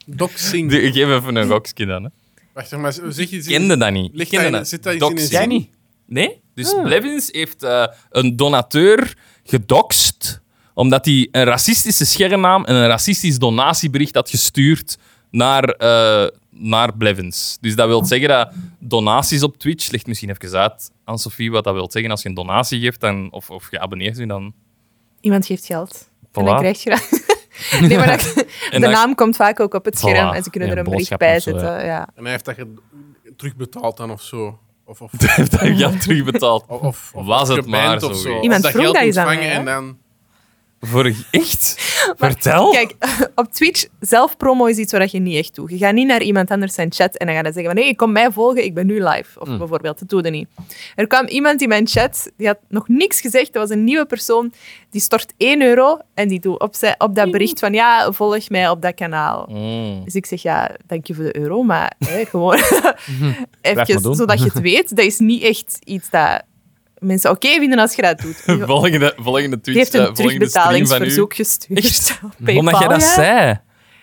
S2: Doxing.
S1: Doe- Geef even een goksje dan. Hè.
S2: Wacht, maar zeg je...
S1: Kende dat niet.
S2: Ligt
S1: Kende
S2: dat in- zit dat iets in
S1: Doxing.
S2: een zin? Jij niet?
S1: Nee. Dus
S3: Ah.
S1: Blevins heeft eh, een donateur gedoxt omdat hij een racistische schermnaam en een racistisch donatiebericht had gestuurd naar, eh, naar Blevins. Dus dat wil zeggen dat donaties op Twitch... Ligt misschien even uit aan Sophie wat dat wil zeggen. Als je een donatie geeft dan, of, of geabonneerd bent, dan...
S3: Iemand geeft geld. En
S1: Voilà.
S3: dan krijg je dat. nee, maar dat- de
S1: En dan-
S3: naam komt vaak ook op het scherm
S1: Voilà.
S3: en ze kunnen
S4: Ja,
S3: er een bericht
S4: boodschap
S3: bij
S4: of zo,
S3: zetten. ja.
S2: En hij heeft dat ge- terugbetaald dan of zo. Of, of,
S1: heeft dat geld terugbetaald.
S2: of, of, of
S1: Was het
S2: geband
S1: maar
S2: of
S1: zo
S2: zo.
S1: iets.
S3: Iemand
S2: Of
S3: vroeg
S2: geld
S3: dat eens aan
S2: ontvangen
S3: mij, hè?
S2: En dan...
S1: Voor... Echt? Vertel.
S3: Kijk, op Twitch zelf promo is iets waar je niet echt doet. Je gaat niet naar iemand anders zijn chat en dan gaat hij zeggen van hé, hey, kom mij volgen, ik ben nu live. Of bijvoorbeeld, dat doe je niet. Er kwam iemand in mijn chat, die had nog niks gezegd, dat was een nieuwe persoon, die stort 1 euro en die doet op, zij- op dat bericht van ja, volg mij op dat kanaal.
S1: Mm.
S3: Dus ik zeg, ja, dank je voor de euro, maar hè, gewoon even,
S4: doen.
S3: zodat je het weet. Dat is niet echt iets dat mensen oké vinden als je dat doet. Die
S1: Volgende, volgende tweet.
S3: heeft
S1: eh,
S3: een
S1: volgende stream van u.
S3: terugbetalingsverzoek gestuurd.
S1: Echt?
S3: op
S1: Omdat jij
S3: PayPal,
S1: dat
S3: ja.
S1: zei?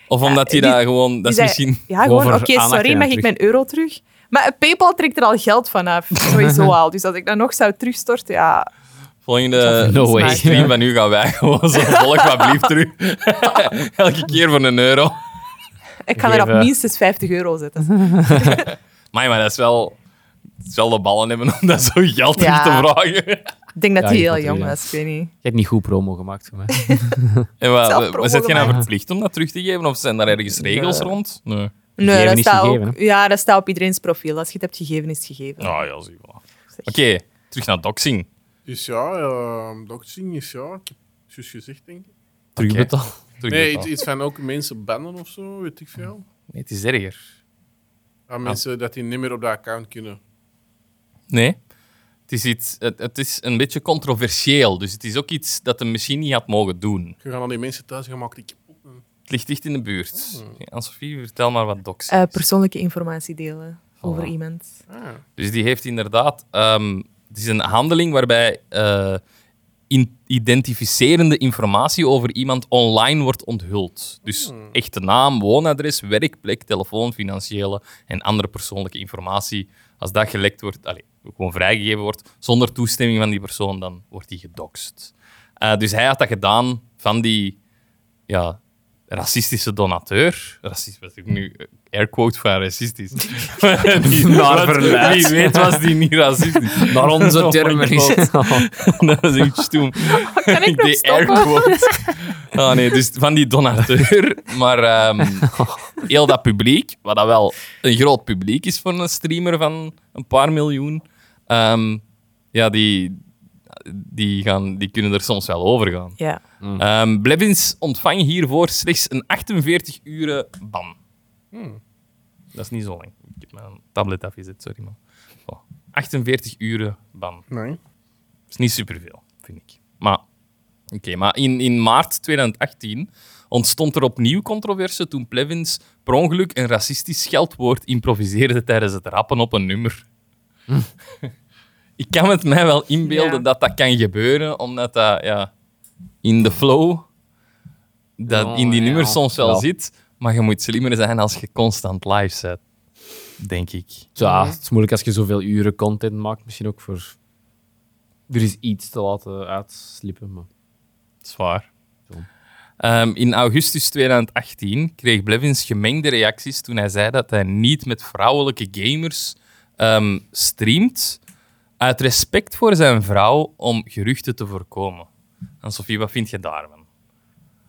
S1: Of omdat hij
S3: die-
S1: daar gewoon... Dat is
S3: Die zei,
S1: misschien...
S3: Ja, gewoon,
S4: over
S3: oké,
S4: aandacht
S3: sorry,
S4: en
S3: mag ik
S4: terug.
S3: mijn euro terug? Maar eh, PayPal trekt er al geld vanaf, sowieso al. Dus als ik dat nog zou terugstorten, ja.
S1: Volgende
S4: No way.
S1: stream van nu gaan wij gewoon zo volg wat blieft terug. Elke keer voor een euro.
S3: Ik kan er op
S4: Geef, eh,
S3: minstens 50 euro zetten.
S1: Maar, maar dat is wel... Het is wel de ballen hebben om dat zo geld terug
S3: Ja.
S1: te vragen.
S3: Ik denk dat
S4: Ja,
S3: hij
S4: je
S3: heel
S4: gaat
S3: jong
S4: weer, ja.
S3: was, ik weet niet.
S4: Je hebt niet goed promo gemaakt voor mij.
S1: En wat,
S3: Zelf
S1: wat-
S3: promo
S1: zet je nou
S3: gemaakt.
S1: verplicht om dat terug te geven? Of zijn daar ergens regels
S4: Nee.
S1: rond? Nee.
S4: Gegeven
S3: Nee, dat
S4: is
S3: staat,
S4: gegeven,
S3: ook, ja, dat staat op iedereen's profiel. Als je het hebt gegeven, is het gegeven.
S1: Nou ja, zie wel. Oké, terug naar doxing.
S2: Dus ja, ehm doxing is ja, ik heb het juist gezegd, denk ik.
S4: Terugbetaald.
S1: Terug
S2: Nee,
S1: betaald.
S2: iets, iets van ook mensen bannen of zo, weet ik veel.
S1: nee, het is erger.
S2: Ja, mensen dat die niet meer op dat account kunnen.
S1: Nee. Het is, iets, het, het is een beetje controversieel. Dus het is ook iets dat hij misschien niet had mogen doen.
S2: Je gaat aan die mensen thuis gaan maken die kapot. zijn.
S1: Het ligt dicht in de buurt. Anne-Sophie, vertel maar wat doxing
S3: Eh,
S1: is.
S3: persoonlijke informatie delen over
S1: Voilà.
S3: iemand.
S2: Ah,
S1: Dus die heeft inderdaad. ehm, het is een handeling waarbij eh, in- identificerende informatie over iemand online wordt onthuld. Dus echte naam, woonadres, werkplek, telefoon, financiële en andere persoonlijke informatie. Als dat gelekt wordt, allee, gewoon vrijgegeven wordt, zonder toestemming van die persoon, dan wordt die gedoxt. Eh, dus hij had dat gedaan van die ja, racistische donateur. Racistisch, wat ik nu airquote van racistisch. die,
S4: Naar
S1: wat-
S4: verluidt.
S1: wie weet was die niet racistisch.
S4: Naar onze
S1: Oh
S4: termen
S1: my
S4: is
S1: God.
S4: het al.
S1: dat was echt stoem.
S3: Kan ik nog
S1: deed
S3: stoppen?
S1: airquotes. Ah nee, dus van die donateur. Maar ehm, heel dat publiek, wat dat wel een groot publiek is voor een streamer van een paar miljoen, ehm, ja, die, die, gaan, die kunnen er soms wel over gaan.
S3: Ja.
S1: Ehm Blevins ontvang hiervoor slechts een 48 uren ban. Hmm. Dat is niet zo lang. Ik heb mijn tablet afgezet, sorry man. Oh, 48 uren ban.
S2: nee.
S1: Dat is niet superveel, vind ik. Maar, oké, maar in, in maart 2018 ontstond er opnieuw controverse toen Plevins per ongeluk een racistisch scheldwoord improviseerde tijdens het rappen op een nummer. ik kan het mij wel inbeelden
S3: Ja.
S1: dat dat kan gebeuren, omdat dat ja, in de flow dat
S4: Oh,
S1: in die
S4: ja,
S1: nummers soms wel
S4: wel.
S1: zit. Maar je moet slimmer zijn als je constant live zet, denk ik.
S4: Ja, het is moeilijk als je zoveel uren content maakt. Misschien ook voor... Er is iets te laten uitslippen, maar...
S1: Zwaar.
S4: Dom.
S1: Ehm, in augustus 2018 kreeg Blevins gemengde reacties toen hij zei dat hij niet met vrouwelijke gamers ehm, streamt. Uit respect voor zijn vrouw om geruchten te voorkomen. En Sofie, wat vind je daarvan?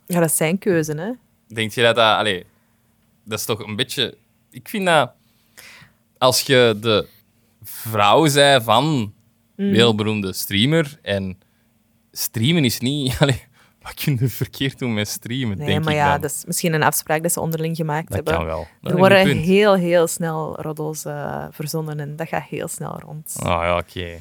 S3: ja, dat is zijn keuze, hè.
S1: Denk je dat dat... Allee, dat is toch een beetje... Ik vind dat... Als je de vrouw zei van
S3: Mm.
S1: een wereldberoemde streamer en streamen is niet... Allee, wat kun je verkeerd doen met streamen,
S3: Nee,
S1: denk
S3: maar
S1: ik
S3: ja,
S1: dan.
S3: dat is misschien een afspraak dat ze onderling gemaakt
S1: Dat
S3: hebben.
S1: kan wel. Dat
S3: er
S1: is een
S3: worden
S1: punt.
S3: heel, heel snel roddels eh, verzonnen en dat gaat heel snel rond.
S1: Ah ja, oké.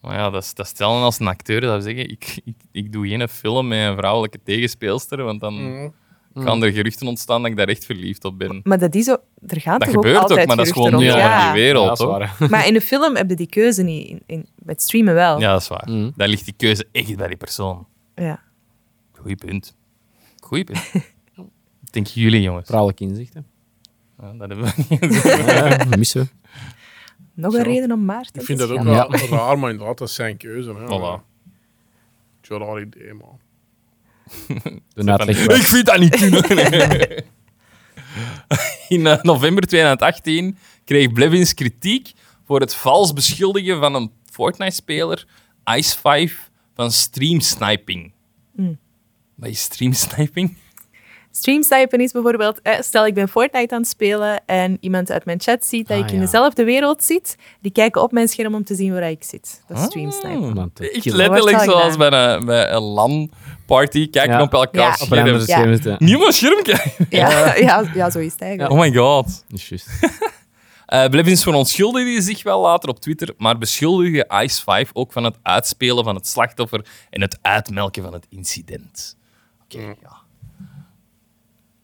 S1: maar ja, dat, is- dat stellen als een acteur dat we zeggen, ik, ik, ik doe geen film met een vrouwelijke tegenspeelster, want dan gaan er geruchten ontstaan dat ik daar echt verliefd op ben.
S3: Maar dat is ook... Er gaan
S1: Dat
S3: toch ook
S1: gebeurt
S3: altijd
S1: ook, maar dat is gewoon
S3: geruchten
S1: deel
S3: rond?
S1: van
S3: Ja.
S1: die wereld,
S4: Ja, dat is
S1: hoor.
S4: waar, hè.
S3: Maar in de film heb je die keuze niet. In, in, met streamen wel.
S1: Ja, dat is waar.
S4: Mm.
S1: Daar ligt die keuze echt bij die persoon.
S3: Ja.
S1: Goeie punt. Goeie punt. Wat denken jullie, jongens?
S4: Vrouwelijke inzichten.
S1: Ja, dat hebben we niet
S4: Ja, missen we.
S3: Nog
S2: Zo.
S3: een reden om Maarten
S2: Ik
S3: te
S2: vind dat ook
S3: schamen.
S2: wel raar, maar inderdaad, dat is zijn keuze. Hè.
S1: Voilà.
S2: Het is wel een raar idee, man.
S4: Een uitleg
S1: Ik
S4: waar-
S1: vind dat niet kunnen. In eh, november 2018 kreeg Blevins kritiek voor het vals beschuldigen van een Fortnite-speler, Ice 5, van streamsniping.
S3: Mm.
S1: Wat is streamsniping?
S3: Streamsnipen is bijvoorbeeld... eh, stel, ik ben Fortnite aan het spelen en iemand uit mijn chat ziet dat
S4: Ah,
S3: ik in
S4: ja.
S3: dezelfde wereld zit. Die kijken op mijn scherm om te zien waar ik zit. Dat is streamsnipen.
S1: Oh,
S4: Man, te
S1: Echt
S4: killen.
S1: letterlijk
S3: Wordt wel
S1: zoals bij een, bij een LAN-party. Kijken
S4: Ja.
S1: op elkaar
S3: Ja.
S4: Op een andere
S1: scherm.
S3: Ja.
S4: scherm zitten.
S1: Niet op mijn scherm kijken.
S3: Ja, ja, ja, zo is het eigenlijk.
S1: Oh my god.
S4: Dat is juist.
S1: Eh Blevins verontschuldigde zich wel later op Twitter, maar beschuldigde Ice 5 ook van het uitspelen van het slachtoffer en het uitmelken van het incident. Oké, ja.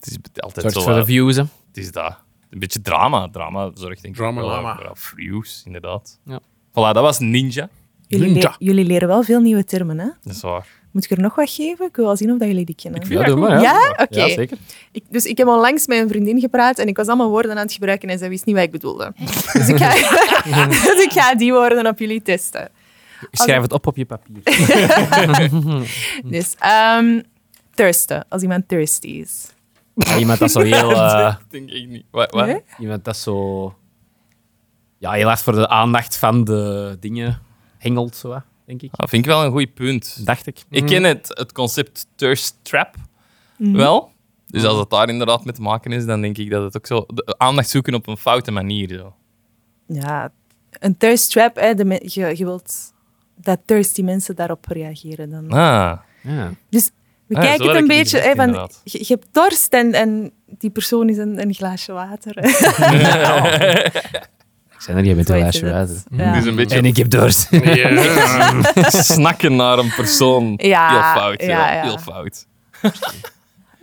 S1: Het is altijd
S4: Zorgt
S1: zo.
S4: voor
S1: eh,
S4: de views, hè.
S1: het is dat. Een beetje drama. Drama zorgt denk ik
S2: Drama,
S1: wel
S2: lama.
S1: voor- voor views, inderdaad.
S4: Ja.
S1: Voilà, dat was Ninja.
S3: Jullie,
S2: Ninja.
S3: le- jullie leren wel veel nieuwe termen, hè?
S1: Dat is waar.
S3: Moet ik er nog wat geven? Ik wil wel zien of dat jullie die kennen.
S1: Ja,
S4: Ja, doe
S1: goed.
S4: maar. hè.
S3: Ja? Oké.
S4: Ja, zeker.
S3: Ik- dus ik heb onlangs met een vriendin gepraat en ik was allemaal woorden aan het gebruiken en zij wist niet wat ik bedoelde. Dus ik ga, dus ik ga die woorden op jullie testen.
S4: Ik schrijf het op op je papier.
S3: Dus, ehm thirsten, als iemand thirsty is.
S4: Ja, iemand dat zo heel... eh,
S1: Dat denk ik niet. Wat? wat?
S3: Nee?
S4: iemand dat zo... Ja, heel hard voor de aandacht van de dingen hengelt, zo, wat, denk ik.
S1: Dat Ah, vind ik wel een goed punt.
S4: Dacht ik.
S1: Ik ken het, het concept thirst trap
S3: Mhm.
S1: wel. Dus als dat daar inderdaad mee te maken is, dan denk ik dat het ook zo... de- aandacht zoeken op een foute manier. Zo.
S3: Mm. Ja, een thirst trap, hè, de men- je, je wilt dat thirsty mensen daarop reageren. Dan.
S1: Ah.
S4: Ja.
S3: Dus we
S1: Ah, zo
S3: kijken het
S1: werkt
S3: een
S1: die
S3: beetje.
S1: gedachte
S3: hè, van,
S1: inderdaad.
S3: je, je hebt dorst en, en die persoon is een, een glaasje water.
S4: Ik zijn er hier met
S3: Zo
S4: een
S3: heet
S4: lijstje
S3: het.
S4: uit.
S3: Ja.
S1: Dus een beetje
S4: En ik heb dorst.
S2: eh,
S1: snakken naar een persoon.
S3: Ja,
S1: heel fout.
S3: ja,
S1: ja,
S3: ja.
S1: Heel fout.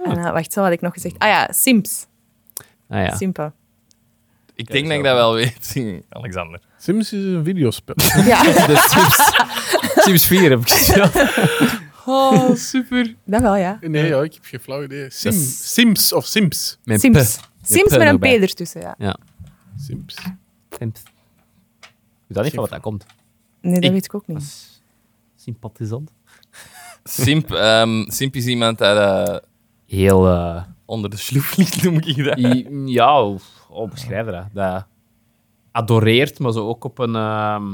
S3: En, eh, wacht, zo had ik nog gezegd. Ah ja, simps.
S4: Ah, ja.
S3: Simpen.
S1: Ik denk dat ik dat wel weet, Alexander.
S2: Sims is een videospel.
S3: Ja,
S4: De Sims, Sims 4 heb ik gespeeld.
S1: Oh, super.
S3: dat wel, ja.
S2: Nee, ja, ik heb geen flauw idee. Sim,
S4: Dat is-
S2: Sims of Sims.
S4: Mijn
S3: Sims. Sims
S4: p
S3: met
S4: nog
S3: een P
S4: bij.
S3: ertussen, ja.
S2: Sims.
S4: Sims. Ik weet niet van wat dat komt.
S3: Nee, dat
S1: Ik-
S3: weet ik ook
S4: Dat
S3: niet.
S4: is sympathisant.
S1: Simp, ehm, simp is iemand dat eh,
S4: Heel... eh,
S1: onder de sloef ligt, noem ik dat.
S4: i- ja, hoe oh, beschrijf je dat? Dat adoreert, maar zo ook op een ehm,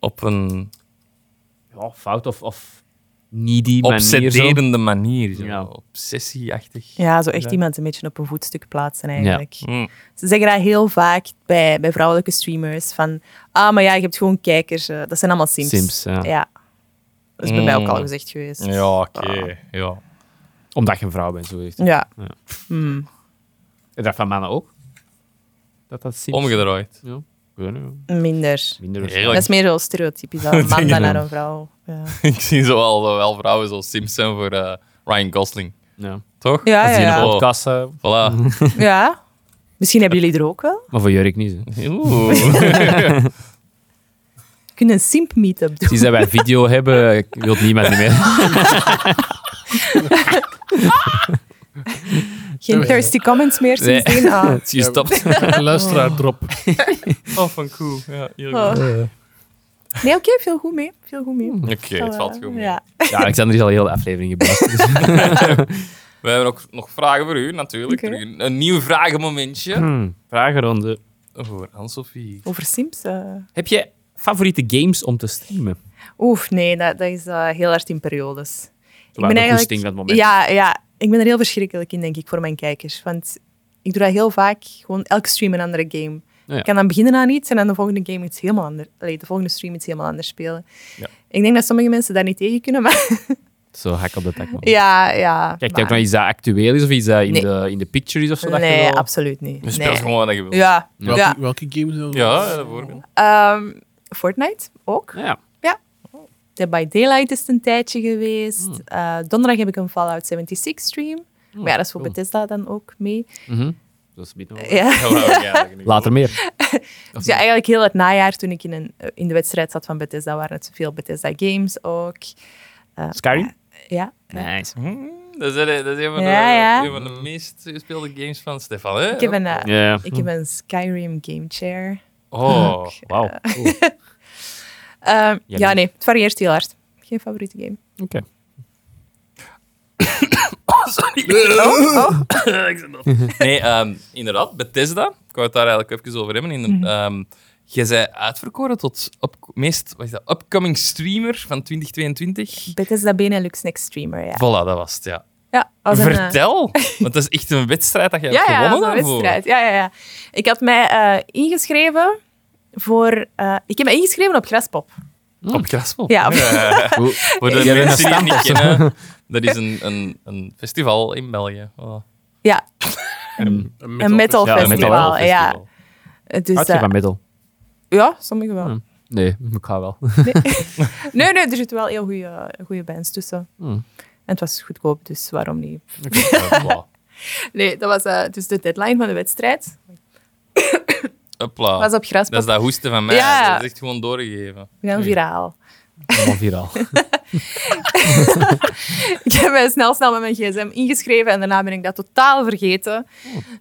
S1: Op een
S4: ja, fout of, of needy manier. zo.
S1: obsederende manier. Zo.
S4: Ja.
S1: Obsessieachtig.
S3: Ja, zo echt iemand een beetje op een voetstuk plaatsen eigenlijk.
S1: Hm.
S3: Ze zeggen dat heel vaak bij, bij vrouwelijke streamers. Van, ah, maar ja, je hebt gewoon kijkers. eh, dat zijn allemaal Sims.
S4: Sims, ja.
S3: Dat is bij mij ook
S1: Mm.
S3: al gezegd geweest.
S1: Ja, oké.
S3: Ah.
S1: Ja.
S4: Omdat je een vrouw bent, zo heeft.
S3: Ja.
S4: Ja.
S3: Hmm.
S4: Is dat van mannen ook? Dat dat Sims...
S1: Omgedraaid.
S4: Ja. Ik weet niet,
S3: Minder.
S4: Minder
S1: Heerlijk.
S3: Dat is meer zo stereotypisch. dan Een man dan naar een vrouw. Ja,
S1: ik zie zo wel, zo wel vrouwen zoals Sims zijn voor eh, Ryan Gosling.
S4: Ja.
S1: Toch?
S3: ja, ja.
S4: Als die in
S3: ja.
S4: een podcast... eh,
S1: Voilà.
S3: Ja. Misschien hebben jullie er ook wel.
S4: maar voor Jurk niet. hè. Het
S1: Oeh.
S3: We kunnen een simp meetup doen.
S4: is dat wij video hebben, ik wil het niemand meer.
S3: Geen thirsty comments meer
S4: Nee.
S3: sindsdien. Ah.
S4: Het is gestopt.
S2: Luisteraar drop.
S1: oh, van cool. Ja, heel
S3: Oh.
S1: goed.
S3: Nee, oké, veel goed mee. Veel goed mee.
S1: Oké, het
S3: Eh,
S1: valt goed mee.
S3: Ja.
S4: Ja, Alexander is al heel de aflevering gebaasd. Dus
S1: We hebben ook nog vragen voor u, natuurlijk.
S3: Oké. Hm.
S1: Terug Een, een nieuw vragenmomentje.
S4: hmm, vragenronde.
S1: Voor Anne-Sophie.
S3: Over Sims. eh.
S4: Heb je favoriete games om te streamen?
S3: Oef, nee, dat, dat is eh, heel hard in periodes.
S4: Terwijl de goesting van het moment.
S3: Ja, ja, ik ben er heel verschrikkelijk in, denk ik, voor mijn kijkers. Want ik doe dat heel vaak, gewoon elke stream een andere game.
S4: ja.
S3: Ik kan dan beginnen aan iets en dan de volgende game iets helemaal anders. allee, de volgende stream iets helemaal anders spelen. Ik denk dat sommige mensen daar niet tegen kunnen, maar
S4: Zo hak op de tak. man.
S3: ja, ja.
S4: Kijk,
S3: maar-
S4: kijk naar iets dat actueel is of iets dat in,
S3: Nee.
S4: de, in de picture is of zo. dat je
S3: Nee,
S4: wel-
S3: absoluut niet.
S1: Je speelt
S3: nee.
S1: gewoon wat je wil.
S3: Ja,
S2: Welke,
S3: ja.
S2: welke games? zijn er?
S1: Ja, bijvoorbeeld.
S3: Ehm, Fortnite ook.
S4: Ja, ja.
S3: Dead by Daylight is het een tijdje geweest.
S1: Hmm.
S3: Eh, donderdag heb ik een Fallout 76 stream. maar ja, dat is voor
S4: cool.
S3: Bethesda dan ook mee.
S4: Mhm. Dat is een beetje nog-
S3: Ja.
S1: Heel leuk eigenlijk.
S4: Later meer.
S3: Dus ja, eigenlijk heel het najaar toen ik in, een, eh, in de wedstrijd zat van Bethesda, waren het veel Bethesda games ook.
S4: Skyrim?
S3: Ja.
S4: Nice.
S1: Hm, Dat is, dat is een, van de,
S3: Ja, ja.
S1: een van de meest gespeelde games van Stefan. Hè?
S3: Ik heb een, eh,
S4: Ja.
S3: ik heb een Skyrim game chair.
S1: Oh,
S4: Wauw. Cool.
S3: Eh,
S4: Ja,
S3: ja,
S4: nee.
S3: nee, het varieert heel hard. Geen favoriete game.
S4: Oké.
S3: Hm.
S1: Nee, ehm, inderdaad, Bethesda. Ik wou het daar eigenlijk even over hebben. In
S3: Mhm.
S1: de, ehm, jij bent uitverkoren tot op, meest wat is dat, upcoming streamer van 2022.
S3: Bethesda Benelux Next Streamer, ja.
S1: Voilà, dat was het, ja.
S3: Ja, als een, eh,
S1: Vertel! Want dat is echt een wedstrijd dat jij
S3: ja,
S1: hebt
S3: ja,
S1: gewonnen
S3: als een
S1: daarvoor.
S3: wedstrijd. Ja, ja, ja. Ik had mij eh, ingeschreven voor... eh, ik heb mij ingeschreven op Graspop.
S1: Op Graspop.
S3: Ja, op-
S1: Eh,
S4: Oeh.
S1: voor de
S4: Ah. Jij bent
S1: mensen die het
S4: een
S1: niet
S4: stamp of
S1: kennen, dat is een, een, een festival in België. Voilà.
S3: Ja, een metal
S4: Ja, een
S3: festival.
S4: metal
S3: ja. Dus,
S4: Houd je
S3: eh,
S4: van middel?
S3: ja, sommigen wel.
S4: Nee, ik ga wel.
S3: Nee, nee, er zitten wel heel goede, goede bands tussen.
S4: Hmm.
S3: En het was goedkoop, dus waarom niet?
S1: Eh, voilà.
S3: Nee, dat was eh, dus de deadline van de wedstrijd.
S1: Hopla.
S3: was op
S1: Oh, Dat is
S3: Graspop.
S1: dat hoesten van mij.
S3: Ja.
S1: Dat is echt gewoon doorgegeven.
S3: We gaan viraal.
S4: Allemaal viraal.
S3: Ik heb mij snel, snel met mijn gsm ingeschreven en daarna ben ik dat totaal vergeten.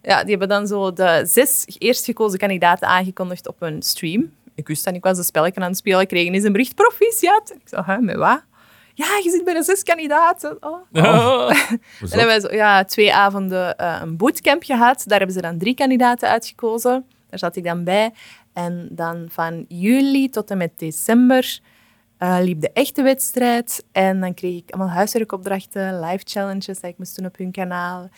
S3: Ja, die hebben dan zo de zes eerst gekozen kandidaten aangekondigd op een stream. Ik wist dat ik was een spelletje aan het spelen. Ik kreeg ineens een bericht, proficiat. Ik zei, hè, met wat? Ja, je zit bij de zes kandidaten. Oh. En dan hebben we zo, ja, twee avonden eh, een bootcamp gehad. Daar hebben ze dan drie kandidaten uitgekozen. Daar zat ik dan bij. En dan van juli tot en met december eh, liep de echte wedstrijd. En dan kreeg ik allemaal huiswerkopdrachten, live challenges dat ik moest doen op hun kanaal.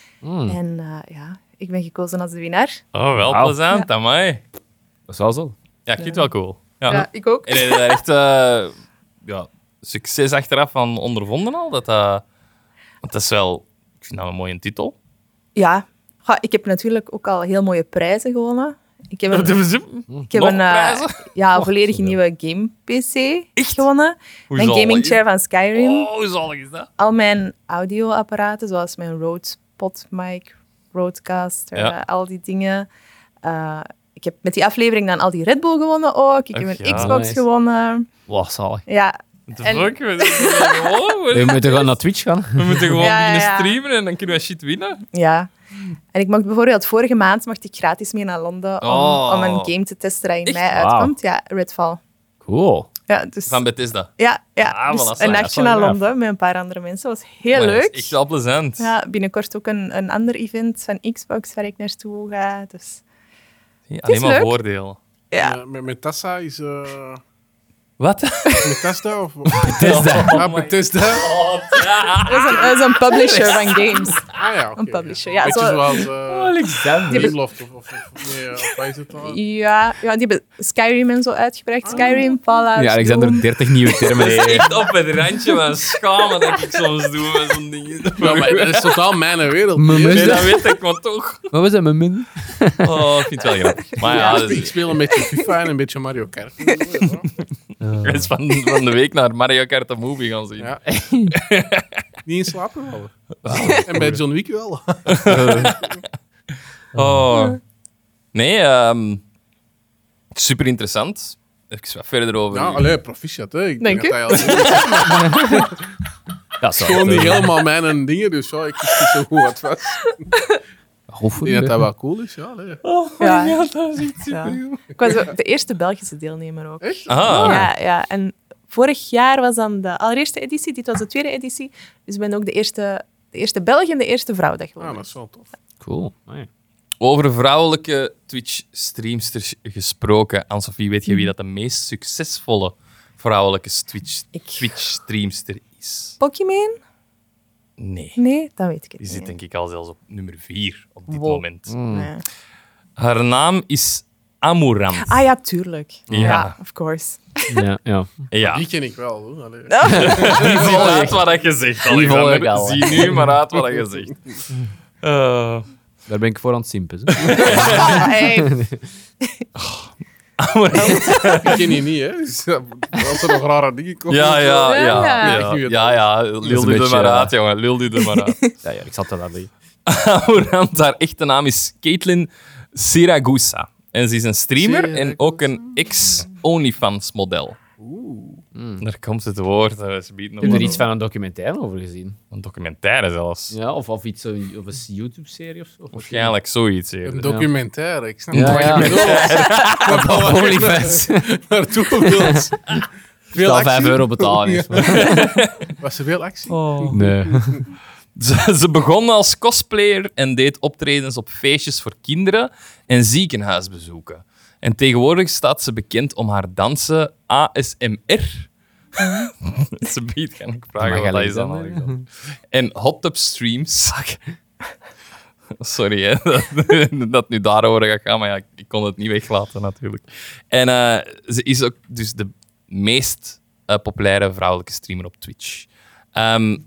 S3: En eh, ja, ik ben gekozen als de winnaar.
S1: Oh, wel
S4: Wauw.
S1: plezant, amai.
S4: Dat is wel zo.
S1: Ja, klinkt wel cool. Ja.
S3: Ja, ik ook.
S1: En heb je daar echt eh, ja, succes achteraf van ondervonden al? Dat, dat, want dat is wel... Ik vind dat een mooie titel.
S3: Ja. Ha, ik heb natuurlijk ook al heel mooie prijzen gewonnen. Ik heb een, ik heb
S1: nog
S3: een eh,
S1: prijzen?
S3: ja, een volledig nieuwe game-PC gewonnen. Mijn
S1: zalig.
S3: gaming chair van Skyrim.
S1: Oh, hoe zalig is dat?
S3: Al mijn audioapparaten, zoals mijn Rode Podmic, Rodecaster,
S1: Ja.
S3: eh, al die dingen. Eh, ik heb met die aflevering dan al die Red Bull gewonnen ook. Ik
S1: Ach
S3: heb een
S1: ja.
S3: Xbox
S4: Nice.
S3: gewonnen.
S1: Wow, zalig.
S3: Ja,
S1: The
S3: En-
S1: fuck? We, we-
S4: We
S1: we-
S4: moeten gewoon naar Twitch gaan.
S1: we moeten gewoon
S3: Ja, ja,
S1: beginnen
S3: ja.
S1: streamen en dan kunnen we shit winnen.
S3: ja. En ik mocht bijvoorbeeld vorige maand mocht ik gratis mee naar Londen om,
S1: Oh.
S3: om een game te testen dat in
S1: Echt?
S3: mei
S4: Wauw.
S3: uitkomt. Ja, Redfall.
S4: Cool.
S3: Ja, dus,
S1: Van Bethesda.
S3: ja, ja,
S1: Ah,
S3: dus
S1: voilà, zo,
S3: een
S1: ja,
S3: nachtje
S4: sorry,
S3: naar
S4: ja.
S3: Londen met een paar andere mensen. Dat was heel
S1: Maar dat is
S3: leuk.
S1: Echt wel plezant.
S3: Ja, binnenkort ook een, een ander event van Xbox waar ik naartoe ga. Dus
S1: Ja, alleen maar
S3: leuk.
S1: voordelen.
S3: ja,
S2: Eh, met, met Tassa is... eh
S4: Wat?
S2: met Tasta of...
S4: Bethesda.
S2: ja, Bethesda.
S1: Oh,
S3: dat is een, dat is een publisher van games.
S2: Ah ja, oké.
S3: Een publisher, ja,
S2: Beetje
S3: zo- Oh,
S2: zoals... eh
S4: Alexander.
S2: Dreamloft of... of, of nee, eh, wat is het dan?
S3: Ja, ja, die hebben Skyrim en zo uitgebracht. Skyrim, Fallout.
S4: Ja,
S3: Doom.
S4: Alexander, 30 nieuwe termen.
S1: Dat is echt op het randje van schamen dat ik soms doe met zo'n ding.
S2: Ja, maar dat is totaal mijn wereld.
S4: Maar
S2: hier.
S4: mensen-
S1: Nee, dat weet ik, maar toch.
S4: Wat was dat met min?
S1: Oh, ik vind het wel grappig. Maar ja,
S2: Ja,
S1: dat
S2: ik
S1: is,
S2: speel een beetje FIFA en een beetje Mario Kart.
S1: ik is van, van de week naar Mario Kart de Movie gaan zien.
S2: Ja. Niet in slaap gevallen. En bij John Wick wel.
S1: Oh. Nee, ehm, super interessant. Even wat verder over.
S2: Ja, Nou, allee, proficiat. Hè. Ik
S3: Dank
S2: denk
S3: u.
S2: dat hij al-
S4: Dat is
S2: gewoon niet helemaal mijn dingen, dus ja, ik wist niet zo goed wat het was. Ik denk dat dat wel cool is, ja. allee.
S3: Ja.
S1: dat is echt
S3: Ja. Ik was ook de eerste Belgische deelnemer ook.
S2: Echt?
S1: Ah,
S3: Ja, ja, en vorig jaar was dan de allereerste editie. Dit was de tweede editie. Dus ik ben ook de eerste, de eerste Belg en de eerste vrouw dat
S2: Ja,
S3: geworden
S2: Ah, dat is wel tof.
S4: Cool. Ah,
S1: Over vrouwelijke Twitch-streamsters gesproken. Anne-Sophie, weet je wie dat de meest succesvolle vrouwelijke Twitch-
S3: Ik-
S1: Twitch-streamster is?
S3: Pokémon?
S1: Nee.
S3: Nee, dat weet ik het
S1: Die
S3: niet.
S1: zit denk ik al zelfs op nummer 4 op dit
S3: Wow.
S1: moment.
S3: Nee.
S1: Haar naam is Amurant.
S3: Ah ja, tuurlijk. Ja, of course.
S4: Ja, ja.
S1: Ja,
S2: Die ken ik wel. Hoor. Allee.
S1: die volg uit wat dat je zegt. Alexander.
S4: volg ik al, hè.
S1: Zie nu maar uit wat dat je zegt. Eh,
S4: Daar ben ik voor aan het simpen. hè.
S3: Ah, hey.
S1: Amourant.
S2: Ik ken die niet, hè. Dus, ja, als er nog rare dingen komen...
S1: Ja, ja, ja.
S3: Ja.
S1: Ja, ja, ja. Lul
S4: een
S1: die er
S4: beetje,
S1: maar
S4: ja.
S1: uit, jongen. Lul die er maar uit.
S4: Ja, ja, ik zat er aan mee.
S1: Amorant, haar echte naam is Caitlin Siragusa. En ze is een streamer en ook een ex-OnlyFans-model. Oeh. Daar komt het woord. eh, Ze biedt nog
S4: Heb je
S1: wat
S4: er iets van een documentaire over gezien?
S1: Een documentaire zelfs.
S4: Ja, of, of iets, eh, of een YouTube-serie of zo? Of
S1: Waarschijnlijk zoiets. eerder.
S2: Een documentaire, ik snap
S4: Ja,
S2: niet wat
S4: ja.
S2: je bedoelt.
S4: OnlyFans.
S2: Naartoe wilt. Veel
S4: Zal
S2: actie?
S4: 5 euro betalen. is, maar-
S2: Was er veel actie?
S1: Oh.
S4: Nee.
S1: Ze, ze begon als cosplayer en deed optredens op feestjes voor kinderen en ziekenhuisbezoeken. En tegenwoordig staat ze bekend om haar dansen ASMR. ze biedt, kan ik vragen wat dat is dan.
S4: Alexander.
S1: Alexander? En hot tub streams. Sorry hè, dat, dat nu daarover gaat gaan, maar ja, ik kon het niet weglaten natuurlijk. En eh, ze is ook dus de meest eh, populaire vrouwelijke streamer op Twitch. Ehm,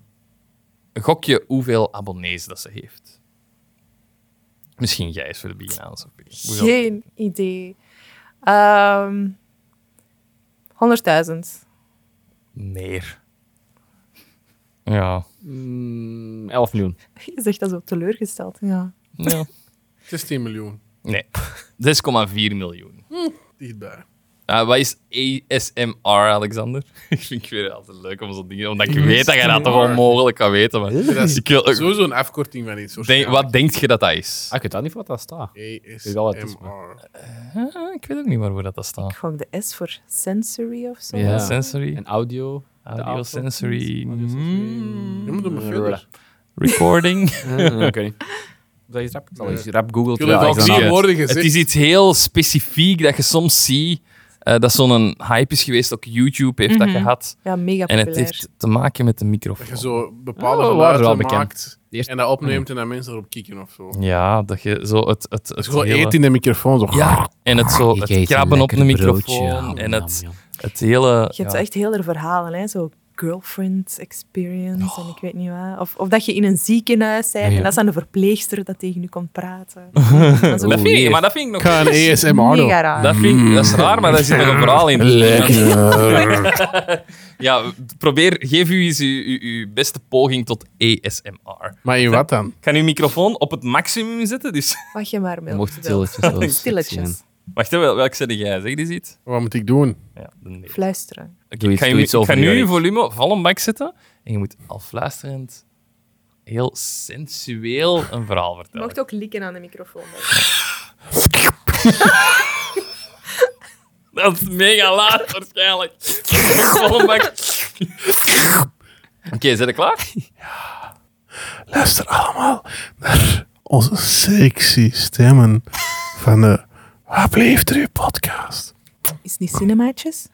S1: gok je hoeveel abonnees dat ze heeft? Misschien jij eens voor de begin aan. Sophie. Hoeveel-
S3: Geen idee. Ehm 100.000.
S1: Meer. Ja.
S4: Mm, 11 miljoen.
S3: Je zegt dat zo teleurgesteld. Ja.
S1: ja.
S2: 16 miljoen.
S1: Nee. 6,4 miljoen.
S2: Dichtbij.
S1: Ah, wat is ASMR, Alexander? ik vind het weer altijd leuk om zo'n dingen... Omdat ik weet dat je dat toch onmogelijk kan weten. Maar
S2: Dat is
S1: ik wil, ik
S2: sowieso een afkorting van iets.
S1: denk, wat denk je dat dat is?
S4: Ah, ik weet dat niet wat dat staat.
S2: waarschijnlijk.
S4: wel wat het is,
S2: ASMR.
S1: Ah, ik weet ook niet meer waar dat, dat staat.
S3: Ik gok de S voor sensory of zo.
S4: Ja.
S1: Sensory,
S4: En audio. Mm.
S1: audio, sensory, Hmm.
S2: Je moet hem verder.
S1: recording.
S4: Oké. Dat is rap. Dat is rap Google.
S1: Ah,
S2: Jullie hebben al
S1: zie
S2: drie
S1: het.
S2: woorden
S1: Het
S2: gezegd.
S1: is iets heel specifiek dat je soms ziet. eh, dat zo'n hype is geweest. Ook YouTube heeft dat gehad.
S3: Ja, mega
S1: En
S3: Mhm. populair.
S1: het heeft te maken met de microfoon.
S2: Dat je zo bepaalde
S1: Oh, we waren wel
S2: geluiden
S1: bekend.
S2: maakt
S4: De eerste-
S2: en dat opneemt en dat mensen erop kikken of zo.
S1: Ja, dat je zo het... het, het
S2: Zo
S1: hele-
S2: eten in de microfoon. Zo.
S1: Ja, en het, zo,
S4: Ik
S1: het
S4: eet
S1: krabben op
S4: Ah, lekker
S1: de
S4: broodje, Oh,
S1: microfoon.
S4: jam,
S1: en
S4: jam,
S1: het,
S4: jam.
S1: het hele...
S3: Je hebt
S1: ja.
S3: zo echt heel de verhalen, hè? zo girlfriend experience en ik weet niet wat. Of, of dat je in een ziekenhuis bent
S4: Ja, ja.
S3: en dat is aan de verpleegster dat tegen je komt praten. dat is ook
S1: Dat vind ik,
S4: Oeh,
S1: maar dat vind ik nog...
S2: Ik ga een ASMR doen.
S3: mega raar.
S1: Dat, vind ik, dat is raar, maar daar zit een verhaal in.
S2: Lekker.
S1: Ja, probeer, geef u eens uw, uw, uw beste poging tot ASMR.
S2: maar in wat dan?
S1: Ik ga uw microfoon op het maximum zetten, dus...
S3: Wat je maar wil.
S4: Mocht het
S3: wil.
S4: stilletjes wel eens zien.
S3: Stilletjes.
S1: Wacht, hè, wel, welk zet jij? Zeg eens iets.
S2: Wat moet ik doen?
S1: Ja, de nee.
S3: Fluisteren.
S1: Oké,
S4: Doe
S1: ik ga, je,
S4: iets- doe
S1: ik
S4: iets over
S1: ga nu
S4: je
S1: je
S4: reet.
S1: volume vol een bak zetten. En je moet al fluisterend heel sensueel een verhaal
S3: Je
S1: vertellen.
S3: mocht ook likken aan de microfoon.
S1: Dat is mega laat waarschijnlijk. Vol een bak. Oké, zijn we klaar?
S2: Luister allemaal naar onze sexy stemmen van de Wat Blijft Er podcast.
S3: Is het niet cinemaatjes?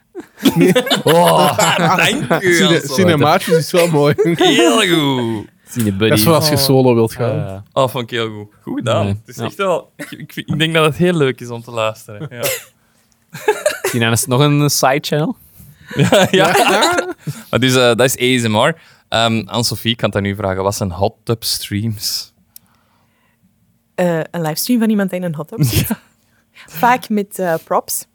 S1: Ah, Dank u. Hansel.
S2: Cinemaatjes is wel mooi.
S1: Heel goed.
S4: Zie je, buddy.
S2: Dat is wel als je solo wilt gaan.
S4: Eh,
S1: Oh, vond ik heel goed. Goed gedaan.
S4: Nee,
S1: Het is
S4: ja.
S1: echt wel, ik, ik, vind- ik denk dat het heel leuk is om te luisteren. Ja.
S4: Zie je, dan is het nog een side channel.
S1: ja. Maar dus eh, dat is ASMR. Ehm Anne-Sophie, ik kan dat nu vragen. Wat zijn hot tub streams?
S3: Eh, een livestream van iemand die in een hot tub zit. Vaak met eh, props.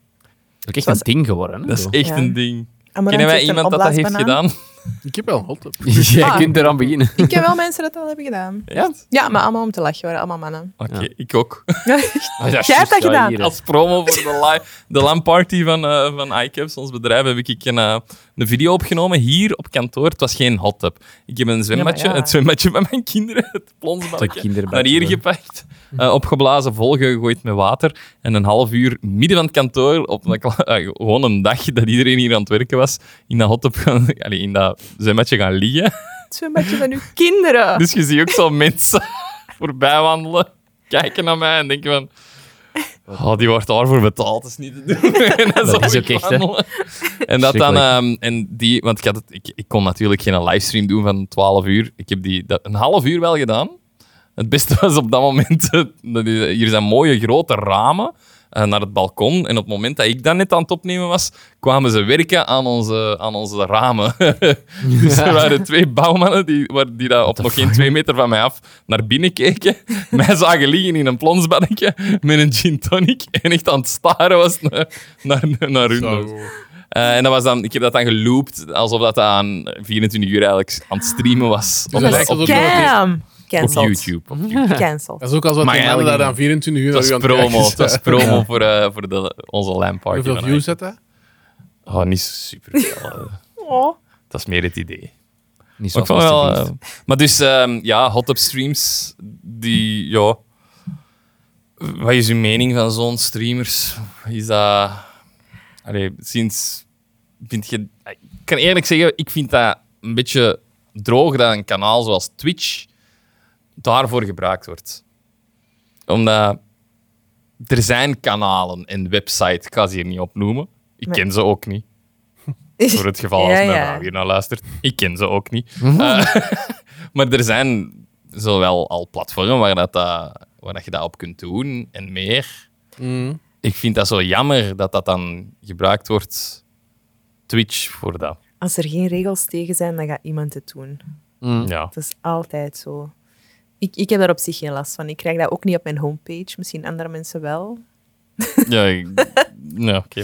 S4: Dat is ook echt een ding geworden. Hè?
S1: Dat is
S4: zo.
S1: echt
S3: Ja.
S1: een ding.
S3: Amarant
S1: Kennen wij
S3: heeft een
S1: iemand dat dat heeft
S3: opblaasbanaan.
S1: gedaan?
S2: Ik heb wel een hot tub.
S4: Dus Jij
S3: Ah.
S4: kunt eraan beginnen.
S3: Ik ken wel mensen dat dat hebben gedaan.
S1: Ja.
S3: Ja, maar allemaal om te lachen. waren allemaal mannen.
S1: Oké,
S4: Ja.
S1: ik ook.
S4: Ah, ja,
S3: hebt
S4: juist,
S3: dat
S4: ja,
S3: gedaan.
S4: hier, hè.
S1: Als promo voor de, live, de LAN-party van, eh van iCaps, ons bedrijf, heb ik een, eh, een video opgenomen hier op kantoor. Het was geen hot tub. Ik heb een zwembadje,
S3: ja.
S1: het zwembadje van mijn kinderen, het
S4: Dat
S1: plonsbadje,
S4: kinderbadje,
S1: naar hier
S4: hoor.
S1: gepakt, eh, opgeblazen, volgegooid met water. En een half uur midden van het kantoor, op een, kla- eh, gewoon een dag dat iedereen hier aan het werken was, in dat hot tub gaan, allee, in dat zwembadje gaan liggen.
S3: Het zwembadje van uw kinderen.
S1: Dus je ziet ook zo mensen voorbij wandelen, kijken naar mij en denken van... Oh, die wordt daarvoor betaald, dat is niet te doen. En dan
S4: Dat
S1: zo
S4: is ook echt, hè.
S1: wandelen. En dat dan...
S4: Schrikkelijk.
S1: ehm, en die, want ik, had het, ik, ik kon natuurlijk geen livestream doen van 12 uur. Ik heb die dat, een half uur wel gedaan. Het beste was op dat moment... eh, dat is- Hier zijn mooie grote ramen eh, naar het balkon. En op het moment dat ik dat net aan het opnemen was, kwamen ze werken aan onze, aan onze ramen. dus er waren twee bouwmannen die, waar- die daar op nog geen twee meter van mij af naar binnen keken. Mij zagen liggen in een plonsbadje met een gin tonic en echt aan het staren was naar, naar, naar hun. Eh, en dat was dan, ik heb dat dan geloopt, alsof dat aan 24 uur eigenlijk aan het streamen was. Op,
S2: dat
S1: op,
S2: lijkt
S1: op,
S2: alsof-
S3: Damn. Cancelled.
S1: YouTube. Op YouTube.
S3: Cancelled.
S2: Dat is ook als wat
S1: Maar
S2: die
S1: eigenlijk
S2: mannen daar dan 24 uur
S1: Het was
S2: aan
S1: promo,
S2: kijken
S1: het was
S2: zijn.
S1: promo voor, eh, voor de, onze LAN-party.
S2: Hoeveel
S1: van
S2: views had dat?
S1: Oh, niet superveel. eh.
S3: Oh.
S1: dat is meer het idee.
S4: Niet zo
S1: Maar, ik vond wel,
S4: alsjeblieft.
S1: eh, maar dus, ehm, ja, hot up streams, die, ja... Wat is uw mening van zo'n streamers? Is dat... Allee, sinds... Vind je... Ik kan eerlijk zeggen, ik vind dat een beetje droog dat een kanaal zoals Twitch daarvoor gebruikt wordt. Omdat... Er zijn kanalen en websites, ik ga ze hier niet opnoemen. Ik
S3: Nee.
S1: ken ze ook niet. Voor het geval als
S3: Ja,
S1: mijn
S3: ja.
S1: vrouw hier naar luistert. Ik ken ze ook niet. Eh, maar er zijn zowel al platformen waar, dat, dat- waar dat je dat op kunt doen en meer. Ik vind dat zo jammer dat dat dan gebruikt wordt. Twitch voor dat.
S3: Als er geen regels tegen zijn, dan gaat iemand het doen.
S1: Ja.
S3: Dat is altijd zo. Ik, ik heb daar op zich geen last van. Ik krijg dat ook niet op mijn homepage. Misschien andere mensen wel.
S1: ja ik, nou, oké.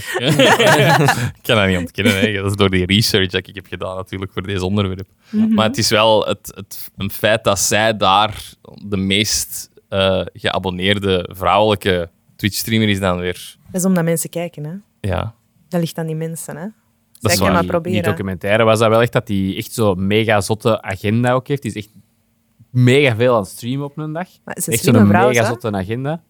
S1: ik kan dat niet ontkennen. Hè. Dat is door die research dat ik heb gedaan natuurlijk voor deze onderwerp.
S3: Mhm.
S1: Maar het is wel het, het een feit dat zij daar de meest eh, geabonneerde vrouwelijke Twitch-streamer is dan weer.
S3: Dat is omdat mensen kijken, hè.
S1: Ja,
S3: Dat ligt aan die mensen, hè.
S1: dat
S3: Zij
S1: is
S3: kan
S1: waar.
S3: maar
S4: Die- Die
S3: proberen.
S4: documentaire was dat wel echt dat hij echt zo'n mega zotte agenda ook heeft. Die is echt mega veel aan het streamen op een dag.
S3: Maar ze
S4: echt
S3: slimme
S4: zo'n
S3: vrouw,
S4: mega
S3: hè?
S4: zotte agenda.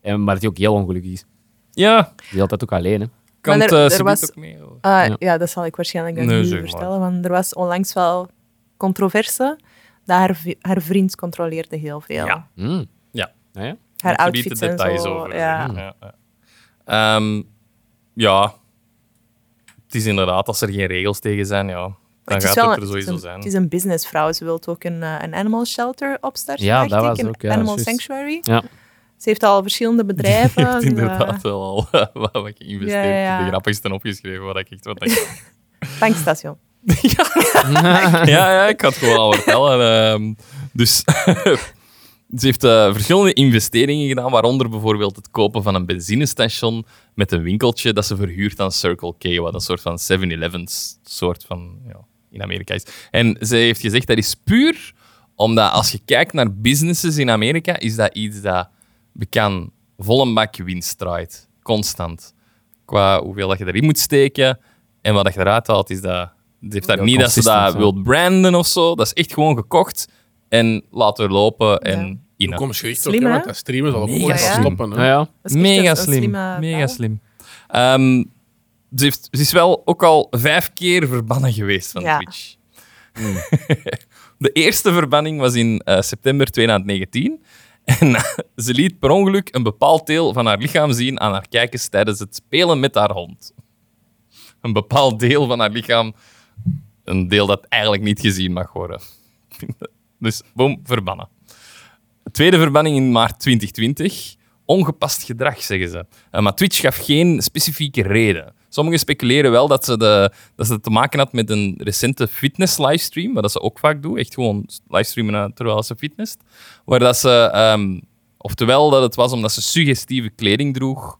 S4: En, maar die ook heel ongelukkig is.
S1: Ja,
S4: Die is altijd ook alleen. Hè.
S1: kan
S3: Maar
S1: het
S3: er-
S1: eh,
S3: er
S1: subiet
S3: was-
S1: ook mee. hoor.
S3: Ah,
S4: Ja.
S3: ja. dat zal ik waarschijnlijk dan
S1: Nee,
S3: niet
S1: zeg maar.
S3: vertellen. Want er was onlangs wel controverse. Dat haar, vi- haar vriend controleerde heel veel.
S1: Ja.
S4: Mm.
S1: Ja.
S4: Nou ja.
S3: Haar
S1: Daar heb je niet
S3: outfits en zo.
S1: over.
S3: Ja.
S1: Ja, ja. Ehm, ja, het is inderdaad, als er geen regels tegen zijn, ja, dan
S3: Maar
S1: gaat
S3: wel
S1: het er
S3: een-
S1: sowieso
S3: het is een,
S1: zijn.
S3: Het is een businessvrouw. Ze wil ook een, eh, een animal shelter opstarten.
S4: Ja,
S3: dacht
S4: dat
S3: ik,
S4: was
S3: een
S4: ook, ja,
S3: Animal
S4: juist.
S3: Sanctuary.
S4: Ja.
S3: Ze heeft al verschillende bedrijven. eh,
S1: Je hebt
S3: ze-
S1: inderdaad wel al wat- wat ik geïnvesteerd.
S3: Oh, Ja, ja, ja.
S1: De grappigste opgeschreven, wat ik echt... Wat ik...
S3: Tankstation.
S1: ja, ja, ik had het gewoon al vertellen. Ehm, dus ze heeft eh, verschillende investeringen gedaan, waaronder bijvoorbeeld het kopen van een benzinestation met een winkeltje dat ze verhuurt aan Circle K, wat een soort van 7-Eleven soort van ja, in Amerika is. En ze heeft gezegd dat is puur omdat als je kijkt naar businesses in Amerika, is dat iets dat bekend volle bak winst draait, constant. Qua hoeveel dat je erin moet steken en wat dat je eruit haalt, is dat. Het heeft daar
S4: Ja,
S1: niet dat ze dat
S4: consistent, ja.
S1: wilt branden of zo. Dat is echt gewoon gekocht en laten lopen en in.
S2: Kom schicht ook,
S3: Slim,
S2: hè,
S3: hè?
S2: want dat streamen zal ook
S1: Mega
S2: ooit gaan
S3: slim.
S2: stoppen.
S4: Ja,
S2: Hè.
S4: ah, ja.
S3: Dat is echt een-
S1: Mega
S3: een
S1: slim.
S3: slimme
S1: Mega
S3: vrouw.
S1: slim. Ehm, ze, heeft, ze is wel ook al vijf keer verbannen geweest van
S3: Ja.
S1: Twitch. De eerste verbanning was in eh, september 2019. En eh, ze liet per ongeluk een bepaald deel van haar lichaam zien aan haar kijkers tijdens het spelen met haar hond. Een bepaald deel van haar lichaam, een deel dat eigenlijk niet gezien mag worden. Dus boom, verbannen. Tweede verbanning in maart 2020. Ongepast gedrag, zeggen ze. Eh, maar Twitch gaf geen specifieke reden. Sommigen speculeren wel dat ze, de, dat ze het te maken had met een recente fitness-livestream, wat dat ze ook vaak doet. Echt gewoon livestreamen eh, terwijl ze fitnesst. Waar dat ze, ehm, oftewel dat het was omdat ze suggestieve kleding droeg,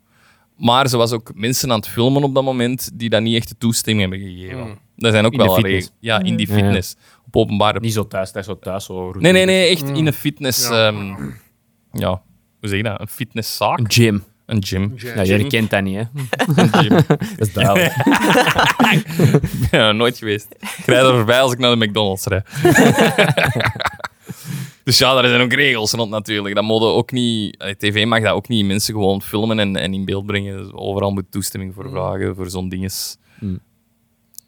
S1: maar ze was ook mensen aan het filmen op dat moment die dat niet echt de toestemming hebben gegeven. Er zijn ook
S4: Hmm. In de
S1: wel
S4: fitness.
S1: regels. Ja, in die
S4: Ja, ja.
S1: fitness. Op openbare
S4: Niet zo thuis, thuis zo thuis. Zo
S1: Nee, nee, nee, echt in een fitness.
S2: Ja.
S1: Ja, ja hoe zeg je dat? Een fitnesszaak?
S4: Een gym.
S1: Een gym.
S4: Ja, jullie kent dat niet, hè?
S1: Een gym.
S4: Dat is duidelijk.
S1: ja, nooit geweest. Ik rijd er voorbij als ik naar de McDonald's rijd. dus ja, daar zijn ook regels rond natuurlijk. Dat mogen ook niet... allee, TV mag dat ook niet. Mensen gewoon filmen en, en in beeld brengen. Dus overal moet toestemming
S2: Mm.
S1: voor vragen, voor zo'n dinges.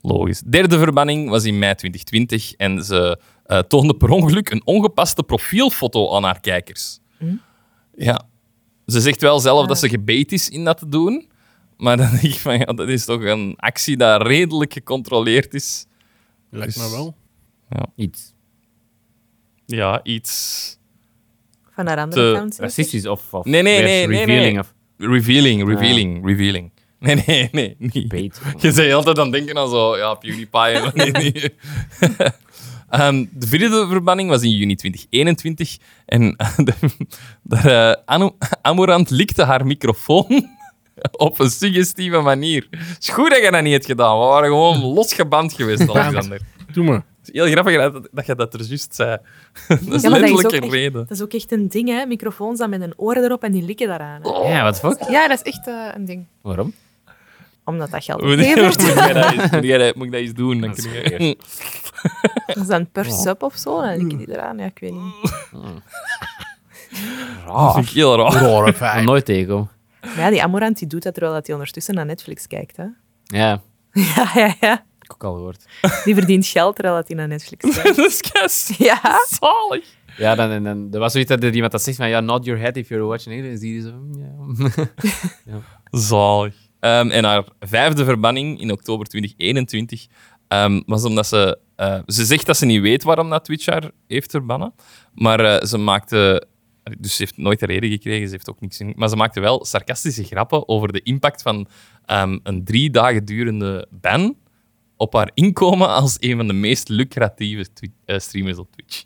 S1: Logisch. Derde verbanning was in mei 2020 en ze eh, toonde per ongeluk een ongepaste profielfoto aan haar kijkers.
S2: Mm.
S1: Ja. Ze zegt wel zelf dat ze gebeten is in dat te doen. Maar dan denk ik van, ja, dat is toch een actie die redelijk gecontroleerd is.
S2: Lijkt me wel.
S4: Iets
S1: Ja, iets...
S3: Van haar andere
S1: Te
S3: account. zeker?
S4: racistisch of, of
S1: Nee, nee,
S4: weer
S1: nee, nee,
S4: revealing
S1: nee.
S4: of Ah.
S1: Revealing, revealing, revealing. Nee, nee, nee, niet.
S4: bait.
S1: Je zei altijd aan het denken aan zo, ja, PewDiePie. en nee, nee. Ehm, de vierde verbanning was in juni 2021. En eh, de- daar, eh, Anu- Amorant likte haar microfoon op een suggestieve manier. Het is goed dat je dat niet hebt gedaan. We waren gewoon losgeband geweest, Alexander.
S2: Doe maar.
S1: Het is heel grappig dat, dat je dat er juist zei. Dat is
S3: Ja, maar dat is,
S1: letterlijk
S3: ook
S1: een
S3: echt,
S1: reden.
S3: dat is ook echt een ding, hè. Microfoons dan met een oren erop en die likken daaraan.
S1: Oh.
S3: hè.
S4: Ja, wat fuck?
S3: Ja, dat is echt eh, een ding.
S4: Waarom?
S3: Omdat dat geld
S1: Moet, jij
S3: oplevert.
S1: dat eens- moet, jij dat- moet ik dat eens doen? Dan
S4: Dat is
S1: kun
S4: goed,
S1: je...
S3: Dat is dan per sub of zo. Dan likken die eraan. Ja, ik weet niet.
S1: Dat vind ik heel raar.
S2: Rare
S4: Nog
S2: vijf.
S4: nooit tegenkomen.
S3: Maar ja, die Amorant die doet dat terwijl dat hij ondertussen naar Netflix kijkt, hè.
S4: Ja,
S3: Ja, ja, ja.
S4: ik ook al gehoord.
S3: Die verdient geld terwijl dat hij naar Netflix kijkt.
S1: dat is kei
S3: Ja.
S1: zalig.
S4: Ja, dan, dan, dan, er was zoiets dat er iemand dat zegt van ja, nod your head if you're watching England. En die zo, mm, ja.
S1: Zalig. Ehm, en haar vijfde verbanning in oktober 2021 ehm, was omdat ze... eh, ze zegt dat ze niet weet waarom dat Twitch haar heeft verbannen. Maar eh, ze maakte... Dus ze heeft nooit de reden gekregen, ze heeft ook niks in... Maar ze maakte wel sarcastische grappen over de impact van ehm, een drie dagen durende ban op haar inkomen als een van de meest lucratieve twi- eh, streamers op Twitch.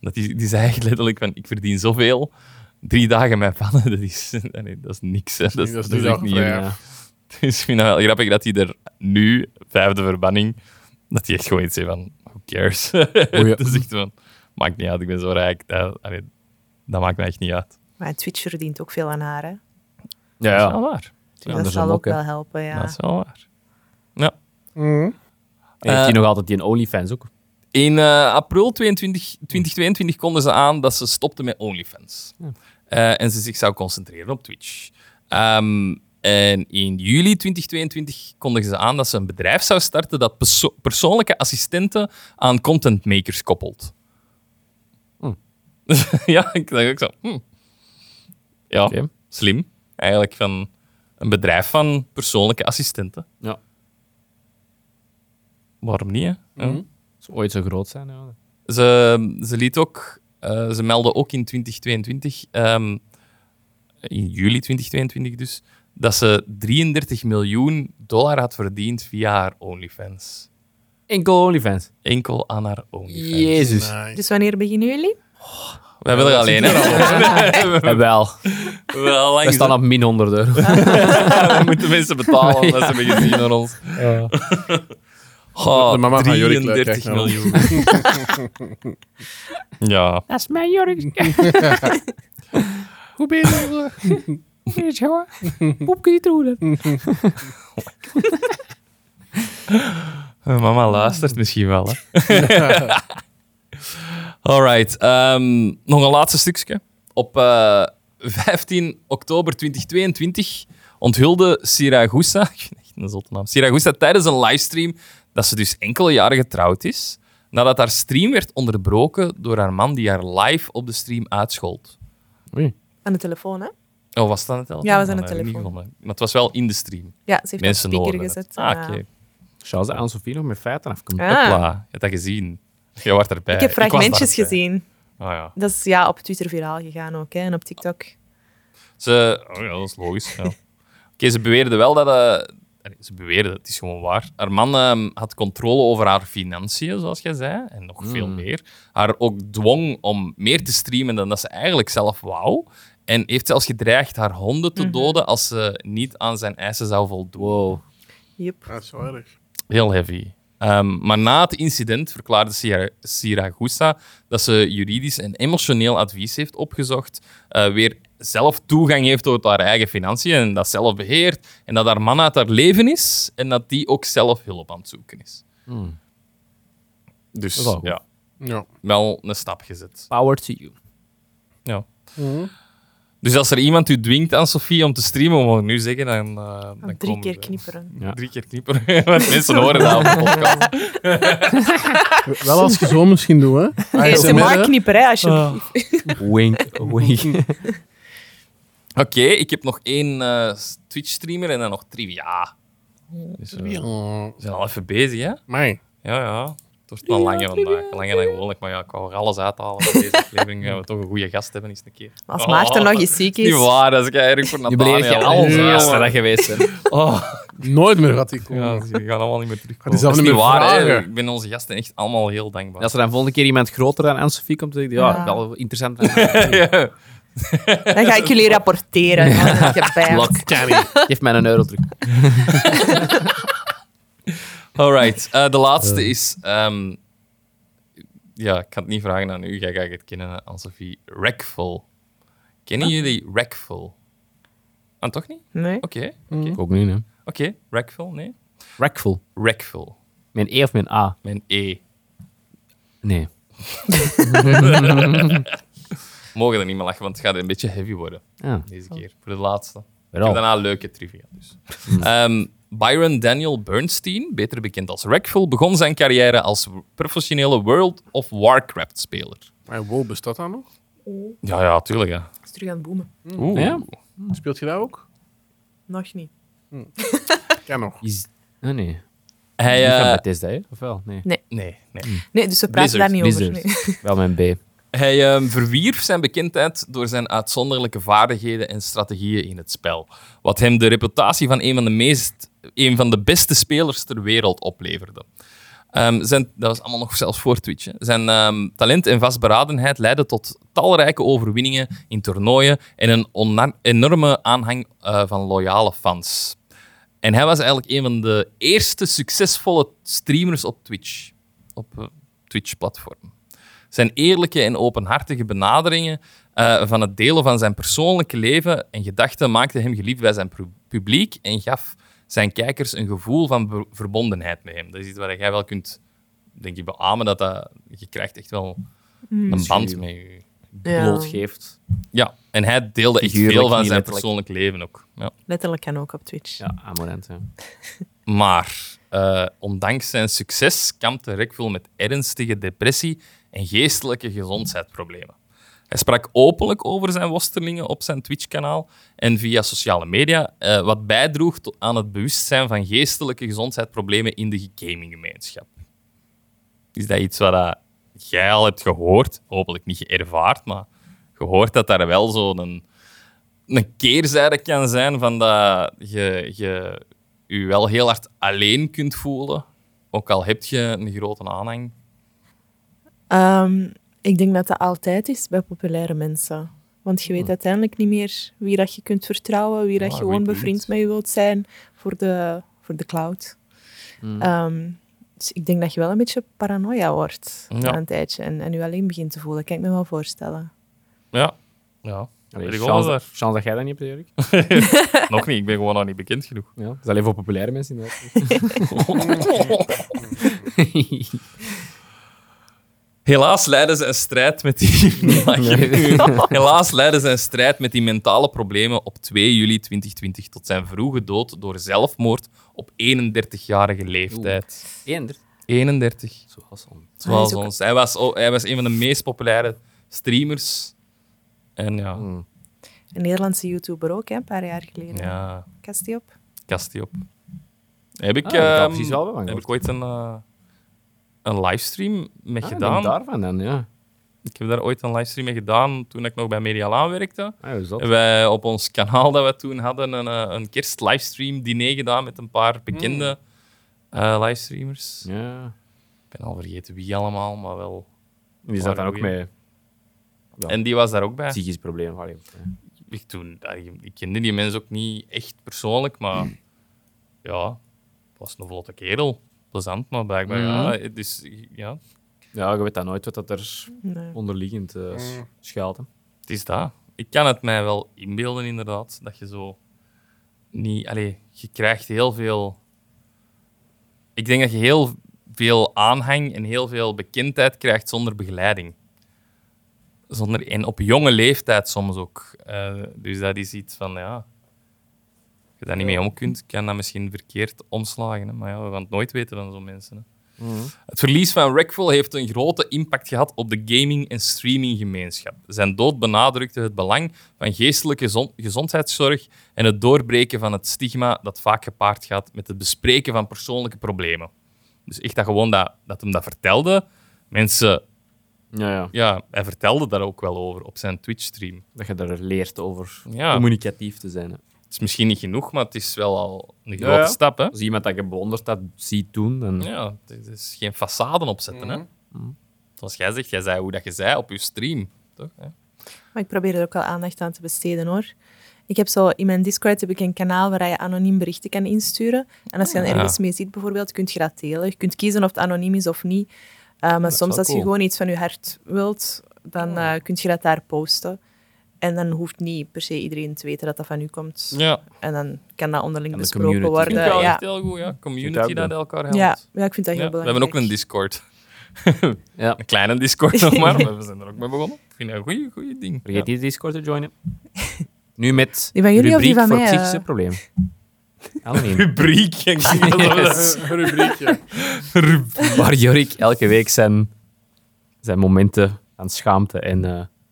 S1: Dat die, die zei echt letterlijk van, ik verdien zoveel, drie dagen mijn pannen, dat is, nee, dat is niks. Hè. Dat, is-
S2: Dat is
S1: dat is
S2: drie
S1: echt niet...
S2: dagen vrij,
S1: eerlijk.
S2: ja.
S1: Dus ik vind het wel grappig dat hij er nu, vijfde verbanning, dat hij echt gewoon iets zei van, who cares? dat is echt van, maakt niet uit, ik ben zo rijk. Dat, allee, dat maakt mij echt niet uit.
S3: Maar Twitch verdient ook veel aan haar, hè.
S4: Ja,
S1: Dat is
S4: ja.
S1: wel waar.
S3: Dus dat
S4: andersom
S3: zal ook
S4: ook, hè.
S3: wel helpen, ja.
S1: Dat is wel waar. Ja.
S4: En heeft hij
S1: Eh,
S4: nog altijd die OnlyFans ook?
S1: In eh, april 22, 2022 konden ze aan dat ze stopten met OnlyFans. Eh, en ze zich zou concentreren op Twitch. Ehm, en in juli 2022 kondigden ze aan dat ze een bedrijf zou starten dat perso- persoonlijke assistenten aan contentmakers koppelt. ja, ik dacht ook zo. hm. Ja,
S4: Oké.
S1: slim. Eigenlijk van een bedrijf van persoonlijke assistenten.
S4: Ja.
S1: waarom niet? Hè? Ja.
S2: Mhm.
S4: Ze ooit zo groot zijn. Ja.
S1: Ze, ze liet ook, eh, ze meldde ook in 2022, ehm, in juli 2022 dus, dat ze 33 miljoen dollar had verdiend via haar OnlyFans.
S4: Enkel OnlyFans.
S1: Enkel aan haar OnlyFans.
S4: Jezus.
S2: Nice.
S3: Dus wanneer beginnen jullie?
S1: We hebben er alleen, hè?
S4: Ja, Eh, wel.
S1: We, hebben al lang
S4: We staan op min 100 euro.
S1: gezegd, we moeten mensen betalen omdat ze hebben gezien aan ons. Oh,
S2: De mama van Jorik eh,
S1: 33
S2: kijkt naar
S1: miljoen. ja.
S4: Dat is mijn Jorik.
S2: Hoe ben je
S4: jongen. Poepje citroenen.
S1: Eh, Mama luistert misschien wel, hè? Alright. ehm, nog een laatste stukje. Op eh, 15 oktober 2022 onthulde Siragusa, ik vind het echt een zotte naam, Siragusa tijdens een livestream dat ze dus enkele jaren getrouwd is, nadat haar stream werd onderbroken door haar man die haar live op de stream uitschold.
S3: Aan de telefoon, hè?
S1: Oh, was dat aan de telefoon?
S3: Ja, was aan de
S1: Nee,
S3: telefoon.
S1: niet gevonden. Maar het was wel in de stream.
S3: Ja, ze heeft een
S1: Mensen
S3: speaker
S1: horen
S3: gezet.
S1: het. Ah,
S3: Ja.
S1: oké.
S4: Charles en Anne-Sophie nog met feiten afkomen.
S3: Ah.
S1: Hopla, je hebt dat gezien. Je was erbij.
S3: Ik heb
S1: Eh, was
S3: fragmentjes
S1: daarbij.
S3: gezien.
S1: Ah, ja.
S3: Dat is ja, op Twitter viraal gegaan ook, hè, en op TikTok.
S1: Ze, oh ja, dat is logisch. ja. Oké, ze beweerde wel dat. eh, nee, ze beweerde, het is gewoon waar. Haar man eh, had controle over haar financiën, zoals jij zei, en nog veel meer. Haar ook dwong om meer te streamen dan dat ze eigenlijk zelf wou. En heeft zelfs gedreigd haar honden te doden als ze niet aan zijn eisen zou voldoen.
S3: Yep.
S2: Dat is wel erg.
S1: Heel heavy. Ehm, maar na het incident verklaarde Sira- Siragusa dat ze juridisch en emotioneel advies heeft opgezocht, eh, weer zelf toegang heeft tot haar eigen financiën en dat zelf beheert, en dat haar man uit haar leven is en dat die ook zelf hulp aan het zoeken is. Dus
S4: Hmm. Dat is wel goed.
S1: ja,
S2: Ja.
S1: wel een stap gezet.
S4: Power to you.
S1: Ja.
S3: Mhm.
S1: Dus als er iemand u dwingt aan Sofie om te streamen, moet ik nu zeggen, dan, eh, dan
S3: Ah, Drie
S1: komen
S3: keer
S1: we.
S3: knipperen.
S4: Ja.
S1: Drie keer knipperen. Want mensen horen dat op de podcast.
S2: Wel als je zo misschien doet, hè?
S3: Eerst een maar knipperen, hè, alsjeblieft.
S4: Wink, wink.
S1: Oké, ik heb nog één eh, Twitch-streamer en dan nog trivia. Dus, eh, we zijn al even bezig, hè?
S2: Oh, Mij.
S1: Ja, ja. Het wordt wel langer vandaag. Langer dan gewoonlijk, maar ja, ik wou er alles uithalen van deze aflevering. gaan we toch een goede gast hebben eens een keer.
S3: Maar Als Maarten
S1: Oh,
S3: nog eens ziek
S1: Niet
S3: is.
S1: waar, dat is eigenlijk voor
S4: Je
S1: Nathaniel.
S4: beledigt je al
S2: Ja,
S4: gasten
S2: jongen.
S4: dat geweest bent.
S1: Oh,
S2: Nooit meer gaat die komen.
S1: ja, die gaan allemaal niet meer terugkomen.
S2: Gaat die zelf
S1: dat is
S2: niet
S1: niet
S2: meer
S1: waar, hè.
S2: vragen.
S1: Ik ben onze gasten echt allemaal heel dankbaar.
S4: En Als er dan volgende keer iemand groter dan Anne-Sophie komt, dan denk ik, ja,
S3: Ja.
S4: wel interessant.
S1: Ja.
S3: Dan ga ik jullie rapporteren. Ja.
S4: Lok. Geef mij een euro terug.
S1: Alright, eh, de laatste is. ehm, ja, ik kan het niet vragen aan u. Jij gaat het kennen, Anne-Sophie. Rackful.
S3: Ah.
S1: Kennen jullie Rackful? Ah, toch niet?
S3: Nee.
S1: Oké, oké.
S4: Ook nu, hè.
S1: Oké, Rackful, nee.
S4: Rackful.
S1: Rackful.
S4: Mijn E of mijn A?
S1: Mijn E.
S4: Nee.
S1: Mogen er niet meer lachen, want het gaat een beetje heavy worden
S4: Ah,
S1: deze keer. Voor de laatste. Ik
S4: Waarom?
S1: heb daarna leuke trivia. Dus. Ehm, Byron Daniel Bernstein, beter bekend als Rackful, begon zijn carrière als professionele World of Warcraft-speler.
S2: Maar wow, bestaat dat nog?
S1: Ja, ja, tuurlijk. Hè.
S3: Is terug aan het boomen.
S1: Oeh.
S4: Ja?
S2: Speelt je dat ook?
S3: Nog niet.
S2: Ja, nog.
S4: Is... Ah, nee.
S1: Hij,
S4: Niet
S1: eh,
S4: van Bethesda, hè? Of wel? Nee.
S1: nee, nee.
S3: Nee, dus we praten
S1: Blizzard,
S3: daar niet over.
S4: Blizzard.
S3: nee.
S4: Wel mijn B.
S1: Hij ehm, verwierf zijn bekendheid door zijn uitzonderlijke vaardigheden en strategieën in het spel. Wat hem de reputatie van een van de, meest, een van de beste spelers ter wereld opleverde. Ehm, zijn, dat was allemaal nog zelfs voor Twitch. hè. Zijn ehm, talent en vastberadenheid leidden tot talrijke overwinningen in toernooien en een ona- enorme aanhang eh, van loyale fans. En hij was eigenlijk een van de eerste succesvolle streamers op Twitch. Op eh, Twitch-platform. Zijn eerlijke en openhartige benaderingen eh, van het delen van zijn persoonlijke leven en gedachten maakten hem geliefd bij zijn pu- publiek en gaf zijn kijkers een gevoel van ver- verbondenheid met hem. Dat is iets waar jij wel kunt, denk ik, beamen dat, dat je krijgt echt wel een band met je.
S3: Ja.
S4: Bloot geeft.
S1: Ja, en hij deelde echt
S4: Figuurlijk,
S1: veel van
S4: niet
S1: zijn
S4: letterlijk.
S1: persoonlijk leven ook. Ja.
S3: Letterlijk kan ook op Twitch.
S4: Ja, amorant, hè.
S1: Maar eh, ondanks zijn succes kampte Rekvul met ernstige depressie en geestelijke gezondheidsproblemen. Hij Hij sprak openlijk over zijn worstelingen op zijn Twitch-kanaal en via sociale media, eh, wat bijdroeg to- aan het bewustzijn van geestelijke gezondheidsproblemen in de gaminggemeenschap. Is dat iets wat eh, jij al hebt gehoord? Hopelijk niet ervaard, maar gehoord dat daar wel zo'n een keerzijde kan zijn van dat je je je wel heel hard alleen kunt voelen, ook al heb je een grote aanhang.
S3: Ehm, ik denk dat dat altijd is bij populaire mensen. Want je weet uiteindelijk niet meer wie dat je kunt vertrouwen, wie dat
S1: Hm. Ja,
S3: gewoon
S1: goed
S3: bevriend
S1: punt.
S3: met je wilt zijn voor de, voor de cloud.
S1: Hm.
S3: Ehm, dus ik denk dat je wel een beetje paranoia wordt
S1: Ja.
S3: na een tijdje en, en je alleen begint te voelen. Kan ik me wel voorstellen.
S1: Ja, ja.
S4: Allee,
S1: Weet ik wel
S4: chance, chance dat jij dat niet hebt, Erik.
S1: Nog niet, ik ben gewoon nog niet bekend genoeg.
S4: Ja, dat is alleen voor populaire mensen. inderdaad.
S1: Helaas leiden ze een strijd met die. Helaas leiden ze een strijd met die mentale problemen op 2 juli 2020 tot zijn vroege dood door zelfmoord op 31-jarige leeftijd.
S4: Eender.
S1: 31.
S4: Zoals om.
S1: Zoals
S3: Hij is ook-
S1: ons. Hij was, oh, hij was een van de meest populaire streamers. En ja,
S3: Een Nederlandse YouTuber ook, hè, een paar jaar geleden.
S1: ja
S3: Kast die op?
S1: kast die op. Heb ik,
S4: Ah, ik had
S1: ehm,
S4: precies wel wat van
S1: heb
S4: gehoord.
S1: ik ooit een, eh, een livestream mee
S4: Ah, dan
S1: gedaan.
S4: daarvan dan, ja.
S1: Ik heb daar ooit een livestream mee gedaan toen ik nog bij Medialaan werkte.
S4: Ah, hoe is dat?
S1: En wij op ons kanaal dat we toen hadden een, eh, een kerst-livestream diner gedaan met een paar bekende eh, livestreamers.
S4: Hmm. Ja.
S1: Ik ben al vergeten wie allemaal, maar wel.
S4: Die zat daar ook
S1: Goeie.
S4: met Ja.
S1: En die was daar ook bij.
S4: psychisch probleem. Allee, eh. ja.
S1: ik, toen, eh, ik kende die mensen ook niet echt persoonlijk, maar ja, het was een vlotte kerel. Plezant, maar blijkbaar. Ja, het is- ja,
S4: Ja, je weet dat nooit wat dat er
S3: Nee.
S4: onderliggend eh, s- schuilt. hè.
S1: het is dat. Ik kan het mij wel inbeelden, inderdaad, dat je zo niet. Allee, je krijgt heel veel. Ik denk dat je heel veel aanhang en heel veel bekendheid krijgt zonder begeleiding. Zonder, en op jonge leeftijd soms ook. Eh, dus dat is iets van, ja... Als je daar niet mee om kunt, kan dat misschien verkeerd omslagen. Hè? Maar ja, we gaan het nooit weten van zo'n mensen. Hè? Het verlies van Rackful heeft een grote impact gehad op de gaming- en streaminggemeenschap. Zijn dood benadrukte het belang van geestelijke gezond- gezondheidszorg en het doorbreken van het stigma dat vaak gepaard gaat met het bespreken van persoonlijke problemen. Dus echt dat gewoon dat, dat hem dat vertelde. Mensen,
S4: Ja, ja.
S1: ja, hij vertelde daar ook wel over op zijn Twitch-stream.
S4: Dat je daar leert over
S1: Ja.
S4: communicatief te zijn. Hè.
S1: Het is misschien niet genoeg, maar het is wel al een
S4: Ja,
S1: grote
S4: ja.
S1: stap, hè?
S4: Als iemand dat je bewondert dat ziet doen, dan...
S1: Ja, het is geen façade opzetten, hè?
S4: Mhm.
S1: Zoals jij zegt, jij zei hoe dat je zei op je stream, toch? Ja.
S3: Maar ik probeer er ook wel aandacht aan te besteden hoor. Ik heb zo, in mijn Discord heb ik een kanaal waar je anoniem berichten kan insturen. En als je dan
S1: Ah.
S3: ergens mee zit bijvoorbeeld, kun je dat delen. Je kunt kiezen of het anoniem is of niet. Uh, maar
S4: is
S3: soms
S4: wel
S3: als je
S4: cool.
S3: gewoon iets van je hart wilt, dan eh, kun je dat daar posten. En dan hoeft niet per se iedereen te weten dat dat van u komt.
S1: ja.
S3: En dan kan dat onderling
S4: En de
S3: besproken
S4: community.
S1: Ik
S3: worden.
S1: vind het wel
S3: Ja.
S1: echt heel goed, ja.
S4: Vind
S1: Community
S4: ik ook,
S1: dat elkaar helpt.
S3: Ja, ja, ik vind dat heel
S1: Ja,
S3: belangrijk.
S1: we hebben ook een Discord.
S4: Ja.
S1: Een kleine Discord nog maar, maar we zijn er ook mee begonnen. Ik vind dat een goeie, goeie ding.
S4: Vergeet niet Discord te joinen. Nu met
S3: Die van jullie of die
S4: rubriek
S3: van
S4: voor
S3: mij,
S4: psychische
S3: eh?
S4: problemen. Alleen.
S1: Rubriek. Ik zie dat wel eens.
S2: rubriekje.
S1: Rubriek.
S4: Waar Jorik elke week zijn, zijn momenten aan schaamte en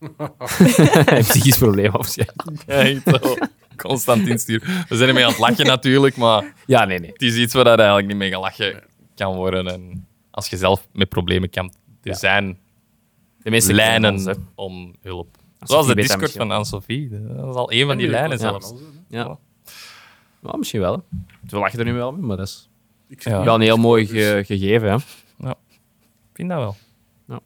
S4: eh, psychisch probleem afschrijft.
S1: Ja, echt wel. Constant instuur. We zijn ermee aan het lachen natuurlijk, maar
S4: Ja, nee, nee.
S1: het is iets waar dat eigenlijk niet mee gelachen kan worden. En als je zelf met problemen kampt, er
S4: Ja.
S1: zijn
S4: De mensen kennen ons, hè.
S1: lijnen om hulp. Zoals de
S4: weet dat
S1: Discord
S4: misschien.
S1: van Anne-Sophie. Dat is al één van die lijnen zelfs.
S4: Ja. Nou, misschien wel. hè. We lachen er nu wel mee, maar dat is
S1: Ja. dus-
S4: wel een heel mooi ge- gegeven. Hè.
S1: Ik vind dat wel.
S4: Ja.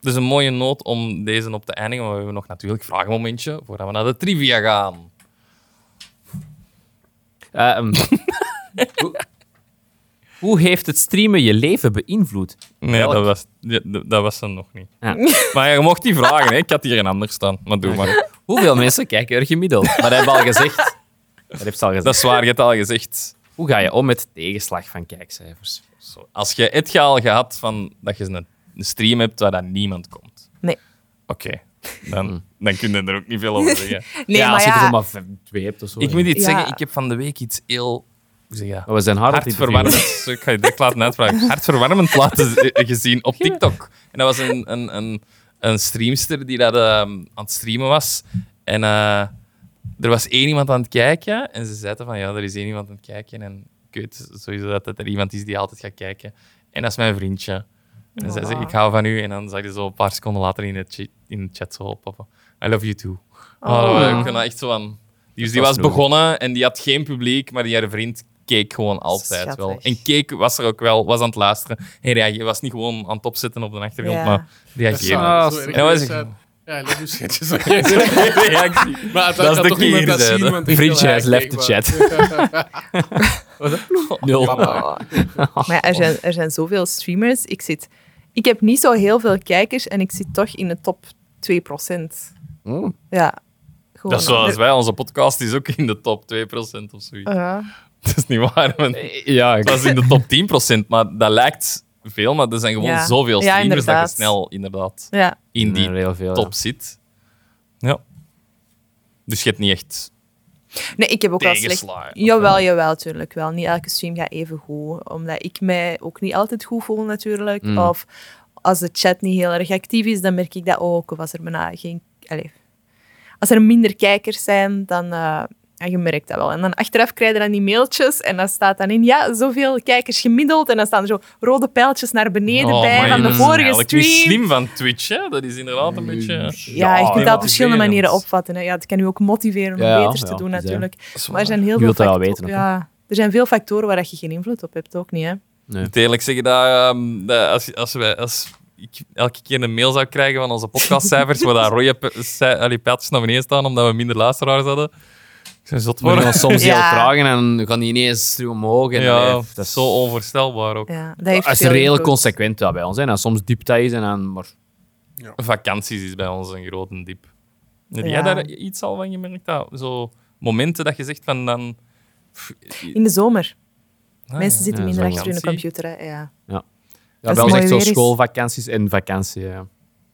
S1: Dus een mooie noot om deze op te eindigen. Maar we hebben nog natuurlijk een vragenmomentje voordat we naar de trivia gaan.
S4: Eh, ehm, hoe, hoe heeft het streamen je leven beïnvloed?
S1: Nee,
S4: Welk?
S1: dat was, ja, d- dat was ze nog niet.
S4: Ja.
S1: Maar je mocht die vragen, hè. ik had hier een ander staan. Maar doe maar.
S4: Hoeveel mensen kijken er gemiddeld? Maar dat hebben we al gezegd. Dat heeft ze al gezegd.
S1: Dat is waar, je hebt al gezegd.
S4: Hoe ga je om met de tegenslag van kijkcijfers?
S1: Zo, Als je het ge- al gehad van dat je een, een stream hebt waar dan niemand komt.
S3: Nee, Hm.
S1: Oké, dan, dan kun je er ook niet veel over zeggen.
S3: nee
S4: ja,
S3: maar
S4: als je er
S3: ja,
S4: zo maar vijf- twee hebt of zo.
S1: Ik moet iets
S3: Ja.
S1: zeggen, ik heb van de week iets heel... Hoe zeg je dat?
S4: Maar we zijn hard, aan het interviewen.
S1: hartverwarmend. Zo, Ik ga eh, je direct laten uitvragen. Hartverwarmend laten z- gezien op TikTok. En dat was een, een, een, een streamster die dat, ehm, aan het streamen was. En eh, er was één iemand aan het kijken. En ze zeiden van, ja, er is één iemand aan het kijken. En ik weet sowieso dat het er iemand is die altijd gaat kijken. En dat is mijn vriendje. En zei ze,
S3: Wow.
S1: ik hou van u. En dan zag je zo een paar seconden later in, het chi- in de chat zo oppoppen. I love you too. Oh.
S3: Oh.
S1: ik vind dat echt zo aan... Dus die
S4: was
S1: was
S4: nodig.
S1: begonnen en die had geen publiek, maar die haar vriend keek gewoon altijd wel.
S3: Schattig.
S1: En keek was er ook wel, was aan het luisteren. En reageerde, was niet gewoon aan het opzetten op de achtergrond,
S3: Ja.
S1: maar reageerde.
S4: Ah,
S2: Zo erg
S1: en dan was
S2: is
S1: ik-
S2: dat. Ja, ik je schetjes.
S1: Reactie.
S2: Maar
S1: Dat is de
S2: toch
S1: key
S2: iemand
S1: inderdaad,
S2: dat zien,
S1: hè.
S2: want ik
S4: Vriendje,
S2: wil
S4: hij is left the
S2: eigenlijk
S4: chat.
S2: wat- Wat-
S4: Nul.
S3: Oh. Maar ja, er, zijn, er zijn zoveel streamers. Ik, zit, ik heb niet zo heel veel kijkers en ik zit toch in de top 2%. Ja, gewoon.
S1: Dat is zoals wij, onze podcast is ook in de top 2% of zoiets.
S3: Ja.
S1: Dat is niet waar, want
S4: Ja, ik
S1: dat is in de top 10%, maar dat lijkt veel, maar er zijn gewoon
S3: Ja.
S1: zoveel
S3: Ja,
S1: streamers dat
S3: inderdaad.
S1: je snel inderdaad
S3: ja.
S1: in die
S4: Nee, heel veel. ja.
S1: top zit. Ja. Dus je hebt niet echt
S3: Nee, ik heb ook wel slecht.
S1: tegenslagen.
S3: Jawel, jawel, tuurlijk wel. Niet elke stream gaat even goed. Omdat ik mij ook niet altijd goed voel, natuurlijk.
S4: Mm.
S3: Of als de chat niet heel erg actief is, dan merk ik dat ook. Of als er bijna geen. Allee. Als er minder kijkers zijn, dan. eh, ja, je merkt dat wel. En dan achteraf krijg je dan die mailtjes en dan staat dan in, ja, zoveel kijkers gemiddeld. En dan staan er zo rode pijltjes naar beneden
S1: Oh,
S3: bij
S1: maar
S3: van
S1: dat
S3: de
S1: is
S3: vorige
S1: eigenlijk
S3: stream.
S1: niet slim van Twitch, hè? Dat is inderdaad een beetje...
S3: Ja, je kunt dat op verschillende
S1: motiverend.
S3: manieren opvatten. Hè. Ja, het kan u ook motiveren om
S4: Ja,
S3: beter te
S4: ja,
S3: doen,
S4: het is, ja.
S3: natuurlijk.
S1: is
S3: Maar er zijn heel
S4: Je
S3: veel
S4: wilt dat wel
S3: facto-
S4: weten ook, hè?
S3: ja, er zijn veel factoren waar dat je geen invloed op hebt, ook niet. Hè?
S1: Eerlijk zeggen, dat, ehm, dat als, als, wij, als ik elke keer een mail zou krijgen van onze podcastcijfers, waar daar rode pe- ci- allee, pijltjes naar beneden staan, omdat we minder luisteraars hadden. Ik zou zot
S4: Maar
S1: worden.
S4: dan soms heel
S3: Ja.
S4: traag en dan gaan die ineens terug omhoog. En
S1: Ja,
S4: dan-
S1: dat is zo onvoorstelbaar ook.
S3: Ja, dat heeft
S4: Als
S3: veel
S4: er redelijk
S3: invloed.
S4: consequent dat bij ons zijn. Soms diep dat is en dan... Maar
S1: Vakanties is bij ons een grote diep. Heb jij
S3: Ja.
S1: daar iets al van gemerkt? Dat, zo momenten dat je zegt van dan...
S3: In de zomer.
S1: Ah,
S3: Mensen
S1: ja.
S3: zitten
S4: Ja,
S3: minder
S4: zo
S3: achter hun
S1: vakantie.
S3: computer. Hè? Ja. is
S4: ja, bij ons
S3: mooi
S4: echt zo
S3: weer is.
S4: schoolvakanties en vakantie. Ja. Allee,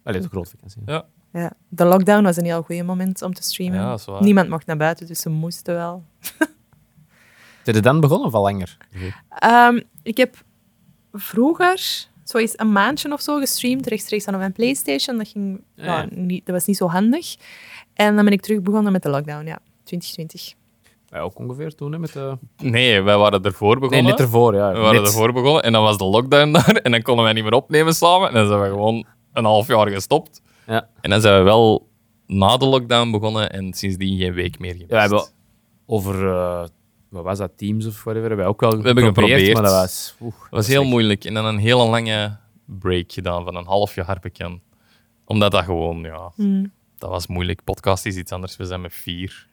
S4: dat is een grote vakantie.
S1: Ja.
S3: Ja. De lockdown was een heel goed moment om te streamen.
S1: Ja, dat is waar.
S3: Niemand mocht naar buiten, dus ze moesten wel.
S4: Zijn je dan begonnen of al langer?
S3: Ehm, ik heb vroeger zo eens een maandje of zo gestreamd, rechtstreeks aan op mijn Playstation. Dat, ging,
S4: Ja, ja.
S3: nou, niet, dat was niet zo handig. En dan ben ik terug begonnen met de lockdown, ja. 2020.
S4: Ja, ook ongeveer toen, hè, met de...
S1: Nee, wij waren ervoor
S4: Nee,
S1: begonnen.
S4: net ervoor, ja.
S1: We waren
S4: Net.
S1: ervoor begonnen en dan was de lockdown daar en dan konden wij niet meer opnemen samen. En dan zijn we gewoon een half jaar gestopt.
S4: Ja.
S1: En dan zijn we wel na de lockdown begonnen en sindsdien geen week meer geweest.
S4: Ja, we hebben over... eh, wat was dat? Teams of whatever? Hebben we ook wel
S1: hebben geprobeerd.
S4: maar dat was... oeh,
S1: Dat was heel
S4: echt-
S1: moeilijk en dan een hele lange break gedaan van een half jaar bekend. Omdat dat gewoon, ja,
S3: Hmm.
S1: dat was moeilijk. Podcast is iets anders, we zijn met vier.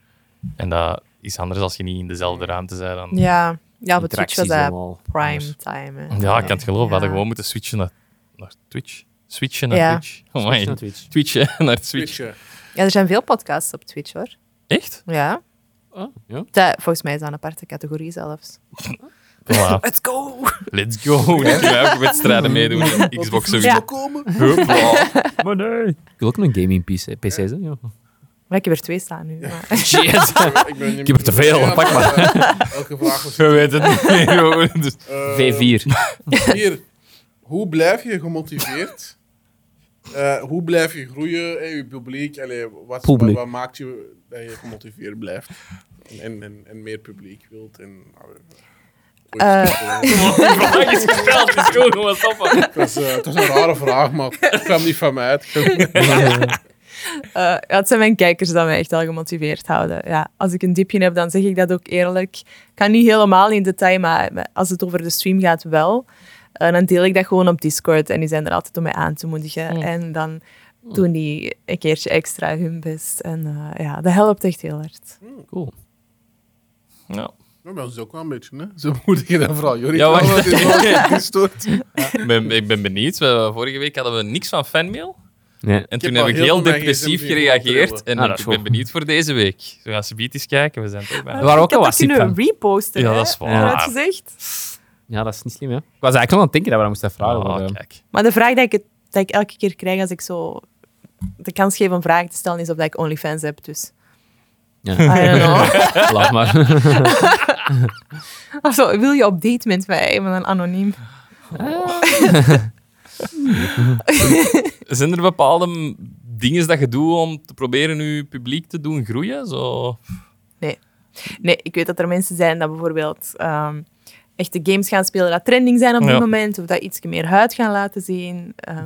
S1: En dat is anders als je niet in dezelfde ruimte bent. Dan...
S3: Ja, ja op Twitch
S4: Interacties
S3: was dat
S4: allemaal.
S3: prime time. hè.
S1: Ja, ik kan het geloven. We hadden
S3: Ja.
S1: gewoon moeten switchen naar, naar Twitch. Switchen naar
S3: Ja.
S1: Twitch. Oh,
S4: Switch
S1: my.
S4: naar Twitch.
S1: Twitchen naar Twitch.
S2: Twitchen.
S3: Ja, er zijn veel podcasts op Twitch hoor.
S1: Echt?
S3: Ja.
S4: Ah, ja.
S3: Dat, volgens mij is dat een aparte categorie zelfs.
S1: Voilà.
S3: Let's go!
S1: Let's go. Nu kunnen wij ook wedstrijden meedoen op Xbox sowieso.
S2: Of die
S3: Ja.
S2: vloer zal komen.
S4: Maar nee. Ik wil ook een gaming PC, PC zijn, ja.
S3: Maar ik heb er twee staan nu. maar-
S4: Yes.
S2: Ik, ben niet
S4: Ik heb er te veel,
S2: Ja,
S4: pak maar.
S2: eh, Elke vraag was...
S1: We weten het niet meer. hoor. Dus-
S2: eh,
S4: V4.
S2: Hier, hoe blijf je gemotiveerd? Eh, hoe blijf je groeien in je publiek? Allee, wat,
S4: Publiek.
S2: Wat, wat maakt je dat je gemotiveerd blijft? En, en, en meer publiek wilt? En,
S3: Eh.
S1: Vraag is gesteld, dus gewoon gewoon stoppen.
S2: het, was, eh, het was een rare vraag, maar het kwam niet van mij. uit.
S3: Eh, ja, het zijn mijn kijkers die mij echt wel gemotiveerd houden. Ja, als ik een dipje heb, dan zeg ik dat ook eerlijk. Ik kan niet helemaal in detail, maar als het over de stream gaat wel. En dan deel ik dat gewoon op Discord en die zijn er altijd om mij aan te moedigen. En dan doen die een keertje extra hun best. En eh, ja, dat helpt echt heel hard.
S4: Cool.
S1: Ja.
S2: Nou, bij ons is ook wel een beetje, hè? Zo moet je dat vooral. Jorik,
S1: Ja,
S2: ja,
S1: maar-
S2: het is wel gestoord.
S1: Ik ben, ik ben benieuwd. We- vorige week hadden we niks van fanmail.
S4: Nee.
S1: En
S2: heb
S1: toen heb
S2: al
S1: ik
S2: heel
S1: heel
S2: veel mijn
S1: depressief
S2: gsm zien
S1: gereageerd.
S2: oprillen.
S1: En
S4: Ah, dat
S1: ik
S4: is
S1: ben
S4: goed.
S1: benieuwd voor deze week. We gaan subiet eens kijken. We zijn toch
S4: We
S1: bij.
S4: waren ook
S3: ik
S4: al
S3: had
S4: wat
S3: dat
S4: ziek
S3: kunnen
S4: van.
S3: reposten.
S1: Ja,
S3: hè,
S1: dat is waar.
S3: vooruit gezegd.
S4: Ja, dat is niet slim, hè? Ik was eigenlijk al aan het denken dat we dat moesten vragen. maar,
S1: Ah,
S4: eh,
S1: kijk.
S3: Maar de vraag die ik, het- dat ik elke keer krijg als ik zo de kans geef om vragen te stellen, is of dat ik OnlyFans heb. Dus
S4: Ja.
S3: I don't know.
S4: eh, Laat maar.
S3: Of zo, wil je op date met mij? Maar dan anoniem.
S1: Zijn er bepaalde dingen dat je doet om te proberen je publiek te doen groeien? Zo...
S3: Nee, ik weet dat er mensen zijn dat bijvoorbeeld ehm, echte games gaan spelen dat trending zijn op dit
S1: Ja.
S3: moment, of dat iets meer huid gaan laten zien. Ehm,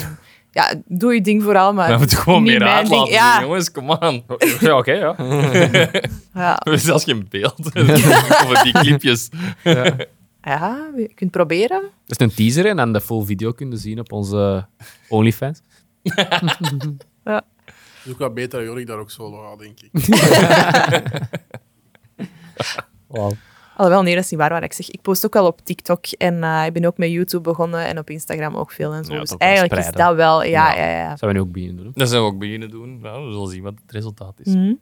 S3: ja, doe je ding vooral, maar
S1: We moeten gewoon
S3: niet
S1: meer
S3: mijn
S1: uit
S3: ding.
S1: laten zien,
S3: ja,
S1: jongens. Kom aan.
S4: Ja, oké, ja.
S3: ja,
S1: We hebben zelfs geen beeld. Over die clipjes.
S3: ja, je kunt proberen.
S4: Dat is een teaser en dan de full video kunnen zien op onze OnlyFans.
S2: Het is ook wel beter dat Jorik daar ook solo had, denk ik.
S4: Wow.
S3: Alhoewel, nee, dat is niet waar. Maar ik zeg, ik post ook wel op TikTok en eh, ik ben ook met YouTube begonnen en op Instagram ook veel en zo.
S4: Ja,
S3: dus
S4: dat ook wel
S3: eigenlijk is
S4: spreiden.
S3: dat wel, ja,
S4: Ja.
S3: ja, ja.
S4: Zouden we nu ook beginnen doen?
S1: Dat zijn we ook beginnen doen. Nou, we zullen zien wat het resultaat is.
S3: Mhm.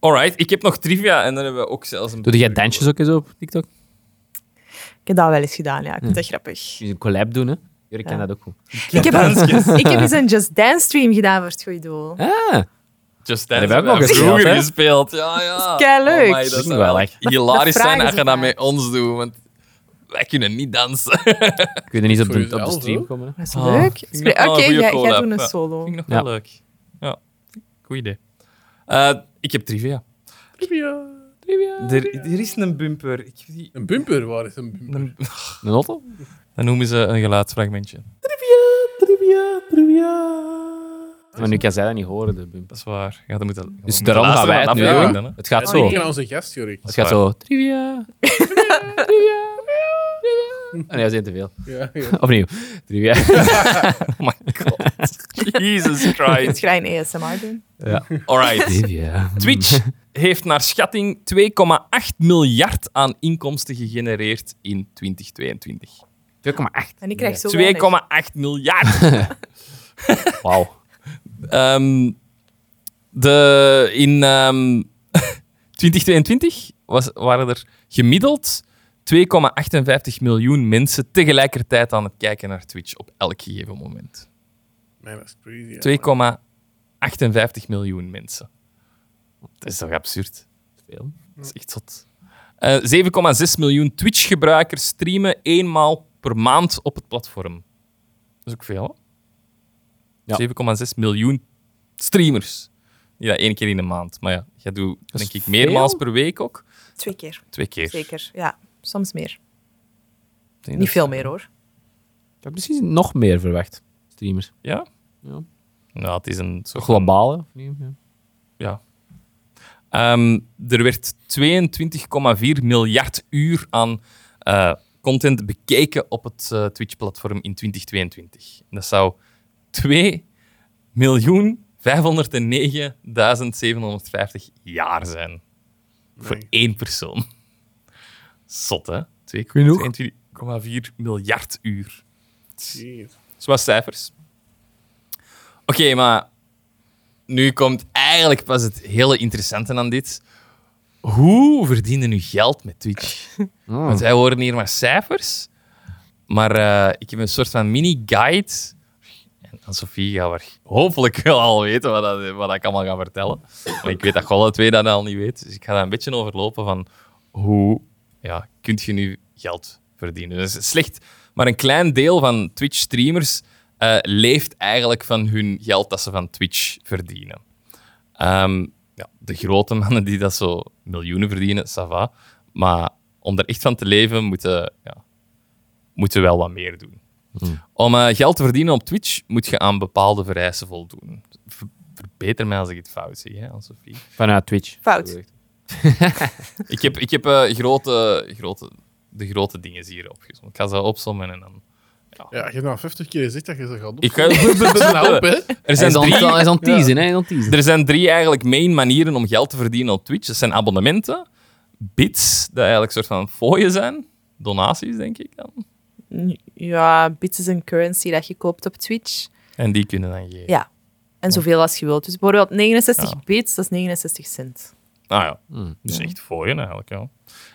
S1: Alright, ik heb nog trivia en dan hebben we ook zelfs een...
S4: Doe jij dansjes ook eens op TikTok?
S3: Ik heb dat wel eens gedaan, ja. Ik vind dat grappig.
S4: Kun je een collab doen, hè? Jullie
S3: Ja.
S4: kennen dat ook goed.
S3: Ik heb, ik heb eens een Just Dance stream gedaan voor het goede doel.
S4: Ah,
S1: Just
S4: Ja,
S1: Dance
S4: die hebben we ook
S1: hebben
S4: gespeeld,
S1: vroeger
S4: hè?
S1: gespeeld. Ja, ja.
S3: is keileuk.
S1: Amai,
S4: Dat
S1: dat
S4: is
S1: zou
S4: wel
S1: wel
S4: echt.
S1: echt hilarisch zijn
S3: Dat vragen
S1: als je
S3: ze
S1: dat
S3: vaak.
S1: met ons doet, want wij kunnen niet dansen.
S4: kun je niet op de,
S2: Voor
S4: op de
S2: jezelf,
S4: stream
S2: hè?
S4: komen? hè?
S3: Dat is
S1: Ah,
S3: leuk.
S1: ik vind dat
S3: Oké,
S1: wel een goeie
S3: jij, jij
S1: collab.
S3: doet een
S1: Ja.
S3: solo.
S1: Vind ik nog
S4: Ja.
S1: wel leuk. Ja, goed idee. Eh, ik heb trivia. Er, er is een bumper. Ik, weet niet-
S2: Een bumper, waar is een bumper?
S1: een,
S4: Een auto?
S1: dan noemen ze een geluidsfragmentje.
S4: Maar nu kan zij dat niet horen, de bumper.
S1: Dat is waar. Ja, dan moet dat,
S4: Dus daarom gaan wij het nu
S3: aflevering
S4: doen.
S1: Dan, hè.
S4: Het gaat
S2: Dat
S4: zo.
S2: is
S4: Het
S2: aan Ah, onze gast, Jorik.
S4: gaat zo. Trivia. Trivia. Trivia. trivia. Ah, Nee, dat is één te veel.
S2: Ja, ja.
S4: Opnieuw. Trivia.
S1: Oh my god. Jesus Christ.
S3: Dus ga je een ASMR doen?
S1: Alright.
S4: Trivia.
S1: Twitch heeft naar schatting 2,8 miljard aan inkomsten gegenereerd in 2022.
S4: 2,8.
S3: En ik krijg zo
S1: 2,8 miljard.
S4: Wauw.
S1: Ehm, de, in ehm, 2022 was, waren er gemiddeld 2,58 miljoen mensen tegelijkertijd aan het kijken naar Twitch op elk gegeven moment.
S2: Man, dat is crazy. ja.
S1: 2,58 miljoen mensen. Dat is toch absurd?
S4: Veel.
S1: Dat is echt zot. Eh, 7,6 miljoen Twitch-gebruikers streamen eenmaal per maand op het platform. Dat is ook veel,
S4: Ja.
S1: hè? 7,6 miljoen streamers. Ja, één keer in de maand. Maar ja, jij doet
S4: Dat is
S1: denk ik meermaals
S4: veel.
S1: per week ook.
S3: Twee keer,
S1: Twee keer.
S3: zeker. Ja, soms meer.
S1: Ik denk
S3: Niet
S1: dat-
S3: veel meer, hoor.
S4: Ik had misschien nog meer verwacht. Streamers.
S1: Ja?
S4: Ja.
S1: Nou, het is een soort
S4: Globale. of niet? Ja.
S1: Ja. Ehm, er werd 22,4 miljard uur aan eh, content bekeken op het eh, Twitch-platform in 2022. En Dat zou 2.509.750 jaar zijn. Voor één persoon. Zot, hè? 2,4 miljard uur.
S2: Jeez.
S1: Zwaar Dus cijfers. Oké, maar nu komt eigenlijk pas het hele interessante aan dit. Hoe verdienen nu geld met Twitch? Want wij horen hier maar cijfers. Maar eh, ik heb een soort van mini-guide. En aan Sophie gaan we hopelijk wel al weten wat, dat, wat ik allemaal ga vertellen. Maar ik weet dat je alle twee dat al niet weet. Dus ik ga daar een beetje overlopen van hoe ja, kun je nu geld verdienen. Dus slecht, maar een klein deel van Twitch-streamers eh, leeft eigenlijk van hun geld dat ze van Twitch verdienen. Ehm, ja, de grote mannen die dat zo miljoenen verdienen, ça va. Maar om er echt van te leven, moeten ja, moeten wel wat meer doen. Om eh, geld te verdienen op Twitch moet je aan bepaalde vereisten voldoen. Ver- verbeter mij als ik het fout zie, hè, Anne-Sophie.
S4: Vanuit Twitch.
S3: Fout.
S1: ik heb, ik heb eh, grote, grote, de grote dingen hier opgezomd. Ik ga ze opzommen en dan...
S2: Ja, je hebt nou 50 keer gezegd dat je ze gaat doen.
S1: Ik ga...
S2: Help, hè?
S1: er
S4: Hij
S1: zijn
S4: is aan
S1: drie...
S4: hij is aan het teasen, hè? Hij is aan het teasen.
S1: Er zijn drie eigenlijk main manieren om geld te verdienen op Twitch. Dat zijn abonnementen, bits, dat eigenlijk soort van fooien zijn, donaties, denk ik dan.
S3: Ja, bits is een currency dat je koopt op Twitch.
S1: En die kunnen dan geven.
S3: Ja. En zoveel als je wilt. Dus bijvoorbeeld 69
S1: Ja.
S3: bits, dat is 69 cent.
S1: Nou ja,
S4: Mm.
S1: dus echt fooien eigenlijk. Ja.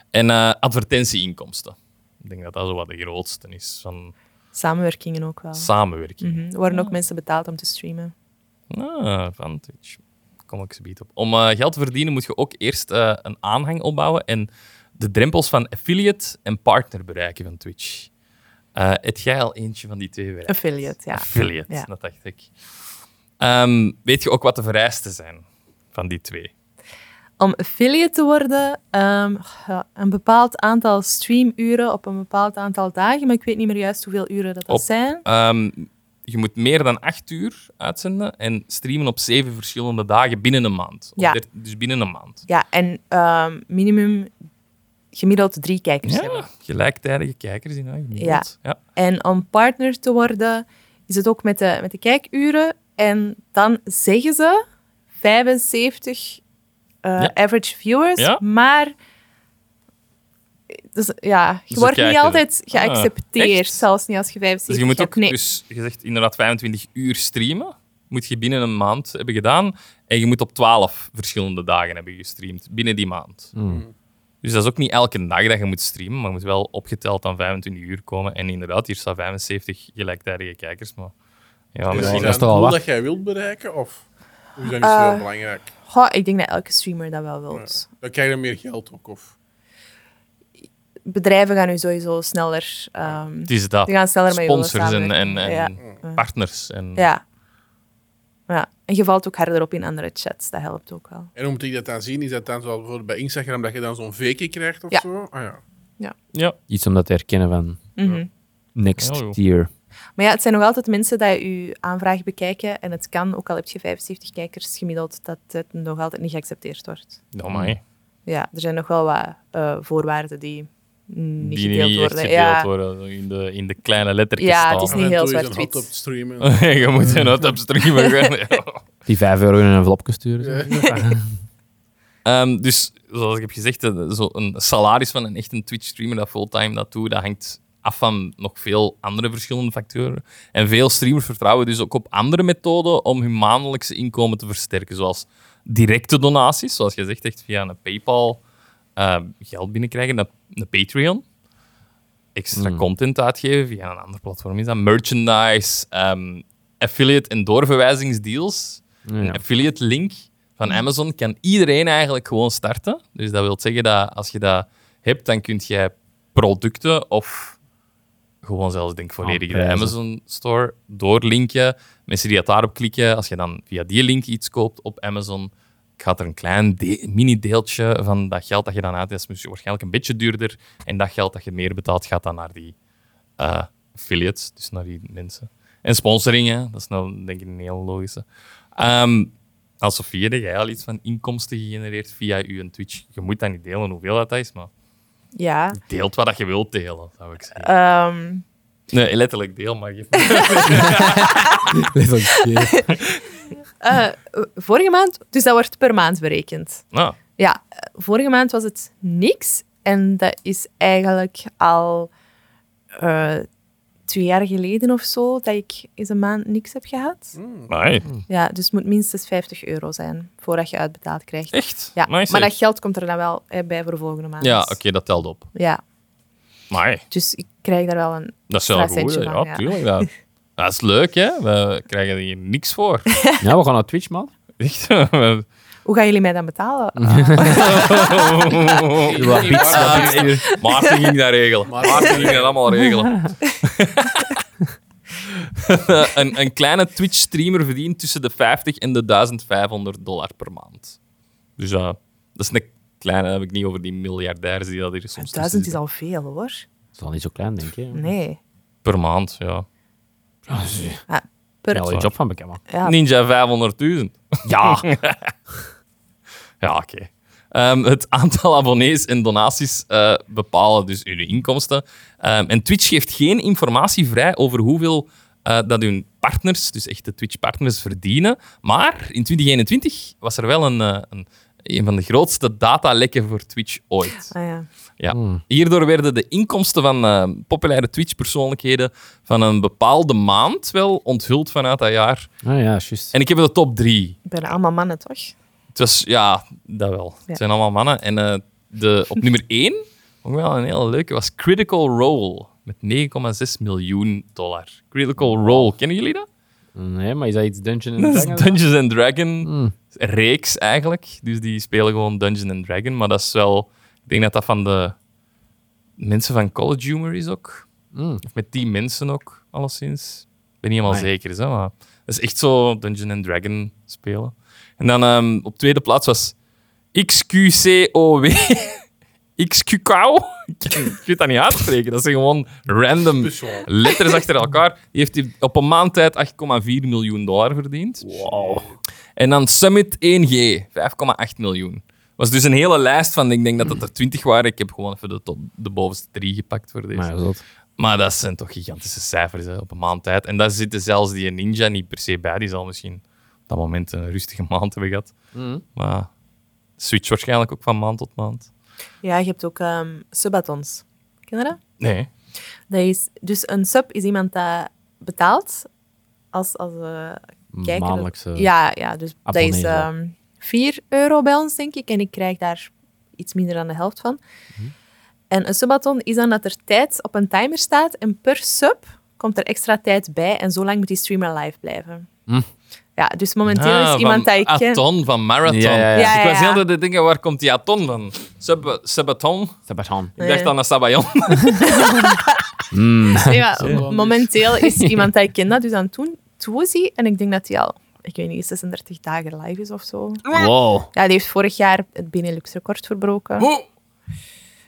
S1: En eh, advertentieinkomsten. Ik denk dat dat zo wat de grootste is van
S3: Samenwerkingen ook wel.
S1: samenwerking.
S3: Mhm. Er worden ook mensen betaald om te streamen.
S1: Ah, van Twitch. Kom ik ze beet op. Om eh, geld te verdienen moet je ook eerst eh, een aanhang opbouwen en de drempels van affiliate en partner bereiken van Twitch. Eh het jij al eentje van die twee werken?
S3: Affiliate, ja.
S1: Affiliate,
S3: Ja.
S1: dat dacht ik. Ehm, weet je ook wat de vereisten zijn van die twee?
S3: Om affiliate te worden, ehm, ja, een bepaald aantal streamuren op een bepaald aantal dagen, maar ik weet niet meer juist hoeveel uren dat, dat
S1: Op-
S3: zijn.
S1: Ehm, je moet meer dan acht uur uitzenden en streamen op zeven verschillende dagen binnen een maand. Of
S3: Ja.
S1: der- Dus binnen een maand.
S3: Ja, en ehm, minimum gemiddeld drie kijkers hebben.
S1: Ja, gelijktijdige kijkers in gemiddeld. Ja.
S3: En om partner te worden, is het ook met de, met de kijkuren. En dan zeggen ze 75 eh,
S1: Ja.
S3: average viewers,
S1: Ja.
S3: maar dus, ja, je
S1: ze
S3: wordt niet
S1: kijken.
S3: altijd
S1: Ah,
S3: geaccepteerd,
S1: echt?
S3: zelfs niet als je 75
S1: Dus je moet
S3: hebt.
S1: ook,
S3: Nee.
S1: dus, je zegt inderdaad 25 uur streamen. Moet je binnen een maand hebben gedaan. En je moet op 12 verschillende dagen hebben gestreamd binnen die maand. Dus dat is ook niet elke dag dat je moet streamen, maar je moet wel opgeteld aan 25 uur komen. En inderdaad, hier staan 75 gelijktijdige kijkers. Maar ja,
S2: Is
S1: misschien
S2: dat
S4: dat is
S2: een
S4: toch al
S2: doel
S4: wat.
S2: dat jij wilt bereiken? Of is dat niet zo
S3: Eh.
S2: heel belangrijk?
S3: Goh, ik denk dat elke streamer dat wel wil.
S2: Dan krijg je meer geld ook. Of...
S3: Bedrijven gaan nu sowieso sneller. ehm,
S1: het is dat.
S3: die gaan sneller met je willen
S1: Sponsors en, en, en
S3: samenwerken.
S1: partners. En,
S3: ja. ja. En je valt ook harder op in andere chats, dat helpt ook wel.
S2: En hoe moet ik dat dan zien? Is dat dan zoals bijvoorbeeld bij Instagram dat je dan zo'n veekje krijgt of
S3: Ja.
S2: zo? Ah, ja.
S1: ja.
S4: Iets om dat te herkennen van
S3: Mhm.
S4: next
S1: Ja, joh.
S4: tier.
S3: Maar ja, het zijn nog altijd mensen die je aanvraag bekijken. En het kan, ook al heb je 75 kijkers gemiddeld, dat het nog altijd niet geaccepteerd wordt.
S1: Ja, maar, hè.
S3: Ja, er zijn nog wel wat eh, voorwaarden die mm, niet
S1: die niet
S3: gedeeld
S1: echt
S3: worden.
S1: gedeeld
S3: ja.
S1: worden. In de, in de kleine lettertjes
S3: Ja,
S1: staan.
S3: het is
S2: Af en
S3: niet heel
S2: toe is een
S3: zwart-wit.
S2: hot op streamen.
S1: je moet een hot-up streamen. gewoon.
S4: Die 5 euro in een envelopje sturen.
S2: Eh,
S1: Ehm, dus zoals ik heb gezegd, eh, zo een salaris van een echte Twitch-streamer dat fulltime dat doet, dat hangt af van nog veel andere verschillende factoren. En veel streamers vertrouwen dus ook op andere methoden om hun maandelijkse inkomen te versterken, zoals directe donaties, zoals je zegt, echt via een PayPal eh, geld binnenkrijgen, een, een Patreon, extra content uitgeven via een ander platform, is dat merchandise, ehm, affiliate en doorverwijzingsdeals.
S4: Ja.
S1: Een affiliate link van Amazon kan iedereen eigenlijk gewoon starten. Dus dat wil zeggen dat als je dat hebt, dan kun je producten of gewoon zelfs denk ik volledig de
S4: Aanprijzen.
S1: Amazon store doorlinken. Mensen die dat daarop klikken, als je dan via die link iets koopt op Amazon, gaat er een klein de- mini-deeltje van dat geld dat je dan uitdeelt, is waarschijnlijk een beetje duurder. En dat geld dat je meer betaalt, gaat dan naar die eh, affiliates, dus naar die mensen. En sponsoringen, dat is nou denk ik een heel logische. Ehm als Sofie, heb jij al iets van inkomsten gegenereerd via je Twitch? Je moet dat niet delen hoeveel dat is, maar
S3: ja.
S1: deelt wat dat je wilt delen, zou ik zeggen.
S3: Ehm,
S1: Nee, letterlijk deel, maar je...
S3: eh, vorige maand, dus dat wordt per maand berekend.
S1: nou,
S3: Ja, eh, vorige maand was het niks. En dat is eigenlijk al eh, twee jaar geleden of zo dat ik eens een maand niks heb gehad.
S1: amai.
S3: Ja, dus het moet minstens 50 euro zijn voordat je uitbetaald krijgt.
S1: echt?
S3: Ja,
S1: Amai,
S3: maar
S1: zeg.
S3: dat geld komt er dan wel eh, bij voor de volgende maand.
S1: Ja, oké, dat telt op.
S3: Ja,
S1: Amai.
S3: dus ik krijg daar wel een...
S1: Dat is wel
S3: Extra
S1: goed,
S3: centje
S1: ja,
S3: van, ja.
S1: tuurlijk. Dat, dat is leuk, hè? We krijgen hier niks voor.
S4: Ja, we gaan naar Twitch, man.
S1: Echt? we-
S3: Hoe gaan jullie mij dan betalen? Ah,
S4: Wat bits, wat bits
S1: Ah,
S4: sturen.
S1: Maarten ging dat regelen.
S2: Maarten.
S1: Maarten ging dat allemaal regelen. Eh, een, een kleine Twitch-streamer verdient tussen de 50 en de 1500 dollar per maand. Dus ja, dat is een kleine, dat heb ik niet over die miljardairs die dat hier soms tussen
S3: Duizend is
S1: zitten.
S3: al veel, hoor.
S4: Dat is al niet zo klein, denk je.
S3: Nee.
S1: Per maand, ja.
S3: Ja, per...
S4: Ja, wel een job van bekend, man.
S3: Ja.
S1: Ninja 500.000.
S4: Ja. Ah,
S1: Ja, oké. Ehm, het aantal abonnees en donaties eh, bepalen dus hun inkomsten. Ehm, en Twitch geeft geen informatie vrij over hoeveel eh, dat hun partners, dus echt de Twitch-partners, verdienen. Maar in 2021 was er wel een, eh, een, een van de grootste datalekken voor Twitch ooit.
S3: Ah, ja.
S1: Ja. Hierdoor werden de inkomsten van eh, populaire Twitch-persoonlijkheden van een bepaalde maand wel onthuld vanuit dat jaar.
S4: Ah, ja, juist.
S1: En ik heb de top drie
S3: Ik ben allemaal mannen, toch?
S1: het was, ja, dat wel.
S3: Ja.
S1: Het zijn allemaal mannen. En eh, de, op nummer 1, ook wel een hele leuke, was Critical Role. Met 9,6 miljoen dollar. Critical Role, kennen jullie dat?
S4: Nee, maar is dat iets Dungeon
S1: Dat is
S4: Dragons?
S1: Dungeons and Dragon reeks eigenlijk. Dus die spelen gewoon Dungeons and Dragon. Maar dat is wel... Ik denk dat dat van de mensen van College Humor is ook. Of met tien mensen ook, alleszins. Ik ben niet helemaal
S4: Amai.
S1: zeker, hè, maar dat is echt zo Dungeon and Dragon spelen. En dan ehm, op tweede plaats was XQCOW. XQKO? Ik ik weet dat niet uitspreken. Dat zijn gewoon random letters achter elkaar. Die heeft die op een maand tijd 8,4 miljoen dollar verdiend. Wow. En dan Summit 1G, 5,8 miljoen. was dus een hele lijst van, ik denk dat dat er 20 waren. Ik heb gewoon even de, top, de bovenste drie gepakt voor deze.
S4: Maar, zot.
S1: Maar dat zijn toch gigantische cijfers hè, op een maand tijd. En daar zitten zelfs die ninja niet per se bij. Die zal misschien op dat moment een rustige maand hebben gehad.
S4: Mhm.
S1: Maar switch waarschijnlijk ook van maand tot maand.
S3: Ja, je hebt ook ehm subatons. Ken je dat?
S1: Nee.
S3: dat is, dus een sub is iemand dat betaalt als, als eh, kijker.
S4: Maandelijkse-
S3: Ja, ja dus dat
S4: Abonnee,
S3: is
S4: ja.
S3: ehm 4 euro bij ons, denk ik. En ik krijg daar iets minder dan de helft van. En een subathon is dan dat er tijd op een timer staat. En per sub komt er extra tijd bij. En zo lang moet die streamer live blijven.
S4: Hm.
S3: Ja, dus momenteel is iemand
S1: Ah, van
S3: dat ik ken...
S1: Aton van Marathon.
S4: Ja, ja, ja.
S3: Ja,
S1: Ik
S3: ja,
S1: was
S3: ja.
S1: heel de tijd denken, waar komt die Aton van? Sub, subaton?
S4: Sabaton.
S1: Ik
S3: Nee.
S1: dacht aan een Sabayon.
S3: Nee, maar momenteel is iemand dat ik ken dat dus aan het doen, Twozy. En ik denk dat hij al, ik weet niet, 36 dagen live is of zo.
S4: Wow.
S3: Ja, die heeft vorig jaar het Benelux-record verbroken.
S1: Hoe?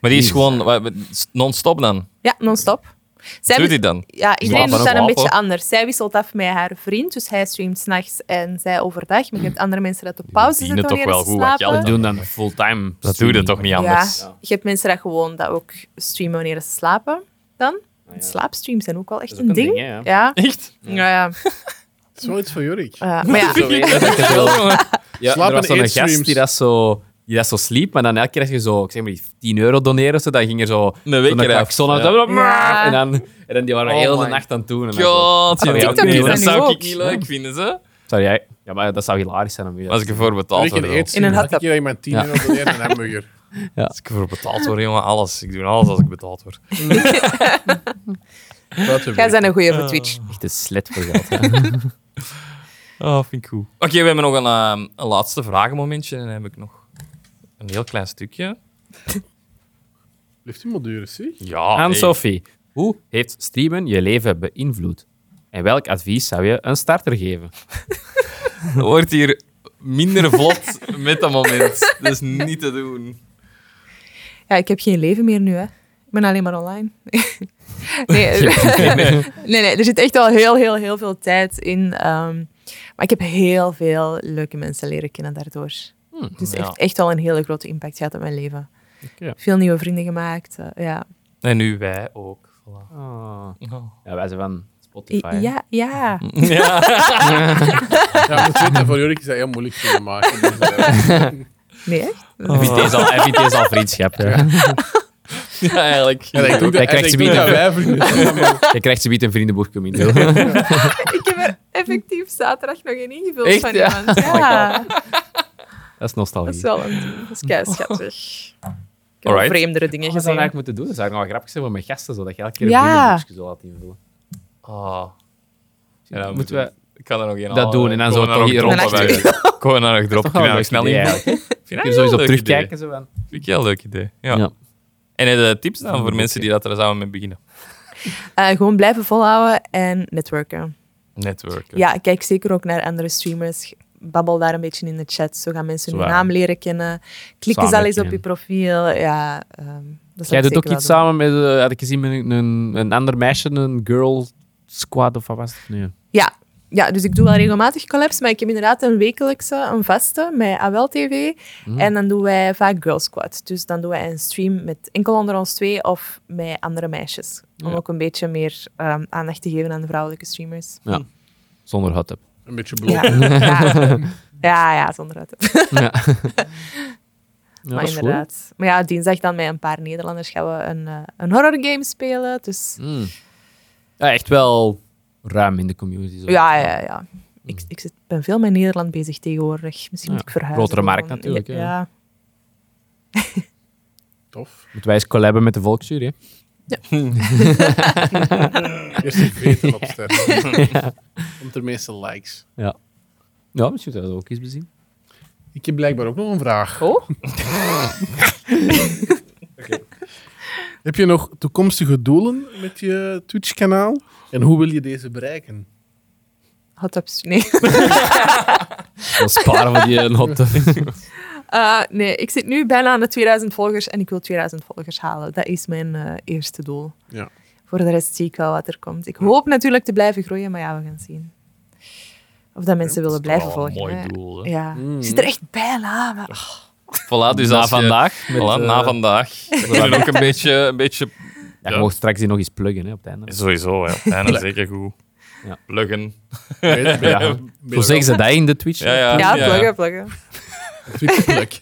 S1: Maar die is
S4: Jezus.
S1: gewoon wa- wa- non-stop dan.
S3: Ja, non-stop. Zij
S1: Doet
S3: wis-
S1: hij dan?
S3: Ja, iedereen
S1: Slapen
S3: doet
S1: ook
S3: dat een
S1: af,
S3: beetje
S1: hoor.
S3: anders. Zij wisselt af met haar vriend, dus hij streamt s'nachts en zij overdag. Maar je hebt andere mensen dat op pauze
S1: verdienen
S3: zitten
S1: toch
S3: wanneer ze
S1: wel goed wat
S3: slapen.
S1: geld
S4: We doen dan fulltime.
S1: Dat doe je toch niet anders?
S3: Ja, je hebt mensen dat gewoon dat ook streamen wanneer ze slapen dan. Slaapstreams zijn ook wel echt
S4: Ah, Dat is
S3: een,
S4: ook
S3: ding.
S4: hè?
S3: Ja.
S1: Echt?
S3: Ja, ja.
S2: Het is nooit voor Jurik.
S3: Eh, maar ja,
S4: Zo weet ik het wel.
S1: Oh
S4: Ja,
S2: Slaap
S4: er was
S2: en
S4: zo'n
S2: eet
S4: gast
S2: streams.
S4: die dat zo, die dat zo sliep, maar dan elke keer als je zo, ik zeg maar, die 10 euro doneren, zo, dan ging er zo
S1: Een wekker
S4: zo'n
S1: af.
S4: klaxon uit.
S3: Ja.
S4: En, dan, en dan die waren
S1: Oh
S4: heel de
S1: my
S4: nacht aan het doen. En dan zo.
S1: God,
S4: zou
S1: ja,
S4: jij ook
S1: dat,
S4: niet doen.
S1: zou
S3: Dat
S1: ik
S3: ook.
S1: niet leuk vinden, ze.
S4: Zou jij, ja, maar dat zou hilarisch zijn om je
S1: Als ik ervoor betaald
S2: Jurik
S1: word.
S2: in
S1: wel.
S2: eetstream.
S3: In een hot
S2: Elke
S3: tub.
S2: keer dat je maar 10
S4: Ja.
S2: euro doneert aan een hamburger.
S1: Als ik ervoor betaald word, jongen, alles. Ik doe alles als ik betaald word.
S2: Buiten
S3: jij
S2: Jurik.
S3: bent een goeie voor Twitch.
S4: echt een slet voor geld. hè.
S1: Oh,
S4: Ah,
S1: vind ik goed. Oké, we hebben nog een, ehm, een laatste vragenmomentje. En dan heb ik nog een heel klein stukje.
S2: Blijft iemand duur, zie?
S1: Ja,
S4: Aan
S1: hey.
S4: Sophie, hoe heeft streamen je leven beïnvloed? En welk advies zou je een starter geven?
S1: wordt hier minder vlot met dat moment. Dat is niet te doen.
S3: Ja, ik heb geen leven meer nu, hè. Ik ben alleen maar online. nee, eh, nee, nee, er zit echt al heel, heel, heel veel tijd in. ehm, maar ik heb heel veel leuke mensen leren kennen daardoor. dus
S1: ja.
S3: echt, echt al een hele grote impact gehad op mijn leven.
S4: Oké.
S3: Veel nieuwe vrienden gemaakt. eh, ja.
S1: En nu wij ook. Voilà. Ah.
S4: Ja, wij zijn van Spotify.
S3: I- ja, ja.
S1: Ja.
S2: Ja, je moet weten, voor Jurik is dat heel moeilijk te maken. Dus, eh,
S3: Nee, echt?
S4: Hij vindt deze al- hij vindt deze al vriendschap. hè.
S1: ja, eigenlijk.
S2: en ik doe dat,
S4: Hij
S2: en
S4: krijgt
S2: ik
S4: ze
S2: doe
S4: bieden.
S2: dat wij vrienden. zijn, maar-
S4: Je krijgt ze biedt een vriendenboekje in.
S3: Ik heb er effectief zaterdag nog een ingevuld
S4: Echt,
S3: van
S4: ja?
S3: iemand. Ja,
S4: Dat is
S3: dat is
S4: nostalgie.
S3: wel een ding. Dat is kei schattig. Ik heb
S1: Alright.
S3: wel vreemdere dingen
S4: Wat
S3: gezien.
S4: zou eigenlijk moeten doen? Oh, Dat zou nog wel grappig zijn voor mijn gasten, zodat je elke keer een
S3: Ja.
S4: vriendenboekje zo laat invullen.
S1: Ah. Ja, dan
S4: Moeten we
S1: Ik kan er nog één eh,
S4: dat doen en dan zo toch hier rond
S3: Een
S1: Ik Gewoon naar een drop.
S4: Toch wel een
S1: Ik
S4: leuk
S1: snel
S4: idee,
S1: in.
S4: eigenlijk.
S1: Vind
S4: Kun
S1: ik
S4: je
S1: sowieso
S4: sowieso terugkijken. Zo van.
S1: Vind ik een heel leuk idee. Ja.
S4: Ja.
S1: En heb je tips dan voor mensen die dat er samen mee beginnen?
S3: Eh, gewoon blijven volhouden en netwerken.
S1: Networken.
S3: Ja, kijk zeker ook naar andere streamers. Babbel daar een beetje in de chat. Zo gaan mensen hun
S4: Zwaar.
S3: naam leren kennen. Klik eens al eens op je profiel. Ja, ehm, dat zou
S4: Jij
S3: ik
S4: doet ook
S3: zeker wel
S4: iets
S3: doen.
S4: samen met, eh, had ik gezien, met een, een, een ander meisje, een girl squad of wat was het? Nee.
S3: Ja. ja, dus ik doe wel regelmatig collabs. Maar ik heb inderdaad een wekelijkse, een vaste met AWL TV.
S4: Mm.
S3: En dan doen wij vaak Girl Squad. Dus dan doen wij een stream met enkel onder ons twee of met andere meisjes. Om
S4: Ja.
S3: ook een beetje meer ehm, aandacht te geven aan de vrouwelijke streamers.
S4: Ja. Zonder hot up.
S2: Een beetje
S3: Ja,
S2: blok.
S3: ja. ja, ja zonder uit.
S4: Ja,
S3: maar inderdaad. Maar ja, dinsdag dan met een paar Nederlanders gaan we een, eh, een horror game spelen. Dus
S4: Hmm. Ja, echt wel ruim in de community. Zo.
S3: ja, ja, ja. Ik, ik zit, ben veel met Nederland bezig tegenwoordig. Misschien
S4: Mm. Ja,
S3: moet ik verhuizen.
S4: grotere markt
S3: gewoon.
S4: natuurlijk,
S3: Ja,
S4: hè.
S3: ja.
S2: Tof.
S4: Moeten wij eens collaben met de volksjury. hè?
S2: Eerst een veter op sterren. Om de meeste likes.
S4: Ja. Ja, misschien zouden we dat ook eens bezien.
S2: Ik heb blijkbaar ook nog een vraag.
S3: Oh?
S2: Heb je nog toekomstige doelen met je Twitch-kanaal? En hoe wil je deze bereiken?
S3: Hot tubs, nee.
S4: Dan sparen we die een hot tub.
S3: Eh, nee, ik zit nu bijna aan de 2000 volgers en ik wil 2000 volgers halen. Dat is mijn eh, eerste doel.
S2: Ja.
S3: Voor de rest zie ik wel wat er komt. Ik hoop natuurlijk te blijven groeien, maar ja, we gaan zien. Of dat mensen willen blijven
S1: wel een
S3: volgen.
S1: mooi
S3: hè.
S1: doel, hè.
S3: Ja,
S4: Mm.
S3: ik zit er echt bij, la. Maar, ach,
S1: Voilà, dus
S4: Na
S1: als je-
S4: vandaag. met,
S1: voilà,
S4: eh,
S1: na vandaag. We zijn ook een beetje... Een beetje
S4: ja, je mag straks die nog eens pluggen hè, op het einde.
S1: Sowieso, hè. Bijna zeker goed.
S4: Ja.
S1: Pluggen.
S2: Ben je- ben je-
S4: Ja.
S2: ben je
S4: Hoe zeggen ze dat in de Twitch?
S1: Ja, ja.
S3: ja, pluggen, pluggen.
S2: wel- Twitch-plek.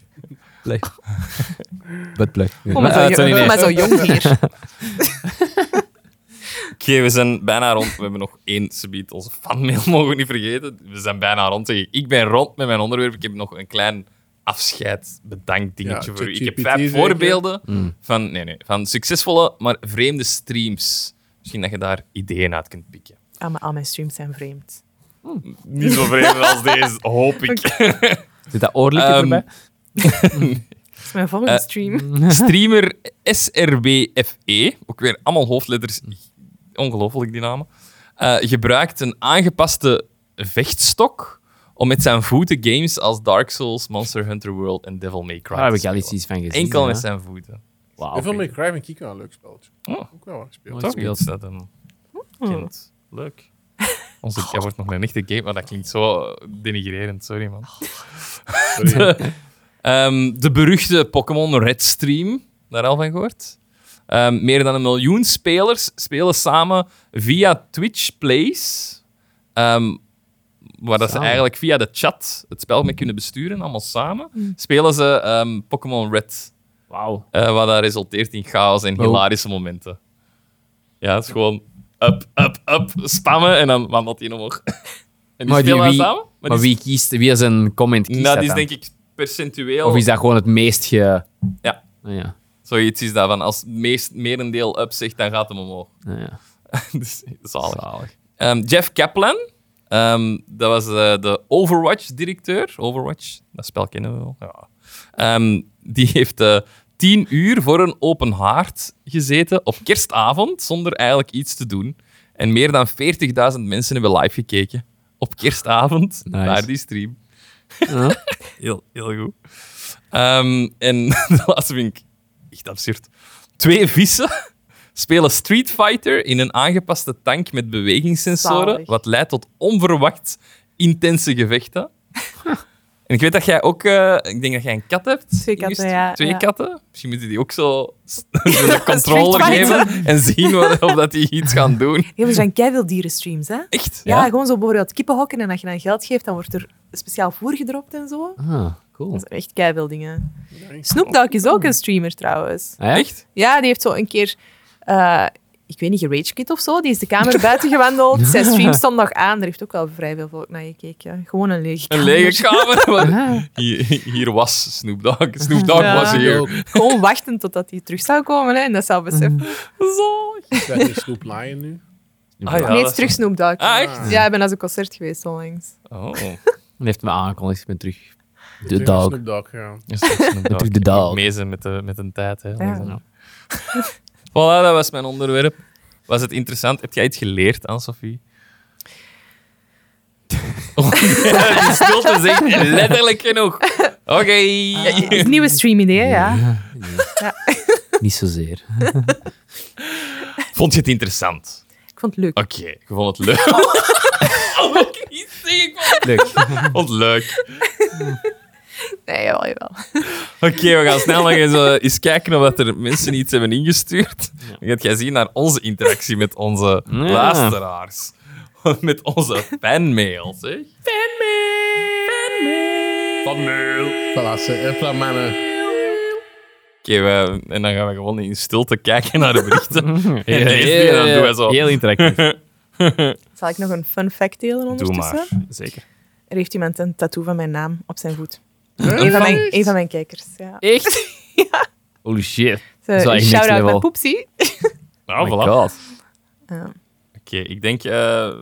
S4: But plug.
S3: Kom maar,
S1: Ah,
S3: zo, jong- kom maar zo jong hier.
S1: Oké, we zijn bijna rond. We hebben nog één subiet. Onze fanmail mogen we niet vergeten. We zijn bijna rond. zeg ik. Ik ben rond met mijn onderwerp. Ik heb nog een klein afscheid bedankt dingetje
S2: Ja,
S1: voor u. Ik heb
S2: ChatGPT
S1: vijf
S2: zeker.
S1: voorbeelden van, nee, nee, van succesvolle, maar vreemde streams. Misschien dat je daar ideeën uit kunt pikken.
S3: Ah, maar al mijn streams zijn vreemd.
S1: Niet zo vreemd als deze, hoop ik.
S4: Zit dat oorlijk
S1: Ehm,
S4: erbij?
S3: Dat is mijn volgende
S1: Eh,
S3: stream.
S1: Streamer SRBFE, E, ook weer allemaal hoofdletters, ongelooflijk die namen, eh, gebruikt een aangepaste vechtstok om met zijn voeten games als Dark Souls, Monster Hunter World en Devil May Cry
S4: Daar Ah, heb
S1: te
S4: ik
S1: spelen.
S4: al iets iets van gezien.
S1: Enkel
S4: ja.
S1: met zijn voeten.
S4: Wauw.
S2: Ik vond met Cry en Kiko een leuk spelletje.
S1: Oh.
S2: Ook wel wat gespeeld.
S4: Mooi.
S1: Toch
S4: speelt.
S1: iets dat hem
S4: Hmm.
S1: kent. Leuk. Onze, jij wordt nog een echte game, maar dat klinkt zo eh, denigrerend. Sorry, man.
S2: Sorry.
S1: Oh. Ehm, de beruchte Pokémon Red Stream, daar al van gehoord. Ehm, meer dan een miljoen spelers spelen samen via Twitch Plays. ehm, waar dat ze
S4: Samen.
S1: eigenlijk via de chat het spel mee kunnen besturen, allemaal samen. Spelen ze ehm, Pokémon Red,
S4: Wauw.
S1: eh, wat dat resulteert in chaos en
S4: Oh.
S1: hilarische momenten. Ja, het is gewoon up, up, up, spammen en dan wandelt hij omhoog. En die
S4: Maar, die,
S1: spelen
S4: wie,
S1: dat samen.
S4: maar,
S1: die-
S4: wie kiest, wie is een comment kiest
S1: nou,
S4: dat
S1: die is
S4: dan?
S1: denk ik percentueel...
S4: Of is dat gewoon het meest ge...
S1: Ja.
S4: Ah, ja.
S1: Zoiets is dat van als het meest, merendeel up zegt, dan gaat hem omhoog.
S4: Ah, ja.
S1: dus zalig.
S4: Zalig.
S1: Ehm, Jeff Kaplan, ehm, dat was eh, de Overwatch-directeur. Overwatch, dat spel kennen we wel. Ja. Ehm, die heeft eh, tien uur voor een open haard gezeten op kerstavond zonder eigenlijk iets te doen. En meer dan 40.000 mensen hebben live gekeken op kerstavond
S4: Nice.
S1: naar die stream.
S4: Ja.
S1: Heel, heel goed. Ehm, en de laatste vind ik echt absurd. Twee vissen spelen Street Fighter in een aangepaste tank met bewegingssensoren,
S3: Zalig.
S1: wat leidt tot onverwacht intense gevechten. En ik weet dat jij ook, eh, ik denk dat jij een kat hebt.
S3: Twee katten,
S1: Just-
S3: ja,
S1: Twee
S3: ja.
S1: katten. Misschien moeten die ook zo s- de controller
S3: Street Fighter.
S1: geven en zien wat- of dat die iets gaan doen.
S3: Ja, er zijn keiveel dierenstreams, hè?
S1: Echt?
S3: Ja, gewoon zo bijvoorbeeld kippenhokken. En als je dan geld geeft, dan wordt er speciaal voer gedropt en zo.
S4: Ah, cool.
S3: Dat zijn echt keiveel dingen.
S2: Nice.
S3: Snoop Dogg is ook een streamer, trouwens.
S4: Ah, ja?
S1: Echt?
S3: Ja, die heeft zo een keer... eh, ik weet niet, geragekid of zo. Die is de kamer buiten gewandeld. Zijn stream stond nog aan. Er heeft ook wel vrij veel volk naar gekeken. Gewoon een lege
S1: Een
S3: kamer.
S1: lege kamer. maar
S4: Ah,
S1: Hier, hier was Snoop Dogg. Snoop Dogg
S3: Ja.
S1: was hier.
S3: Gewoon wachten totdat hij terug zou komen hè, en dat zou beseffen. Zo.
S2: Dat is Snoop Lion nu.
S1: Ah, ja,
S3: nee,
S1: dat
S3: het
S1: is-
S3: is terug Snoop Dogg.
S1: Ah, echt?
S3: Ja, ik ben naar zijn concert geweest onlangs.
S1: Oh.
S4: Dan heeft me aangekondigd, ik ben terug. De
S2: Tegen
S4: dog.
S2: Snoop Dogg, ja.
S1: Is dat Snoop Dogg?
S4: Terug de daal.
S1: Ik moet Mee zijn met, de, met een tijd. Hè.
S3: Ja.
S1: Voilà, dat was mijn onderwerp. Was het interessant? Heb jij iets geleerd aan Sophie? Oh, die stilte zegt letterlijk genoeg. Oké.
S3: Het is een nieuwe streamidee, ja.
S4: Niet zozeer.
S1: Vond je het interessant?
S3: Ik vond het leuk.
S1: Oké, ik vond het leuk. Oh, ik kan niet zeggen, ik vond het-
S4: Leuk.
S1: ik vond het leuk.
S3: Nee, jawel, jawel.
S1: Oké, we gaan snel nog eens, eh, eens kijken of dat er mensen iets hebben ingestuurd. Dan gaat jij zien naar onze interactie met onze
S4: Ja.
S1: luisteraars. Met onze fanmail, zeg. Fanmail! Fanmail!
S2: Voilà, ze- eh, voilà, mannen.
S1: Oké, we- en dan gaan we gewoon in stilte kijken naar de berichten. en
S4: Heel-
S1: lezen die, en dan doen we zo.
S4: Heel interactief.
S3: Zal ik nog een fun fact delen
S1: Doe
S3: ondertussen?
S1: maar. Zeker.
S3: Er heeft iemand een tattoo van mijn naam op zijn voet. Een van mijn, een van mijn kijkers. Ja.
S4: Echt? Holy shit.
S3: Zo,
S4: Dat is wel
S3: een
S4: echt next
S3: shout-out
S4: level.
S3: naar Poepsie.
S1: Nou,
S4: Oh my
S1: voilà. Oké,
S4: god.
S1: ik denk... eh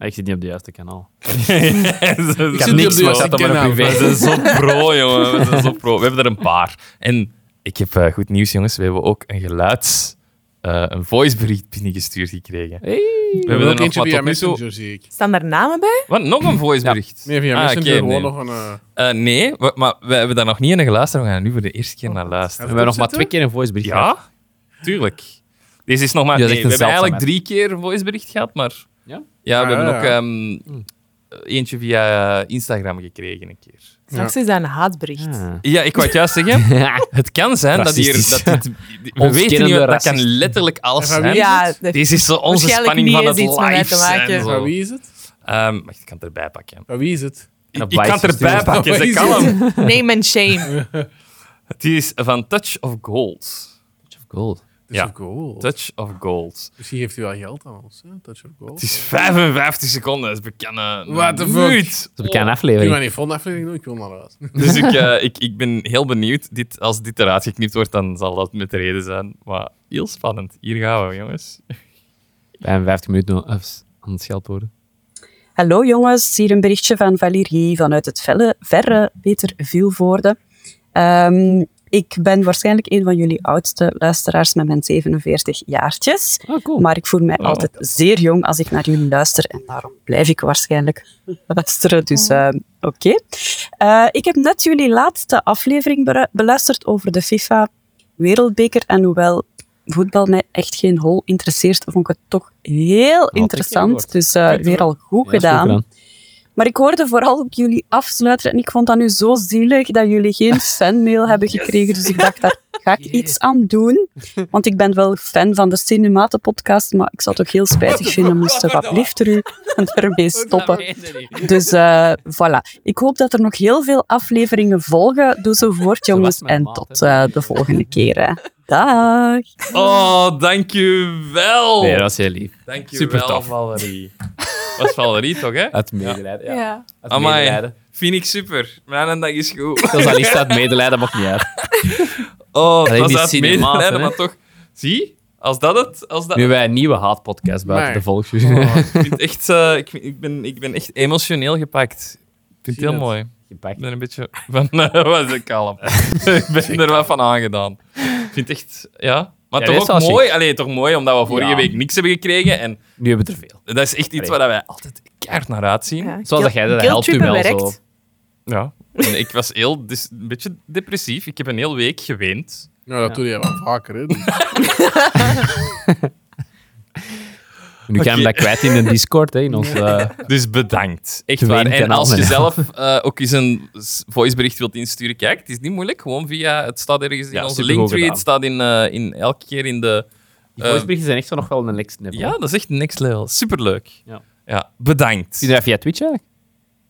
S4: Ah, Ik zit niet op de juiste kanaal.
S1: ik
S4: Ik
S2: zit
S4: heb
S2: niet
S4: niks,
S2: op de
S4: maar
S2: juiste
S4: staat op mijn
S2: kanaal.
S1: We
S4: privé.
S1: zijn zo pro, jongen. We zijn zo pro. We hebben er een paar. En ik heb eh, goed nieuws, jongens. We hebben ook een geluids... eh, een voicebericht binnengestuurd gekregen.
S4: Hey.
S1: We
S2: We
S1: hebben
S2: hebben
S1: er
S2: ook
S1: nog
S2: eentje
S1: maar
S2: via
S1: tot nu toe...
S2: Messenger, zie ik.
S3: Staan daar namen bij?
S1: Wat, nog een voicebericht?
S2: Nee, via
S1: Ah,
S2: Messenger
S1: oké, nee.
S2: gewoon nog een... eh,
S1: Eh, nee, we- maar we hebben daar nog niet naar geluisterd. We gaan er nu voor de eerste keer naar
S4: Oh, We
S1: luisteren.
S4: hebben nog maar twee keer een voicebericht gehad.
S1: Ja, tuurlijk. Deze is nog maar...
S4: Ja,
S1: Nee,
S4: dat
S1: we
S4: is echt
S1: hebben
S4: een
S1: eigenlijk
S4: zeldzaam,
S1: drie keer een voicebericht gehad, maar...
S4: Ja?
S1: Ja, we
S2: Ah,
S1: hebben
S2: ja,
S1: ook
S2: ja.
S1: ehm, eentje via eh, Instagram gekregen een keer.
S3: Straks is dat een haatbericht.
S1: Ja, ik wou het juist zeggen.
S4: Ah.
S1: Het kan zijn dat hier...
S4: Racistisch.
S1: Dat dit, we weten niet,
S4: Ontkennende
S1: dat kan
S4: racist.
S1: letterlijk alles
S2: En van wie
S1: zijn.
S2: is
S3: Ja,
S2: het?
S3: dat-
S1: Deze is zo onze
S3: Waarschijnlijk
S1: spanning
S3: niet
S1: van het
S3: eens iets met mij
S1: live
S3: te maken.
S1: zijn.
S2: Van
S1: Zo.
S2: wie is het?
S1: Ehm, wacht, ik kan het erbij pakken.
S2: Van wie is het?
S1: Ik, ik
S4: bias
S1: kan het erbij
S4: gestuurd.
S1: pakken,
S2: Wat
S1: ze
S2: is
S1: kan
S2: het?
S1: hem.
S3: Name and shame.
S1: Het is van Touch of Gold.
S4: Gold.
S2: Touch
S1: Ja.
S2: of Gold.
S1: Touch of Gold.
S2: Misschien geeft hij wel geld aan ons, hè? Touch of Gold.
S1: Het is 55 seconden, dat is bekende.
S2: What the fuck?
S1: minuut.
S4: Dat is een
S2: Nu maar
S4: aflevering.
S2: niet volgende aflevering doen, ik wil naar huis.
S1: Dus ik, eh, ik, ik ben heel benieuwd. Dit, als dit eruit geknipt wordt, dan zal dat met reden zijn. Maar heel spannend. Hier gaan we, jongens.
S4: 55 minuten nog- eh, aan het scheldwoorden.
S5: Hallo jongens, hier een berichtje van Valérie vanuit het felle, verre Peter Vilvoorde. Ehm, ik ben waarschijnlijk een van jullie oudste luisteraars met mijn 47 jaartjes.
S4: Oh, cool.
S5: Maar ik voel mij
S1: Oh.
S5: altijd zeer jong als ik naar jullie luister. En daarom blijf ik waarschijnlijk luisteren. Dus ehm, oké. Eh, ik heb net jullie laatste aflevering bere- beluisterd over de FIFA Wereldbeker. En hoewel voetbal mij echt geen hol interesseert, vond ik het toch heel interessant.
S4: gehoord.
S5: Dus eh, weer al goed
S4: Ja, is
S5: gedaan. Maar ik hoorde vooral ook jullie afsluiten. En ik vond dat nu zo zielig dat jullie geen fanmail hebben gekregen. Dus ik dacht, daar ga ik iets aan doen. Want ik ben wel fan van de Cinematen-podcast. Maar ik zou het ook heel spijtig vinden moesten wat blieft er u ermee stoppen. Dus eh, voilà. Ik hoop dat er nog heel veel afleveringen volgen. Doe zo voort, jongens.
S4: mijn
S5: En
S4: maat,
S5: tot
S4: hè.
S5: eh, de volgende keer. hè. Dag.
S1: Oh, dankjewel.
S4: Nee, dat is heel lief.
S1: dankjewel,
S4: super tof.
S1: Valerie. Was Valerie toch, hè?
S4: Uit medelijden. Ja.
S3: Ja.
S4: Uit
S1: Amai.
S4: medelijden.
S1: Vind ik super. Mijn dag is goed.
S4: Zelfs al is dat medelijden, mag niet uit.
S1: Oh,
S4: Alleen
S1: dat
S4: die
S1: is uit
S4: cinematen,
S1: medelijden,
S4: hè?
S1: maar toch. Zie, als dat het... Als dat...
S4: Nu hebben wij een nieuwe haatpodcast buiten
S2: Maar-
S4: de volksjury.
S1: Oh, ik, vind het echt, eh, ik, vind- ik ben, ik ben echt emotioneel gepakt. Ik vind
S2: Zie
S1: het heel
S2: dat.
S1: mooi. Ik
S4: Gepakt.
S1: ben een beetje van... eh, was ik kalm. ik ben er wel van aangedaan. Ik vind het echt... Ja. Maar
S4: Ja, dit is
S1: toch
S4: wel
S1: ook
S4: chic.
S1: mooi. Allee, toch mooi, omdat we vorige
S4: Ja.
S1: week niks hebben gekregen. En
S4: Nu hebben we er veel.
S1: dat is echt iets
S4: Allee.
S1: waar wij altijd keihard naar uitzien. Ja.
S3: Ja.
S4: Zoals dat jij, dat
S3: Guilt
S4: helpt u
S3: trippen
S4: wel
S3: werkt.
S4: zo.
S1: En ik was heel... Dus, een beetje depressief. Ik heb een hele week geweend.
S2: Nou, dat doe je wel vaker, hè?
S4: Nu gaan we dat kwijt in de Discord, hè, in ons... eh,
S1: Dus bedankt. Echt
S4: Geweend
S1: waar. En
S4: en
S1: als
S4: al,
S1: je
S4: ja.
S1: zelf eh, ook eens een s- voicebericht wilt insturen, kijk, het is niet moeilijk. Gewoon via... Het staat ergens in
S4: Ja,
S1: onze
S4: supergoed
S1: linktree. Het
S4: gedaan.
S1: staat in, eh, in, elke keer in de...
S4: Die
S1: Eh,
S4: voiceberichten zijn echt zo nog wel een next level.
S1: Ja, dat is echt next level. Superleuk.
S4: Ja.
S1: ja bedankt.
S4: Zie je dat via Twitch eigenlijk?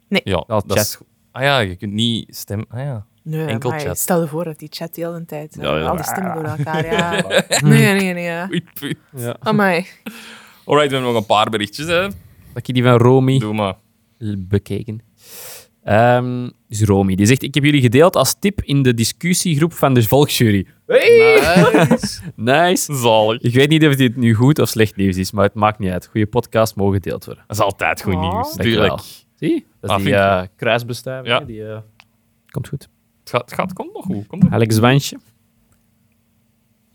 S1: Ja,
S4: Wel,
S1: dat
S4: chat.
S1: is... Ah ja, je kunt niet stemmen. Ah ja.
S3: Nee,
S1: Enkel
S3: amai,
S1: chat.
S3: Stel je voor dat die chat de hele tijd... eh,
S1: Ja, ja.
S3: Al die stemmen door elkaar, ja. Nee, nee, nee. Ja.
S1: Oei, pui.
S3: Amai.
S1: Alright, we hebben nog een paar berichtjes. Hè.
S4: Dat je die van Romy
S1: Doe maar.
S4: bekeken. Ehm, dus Romy, die zegt... Ik heb jullie gedeeld als tip in de discussiegroep van de volksjury. Hey!
S2: Nice.
S4: Nice.
S1: Zalig.
S4: Ik weet niet of dit nu goed of slecht nieuws is, maar het maakt niet uit. Goede podcast mogen gedeeld worden.
S1: Dat is altijd goed
S3: Oh.
S1: nieuws.
S4: Dankjewel.
S1: Tuurlijk.
S4: Zie? Dat
S1: Ah,
S4: is die
S1: vind ik
S4: eh, kruisbestuiving.
S1: Ja.
S4: hè, Die, eh, Komt goed.
S1: Het gaat, het gaat, komt nog goed. Komt nog goed.
S4: Alex Zwansje.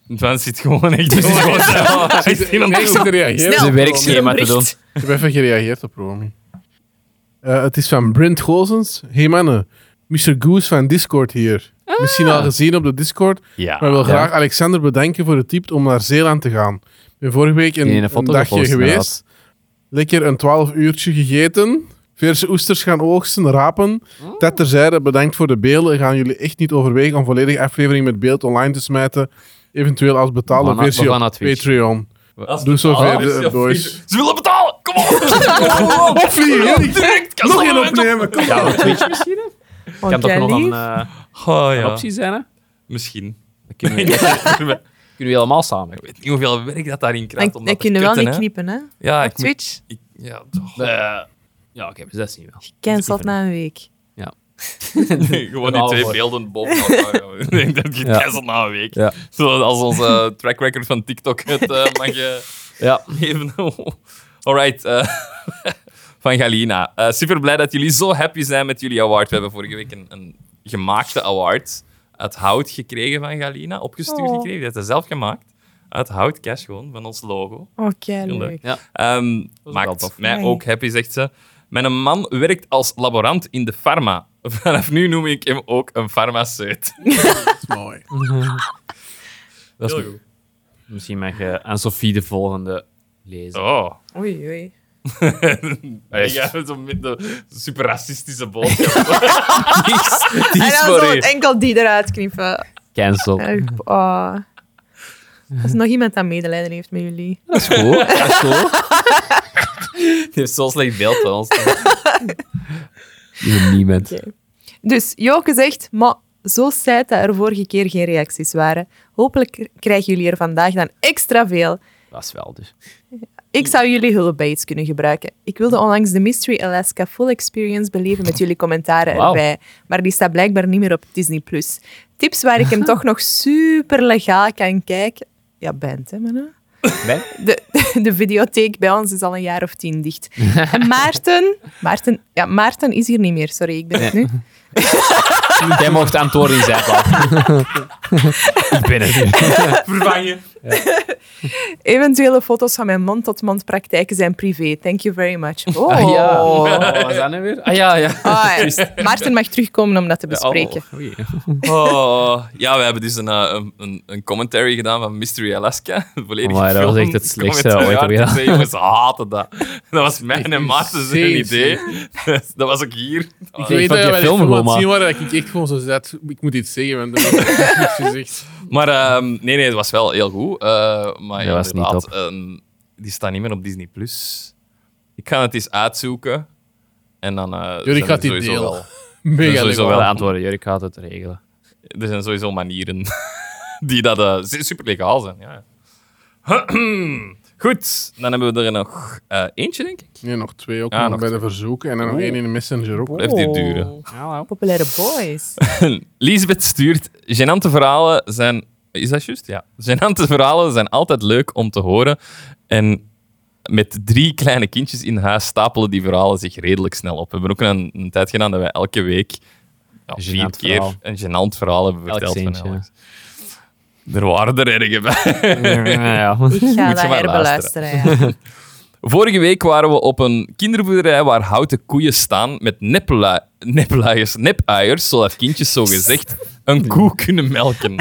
S1: Het mens zit gewoon echt... Het is gewoon zo. Hij is in een-
S2: Ik heb gereageerd.
S4: Zijn
S2: op Romy.
S4: werkschema te doen.
S2: Ik heb even gereageerd op Romy. Eh, het is van Brent Gozens. Hey mannen, Mr. Goose van Discord hier. Misschien al gezien op de Discord,
S1: Ja.
S2: maar ik wil
S4: ja.
S2: graag Alexander bedanken voor het tip om naar Zeeland te gaan. Ik ben vorige week een,
S4: Die ene
S2: een
S4: foto
S2: dagje
S4: gepost,
S2: geweest.
S4: inderdaad.
S2: Lekker een 12 uurtje gegeten. Verse oesters gaan oogsten, rapen. Dat terzijde, bedankt voor de beelden. Gaan jullie echt niet overwegen om volledige aflevering met beeld online te smijten? Eventueel als betaalde
S4: We gaan naar- we
S2: versie
S4: gaan naar
S2: op
S4: Twitch.
S2: Patreon.
S1: Als
S2: Doe zo
S1: betalen,
S2: verder,
S1: is-
S2: boys.
S1: Ze willen betalen! Kom op! Kom op! Direct!
S2: Nog
S1: een
S2: één opnemen, kom.
S4: Ja, op Twitch misschien. hè? Kan toch nog een, eh,
S1: Oh
S4: een
S1: ja,
S4: optie zijn, hè?
S1: misschien.
S4: Dan kunnen we, kunnen we allemaal samen.
S1: Ik weet niet hoeveel werk dat daarin
S3: Dan,
S1: krijgt. om
S3: dan
S1: dat te
S3: kunnen we wel
S1: kutten,
S3: niet
S1: hè.
S3: knippen, hè.
S1: Ja, ik
S3: Op
S1: moet...
S3: Twitch.
S1: ik- Ja, toch.
S4: Eh, ja, oké, dus dat is niet wel.
S3: Cancelled na een week.
S1: Nee, Gewoon die twee beelden boven elkaar. Ik denk dat je
S4: Ja.
S1: cancelt na een week.
S4: Ja.
S1: Zoals onze eh, track record van TikTok het eh, mag je
S4: Ja,
S1: even. Alright. eh, van Galina. Eh, super blij dat jullie zo happy zijn met jullie award. We hebben vorige week een, een gemaakte award uit hout gekregen van Galina. Opgestuurd
S3: Oh.
S1: gekregen. Die heeft ze zelf gemaakt. uit hout cash gewoon, van ons logo.
S3: Oké,
S1: Heel
S3: Oh, leuk.
S1: Ehm,
S4: wel
S1: maakt
S4: tof.
S1: mij
S3: Amai.
S1: ook happy, zegt ze. Mijn man werkt als laborant in de farma. Vanaf nu noem ik hem ook een farmaceut.
S2: is mooi.
S4: Dat is
S1: Heel goed.
S4: Misschien mag je aan Sophie de volgende lezen.
S1: Oh.
S3: Oei, oei.
S1: Ja, zo'n met de super racistische boodschap.
S4: Die is, die
S3: En
S4: is
S3: dan
S4: voor
S3: zo
S4: u.
S3: het enkel die eruit knippen.
S4: Cancel.
S3: Echt, Oh. Als nog iemand dat medelijden heeft met jullie.
S4: Dat is goed. Dat is goed. Die heeft zo'n slecht beeld van ons. Je niemand.
S3: Dus Joke zegt, maar zo zei dat er vorige keer geen reacties waren. Hopelijk k- krijgen jullie er vandaag dan extra veel.
S4: Dat is wel dus.
S3: Ik zou jullie hulp bij iets kunnen gebruiken. Ik wilde onlangs de Mystery Alaska Full Experience beleven met jullie commentaren
S4: Wauw.
S3: erbij. Maar die staat blijkbaar niet meer op Disney+. Tips waar ik hem toch nog super legaal kan kijken. Ja, bent hè, mannen?
S4: Nee?
S3: De, de videotheek bij ons is al een jaar of tien dicht. En Maarten... Maarten, ja, Maarten is hier niet meer, sorry, ik ben het nu.
S4: Jij mocht antwoorden in zijn plaats. Ik ben het.
S1: Vervangen.
S3: Eventuele foto's van mijn mond-tot-mond praktijken zijn privé. Thank you very much. Oh.
S4: Ah, ja. Wat was dat nu weer? Ah ja, ja.
S3: Ah, ja. Maarten mag terugkomen om dat te bespreken.
S4: Oh, oei.
S1: Oh, ja, we hebben dus een, eh, een, een, een commentary gedaan van Mystery Alaska. Volledig
S4: Amai, dat was
S1: gefilmd.
S4: echt het slechtste
S1: Commentaar
S4: ooit heb
S1: te
S4: gedaan.
S1: zeggen, jongens, Ze haten dat. Dat was mijn en Maarten zijn
S2: Jezus.
S1: idee. Dat was ook hier.
S2: Ik
S4: vond
S2: weet dat
S4: die
S2: wij die
S4: film
S2: film aan
S4: gewoon
S2: het
S4: maar-
S2: zien waren, dat ik echt gewoon zo zat. Ik moet iets zeggen, want dat heb ik niks gezegd.
S1: Maar ehm, nee, nee, het was wel heel goed. Eh maar ja,
S4: Dat was niet
S1: inderdaad,
S4: top.
S1: ehm, die staan niet meer op Disney+. Plus. Ik ga het eens uitzoeken. En dan... eh, zijn
S2: gaat
S1: er
S2: die
S1: sowieso
S2: delen.
S1: wel-
S2: Mega
S1: Sowieso
S2: leuk.
S4: Wel
S1: wel.
S4: antwoorden, Jurk gaat het regelen.
S1: Er zijn sowieso manieren die dat eh, z- super legaal zijn. Ja. Goed, dan hebben we er nog eh, eentje, denk ik.
S2: Nee, nog twee ook
S1: Ah,
S2: nog
S1: nog
S2: bij de verzoeken. En dan
S4: Oh.
S2: nog één in de Messenger ook.
S1: Blijft hier duren.
S3: Populaire boys.
S1: Lisbeth stuurt, genante verhalen zijn... Is dat juist? Ja. Genante verhalen zijn altijd leuk om te horen. En met drie kleine kindjes in huis stapelen die verhalen zich redelijk snel op. We hebben ook een, een tijd gedaan dat wij elke week ja,
S4: Een
S1: vier
S4: gênant
S1: keer
S4: verhaal.
S1: een genant verhaal hebben
S4: Elk
S1: verteld. van
S4: centje, ja.
S1: Alex. Er waren er erg bij.
S4: Ja, ja.
S3: Ik ga
S1: Moet je
S3: dat
S1: maar
S3: herbeluisteren. Ja.
S1: Vorige week waren we op een kinderboerderij waar houten koeien staan met neplu- nepluiers, nepeiers, zodat kindjes zo gezegd een koe kunnen melken.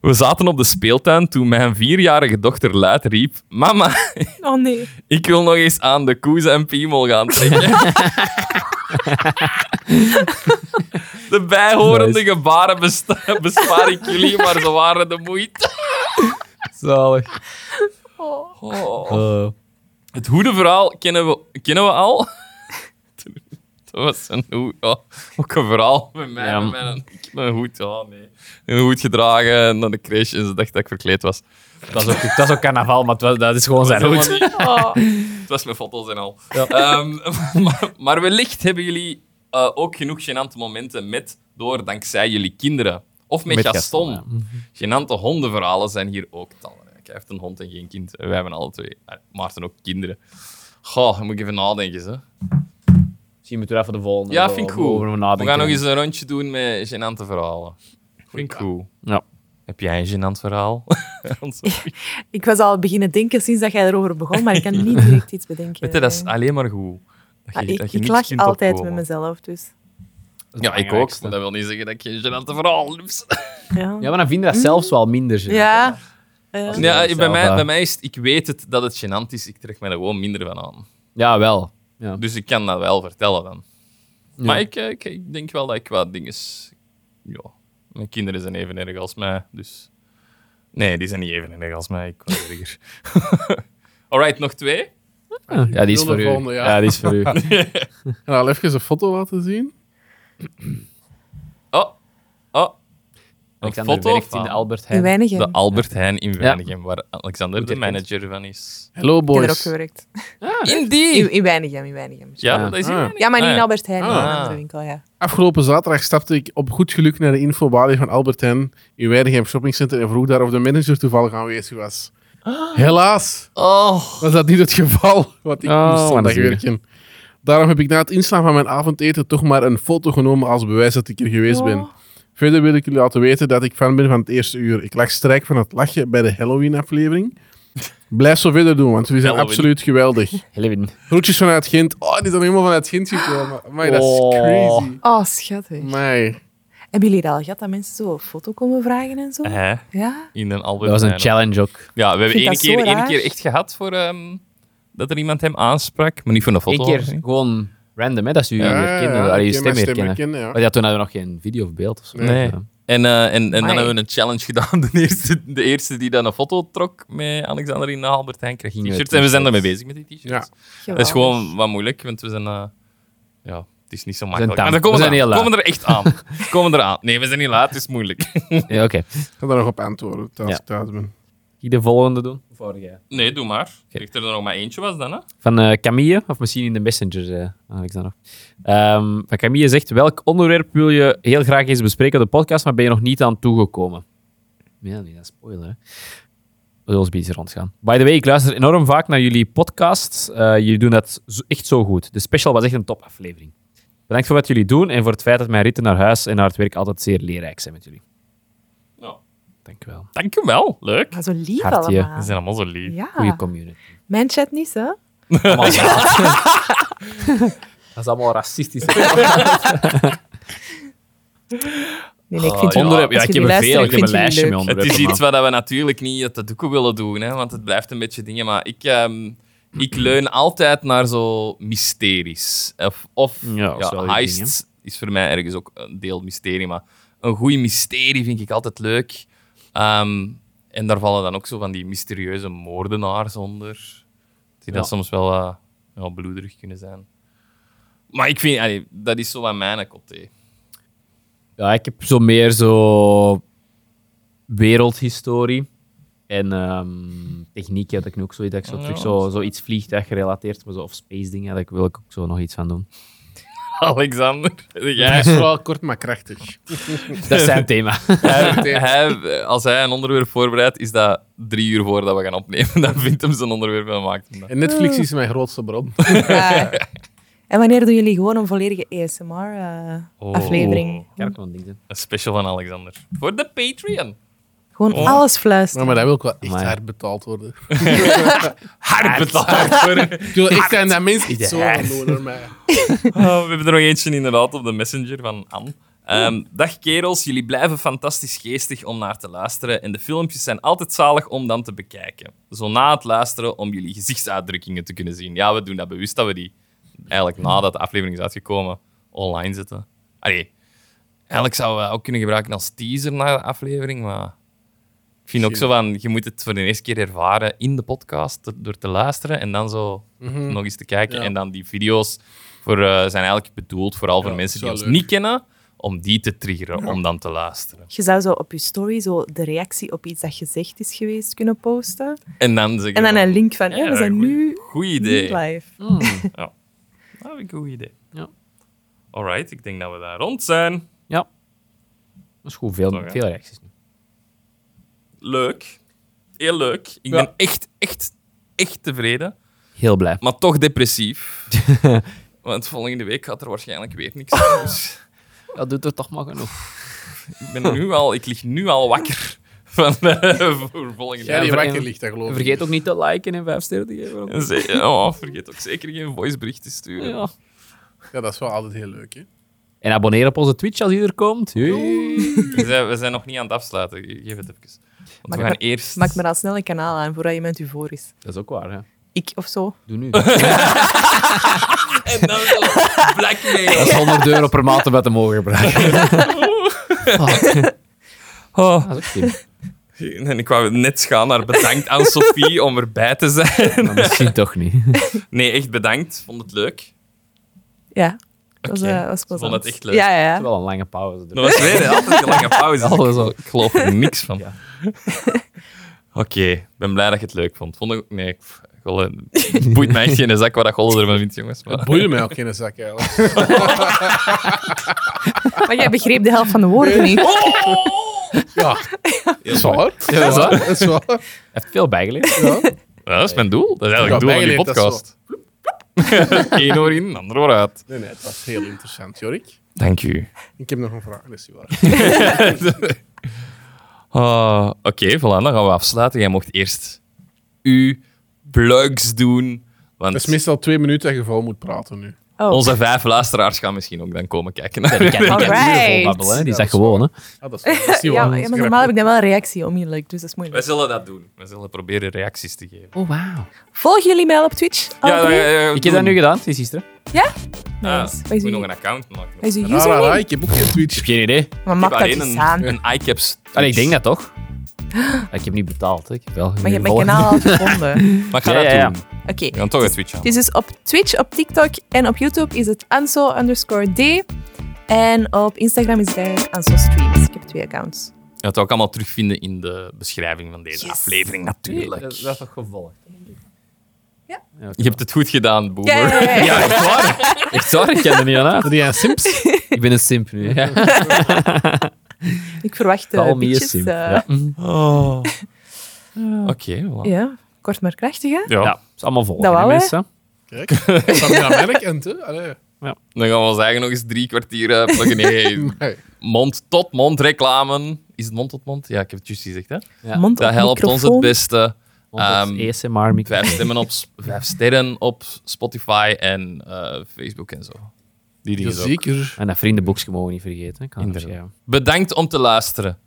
S1: We zaten op de speeltuin toen mijn vierjarige dochter luid riep: Mama,
S3: Oh nee.
S1: ik wil nog eens aan de koe zijn piemel gaan trekken. De bijhorende
S4: Nice.
S1: gebaren besta- bespaar ik jullie, maar ze waren de moeite.
S4: Zalig.
S3: Oh.
S1: Oh.
S4: Eh,
S1: Het hoedenverhaal kennen we, kennen we al. Dat was een hoed. ja, ook een verhaal met mij.
S4: Ja.
S1: Met mijn, ik had een hoed, ja, nee. Een hoed gedragen en dan de crash en ze dacht dat ik verkleed was.
S4: dat, is ook, dat is ook carnaval, maar het was- dat is gewoon zijn
S1: Dat
S4: hoed.
S1: was helemaal niet-
S3: Oh.
S1: Ah. Het was met foto's en al. Ehm, maar, maar wellicht hebben jullie eh, ook genoeg gênante momenten met, door, dankzij jullie kinderen. Of met,
S4: Met
S1: Gaston.
S4: Gaston,
S1: Gênante hondenverhalen zijn hier ook talrijk. Hij heeft een hond en geen kind. En Wij hebben alle twee, eh, Maarten ook kinderen. Goh, dan moet ik even nadenken. Zo.
S4: Misschien moeten we even de volgende.
S1: Ja, vind ik goed.
S4: over
S1: We
S4: nadenken.
S1: gaan nog eens een rondje doen met gênante verhalen. Vind ik goed.
S4: Ja.
S1: Heb jij een gênant verhaal? Want
S3: Eh.
S1: zo-
S3: Ik was al beginnen denken sinds dat jij erover begon, maar ik kan niet direct iets bedenken.
S1: Weet je, dat is alleen maar goed. Dat
S3: Ah,
S1: je-
S3: ik
S1: dat je
S3: ik
S1: niks
S3: lach
S1: kunt
S3: altijd met
S1: opkomen.
S3: mezelf, dus...
S1: Ja, ik ook. Maar dat wil niet zeggen dat ik geen gênante verhaal heb.
S3: Ja.
S4: Ja, maar dan vind je dat zelfs wel minder. gênant.
S3: Hm? Ja. Ja.
S4: Als-
S1: Ja,
S4: zelf,
S1: bij, mij,
S4: eh.
S1: bij mij is het, ik weet het dat het gênant is, ik trek me er gewoon minder van aan.
S4: Ja, wel. Ja.
S1: Dus ik kan dat wel vertellen dan. Maar
S4: Ja.
S1: ik, eh, ik, ik denk wel dat ik wat dingen... Ja, mijn kinderen zijn even erg als mij, dus... Nee, die zijn niet even erg als mij, ik was erger. Alright, nog twee?
S4: Ja, die
S2: Wilde
S4: is voor u.
S2: volgende, ja.
S4: Ja, die is voor u.
S2: En dan even een foto laten zien.
S1: Oh, oh. Een
S4: Alexander
S1: foto
S4: werkt in
S1: van
S4: de Albert
S3: In
S4: Heijn.
S3: Weinigen.
S1: de
S3: Ik
S1: Albert Heijn in Weinigem, waar Alexander de
S4: herkend.
S1: manager van is.
S2: Hello,
S3: heb er ook
S2: boys.
S3: gewerkt.
S4: Ah,
S1: In die!
S3: In, in Weinigem, in Weinigem.
S1: Ja,
S4: Ja.
S1: dat is in
S2: Ah.
S1: Weinigem.
S3: Ja, maar niet
S1: Ah,
S3: in Albert Heijn, in een
S1: Ah.
S3: andere winkel, ja.
S2: Afgelopen zaterdag stapte ik op goed geluk naar de infobalie van Albert Heijn in Weidegem Shoppingcenter en vroeg daar of de manager toevallig aanwezig was. Helaas
S1: Oh.
S2: was dat niet het geval, want ik
S4: Oh,
S2: moest zondag
S4: maar dat is
S2: werken. Daarom heb ik na het inslaan van mijn avondeten toch maar een foto genomen als bewijs dat ik er geweest ben. Verder wil ik jullie laten weten dat ik fan ben van het eerste uur. Ik lag strijk van het lachen bij de Halloween-aflevering. Blijf zo verder doen, want jullie zijn
S1: Halloween.
S2: absoluut geweldig.
S4: Halloween.
S2: Groetjes vanuit Gent. Oh, die zijn helemaal vanuit Gent gekomen. Amai, dat is
S4: Oh.
S2: crazy.
S3: Oh, schattig.
S2: Amai.
S3: Hebben jullie dat al gehad, dat mensen zo een foto komen vragen en zo?
S1: Hè?
S3: Ja?
S1: In een Albert
S4: Dat was een
S1: Heijn.
S4: challenge ook.
S1: Ja, we hebben
S3: vind
S1: één
S3: dat zo
S1: keer, één
S3: raar.
S1: keer echt gehad voor ehm, dat er iemand hem aansprak, maar niet voor een foto.
S4: Eén keer
S1: Nee,
S4: gewoon random, hè, dat ze je
S2: Ja, ja,
S4: herkennen,
S2: ja,
S4: allee,
S2: ik ken
S4: je stem
S2: mijn stem
S4: herkennen.
S2: herkennen, ja.
S4: Maar ja, toen hadden we nog geen video of beeld of zo.
S1: Nee.
S4: Ja.
S1: En, eh, en, en dan
S3: Amai.
S1: hebben we een challenge gedaan. De eerste, de eerste die dan een foto trok met Alexander in de Albert Heijn kreeg
S4: Gingen we
S1: t-shirts. En we zijn daarmee
S4: t-shirts.
S1: bezig met die t-shirts.
S2: Ja.
S1: dus, eh, Dat is
S3: Geweldig.
S1: gewoon wat moeilijk, want we zijn... eh, ja, het is niet zo makkelijk.
S4: tam.
S1: Maar dan komen
S4: We
S1: we,
S4: zijn
S1: eraan.
S4: heel
S1: komen er echt aan. komen er aan. Nee, we zijn niet laat, het is moeilijk.
S4: Ja, oké.
S2: Ik ga daar nog op antwoorden als
S4: Ja.
S2: ik thuis ben.
S4: Ik de volgende doen. Vorige.
S1: Nee, doe maar. Ligt er nog maar eentje was dan, hè?
S4: Van eh, Camille, of misschien in de Messenger, eh Alexander. Ehm, van Camille zegt: Welk onderwerp wil je heel graag eens bespreken op de podcast, maar ben je nog niet aan toegekomen? Ja, nee, dat is spoiler. Hè. We zullen ons een beetje rondgaan. By the way, ik luister enorm vaak naar jullie podcast. Eh, jullie doen dat zo- echt zo goed. De special was echt een topaflevering. Bedankt voor wat jullie doen en voor het feit dat mijn ritten naar huis en naar het werk altijd zeer leerrijk zijn met jullie.
S1: Ja.
S4: Dankjewel.
S1: Dankjewel, leuk.
S3: Maar zo lief
S4: Hartje.
S1: Ze
S3: allemaal.
S1: zijn allemaal zo lief.
S3: Ja.
S4: Goeie community.
S3: Mijn chat niet, hè?
S4: Allemaal Dat is allemaal racistisch.
S3: Nee, nee, ik
S1: Ah,
S3: vind
S1: ja.
S3: het
S1: Onderwerp-
S4: ja, ik heb er veel. Ik heb een lijstje met
S1: Het
S4: onderwerpen.
S1: is
S4: maar-
S1: iets wat we natuurlijk niet uit de doeken willen doen, hè, want het blijft een beetje dingen. Maar ik, ehm, ik leun altijd naar zo mysteries. Of, of
S4: Ja,
S1: ja,
S4: dat is wel je
S1: heists
S4: ding,
S1: is voor mij ergens ook een deel mysterie. Maar een goed mysterie vind ik altijd leuk. Ehm, en daar vallen dan ook zo van die mysterieuze moordenaars onder. Die dat
S4: Ja.
S1: soms wel eh, ja, bloederig kunnen zijn. Maar ik vind, allee, dat is zo wat mijn kop thee.
S4: Ja, ik heb zo meer zo wereldhistorie en ehm, techniek had ik nu ook zoiets dat ik zo
S1: Ja,
S4: terug
S1: dat
S4: zo, zo iets vliegtuig gerelateerd, maar zo, of space dingen, daar wil ik ook zo nog iets van doen.
S1: Alexander,
S2: Hij
S1: jij
S2: is vooral kort, maar krachtig.
S4: Dat is zijn thema.
S1: Hij- hij- als hij een onderwerp voorbereidt, is dat drie uur voordat we gaan opnemen. Dan vindt hem zijn onderwerp en maakt hem dat.
S2: En Netflix is mijn grootste bron.
S3: Ja. En wanneer doen jullie gewoon een volledige eh,
S1: Oh.
S3: ASMR-aflevering?
S4: Ja, dat kan een ding zijn.
S1: Een special van Alexander. Voor de Patreon.
S3: Gewoon
S1: Oh.
S3: alles fluisteren.
S2: Maar, maar dat wil ik wel echt
S4: Amai.
S2: hard betaald worden.
S1: Hard betaald voor.
S2: Ik wil echt zijn dat mensen iets zo
S4: Hard.
S2: gaan doen naar mij.
S1: Oh, we hebben er nog eentje inderdaad op de messenger van Anne. Ehm, dag kerels, jullie blijven fantastisch geestig om naar te luisteren. En de filmpjes zijn altijd zalig om dan te bekijken. Zo na het luisteren om jullie gezichtsuitdrukkingen te kunnen zien. Ja, we doen dat bewust dat we die eigenlijk nadat de aflevering is uitgekomen online zetten. Allee, eigenlijk zouden we dat ook kunnen gebruiken als teaser naar de aflevering. Maar ik vind ook zo van, je moet het voor de eerste keer ervaren in de podcast te- door te luisteren en dan zo nog eens te kijken.
S2: Ja.
S1: En dan die video's voor, eh, zijn eigenlijk bedoeld vooral voor
S2: Ja,
S1: mensen die
S2: dat
S1: ons
S2: is wel
S1: niet kennen, om die te triggeren om dan te luisteren.
S3: Je zou zo op je story zo de reactie op iets dat gezegd is geweest kunnen posten.
S1: En dan zeggen
S3: En dan
S1: we-
S3: een link van, ja,
S1: Ja,
S3: we zijn
S1: goeie-
S3: nu
S1: Goed
S3: niet
S1: idee. Dat
S3: live.
S1: vind ik een goed idee.
S4: Ja.
S1: Alright, ik denk dat we daar rond zijn.
S4: Ja. Dat is goed, veel,
S1: Toch, hè?
S4: veel reacties nu.
S1: Leuk. Heel leuk. Ik
S4: Ja.
S1: ben echt, echt, echt tevreden.
S4: Heel blij.
S1: Maar toch depressief. Want volgende week gaat er waarschijnlijk weer niks. zijn, Dus...
S4: Dat doet er toch maar genoeg.
S1: Ik, ben nu al, ik lig nu al wakker van eh, voor volgende
S2: Ja, die
S1: jaar.
S2: wakker ligt, dat geloof ik.
S4: Vergeet ook niet te liken en vijf sterren te geven.
S1: En ze- oh, vergeet ook zeker geen voicebericht te sturen.
S4: Ja.
S2: Ja, dat is wel altijd heel leuk, hè.
S4: En abonneer op onze Twitch als je er komt. Hey.
S1: We, zijn, we zijn nog niet aan het afsluiten. Ge- Geef het even. Want
S3: Maar
S1: we gaan eerst...
S3: Maak maar al snel een kanaal aan voordat iemand u voor is.
S4: Dat is ook waar, hè.
S3: Ik of zo.
S4: Doe nu.
S1: En dan zo
S4: Dat
S1: blackmail.
S4: is 100 euro per maand om dat te mogen gebruiken.
S1: Oh.
S4: Dat is ook slim.
S1: En ik wou net gaan naar bedankt aan Sophie om erbij te zijn.
S4: Maar misschien toch niet.
S1: Nee, echt bedankt. Vond het leuk.
S3: Ja, dat was,
S1: Oké.
S3: eh, was
S1: vond
S3: plezant.
S1: het echt leuk.
S3: Ja, ja, ja.
S4: Het is wel een lange pauze.
S1: Dat was weer altijd een lange pauze.
S4: Ja, dat is wel-
S1: ik geloof er niks van.
S4: Ja.
S1: Oké, ik ben blij dat je het leuk vond. vond ik... Nee, pff, Golle, het boeit mij echt geen zak wat dat Golle ervan vindt, jongens. Maar...
S2: Het boeide mij ook geen zak, eigenlijk.
S3: Maar jij begreep de helft van de woorden niet.
S2: Ja, dat is waar.
S4: Ja, dat is waar.
S2: Dat is waar.
S4: Hij heeft veel bijgeleerd.
S2: Ja.
S1: Ja, dat is mijn doel. Dat is
S2: Ja,
S1: eigenlijk het doel van die
S2: bijgeleerd, dat is
S1: podcast. Eén oor in, ander oor uit.
S2: Nee, nee, het was heel interessant, Jorik.
S1: Dank u.
S2: Ik heb nog een vraag, dat is niet waar.
S1: Ah, Oké, voilà, dan gaan we afsluiten. Jij mocht eerst uw plugs doen.
S2: Dat is
S1: Want
S2: meestal twee minuten en je vooral moet praten nu.
S3: Oh.
S1: onze vijf luisteraars gaan misschien ook dan komen kijken. naar-
S4: Die kan die kan niet
S3: Alright.
S4: vol babbelen, hè. die is dat gewoon. Hè.
S2: Ah, dat is, dat is niet
S3: ja,
S2: waar.
S3: maar- ja, maar normaal heb ik dan wel een reactie onmiddellijk, dus dat is
S1: Wij
S3: moeilijk.
S1: zullen dat doen. We zullen proberen reacties te geven.
S4: Oh, wauw.
S3: Volgen jullie mij al op Twitch? alle drie?
S4: Oh, Ik heb dat nu gedaan, sinds gisteren.
S3: Nee,
S1: gedaan.
S3: dat is-
S1: Ah, ik
S3: Wij
S1: moet
S3: zien
S1: nog een
S3: niet.
S1: account maken.
S3: Wij zien
S2: Ah, ah, ah,
S3: username.
S2: ik heb ook geen
S4: Ik
S2: Twitch.
S4: heb geen idee.
S3: Maar
S1: Ik
S3: mag
S1: heb
S3: dat
S1: alleen
S3: eens aan?
S1: een, een iCaps.
S4: Allee, Ah, ik denk dat toch. Ik heb niet betaald. Hè. Ik heb wel
S3: Maar je hebt mijn
S4: gevolgd.
S3: kanaal al gevonden.
S1: Maar ik ga
S4: Ja,
S1: dat
S4: ja, ja.
S1: doen.
S3: Oké.
S1: We gaan toch een Twitch aan.
S3: Het is dus op Twitch, op TikTok en op YouTube is het Anso underscore D. En op Instagram is het eigenlijk Anso Streams. Ik heb twee accounts.
S1: Je gaat het ook allemaal terugvinden in de beschrijving van deze aflevering, natuurlijk.
S4: Dat, dat is toch gevolgd?
S3: Ja.
S1: Je hebt het goed gedaan, Boomer.
S3: Yay!
S4: Ja, echt waar. Echt waar, ik ken er niet aan uit.
S2: Ben jij een simps?
S4: Ik ben een simp nu. Ja.
S3: Ik verwacht eh,
S4: Call me a
S3: bitches.
S4: simp,
S3: eh,
S4: ja.
S1: Oh. Oké, voilà.
S3: ja, kort maar krachtig, hè?
S1: Ja.
S4: Ja, het is allemaal vol.
S3: Dat wou, hè?
S4: mensen.
S2: Kijk, dat is aan merk en te. Allee.
S1: Dan gaan we ons eigenlijk nog eens drie kwartier eh, pluggen. Nee,
S2: Nee.
S1: mond-tot-mond reclame. Is het mond-tot-mond? Ja, ik heb het juist gezegd. Hè?
S4: Ja.
S3: Mond
S1: Dat
S3: op
S1: helpt ons
S3: microfoon.
S1: het beste.
S4: Want
S1: Ehm,
S4: het is ASMR micro.
S1: Vijf, stemmen op, s- vijf sterren op Spotify en eh, Facebook en zo. Die dingen ook.
S2: Zeker.
S4: En dat vriendenboekje mogen we niet vergeten. hè. Ik kan het
S1: Inderdaad.
S4: opschrijven.
S1: Bedankt om te luisteren.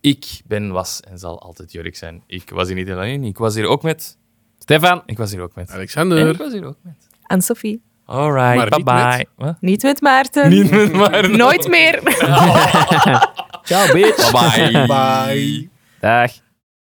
S1: Ik ben, was en zal altijd Jurk zijn. Ik was hier niet alleen. Ik was hier ook met.
S4: Stefan,
S1: Ik was hier ook met. En ik
S2: Alexander.
S1: was hier ook met.
S3: Aan Sophie.
S1: Alright,
S2: Maar
S1: bye
S2: niet
S1: bye. Wat?
S3: Niet met Maarten.
S1: Niet met maar.
S3: Nooit meer.
S4: ciao bitch.
S1: Bye bye.
S2: Bye.
S4: Dag.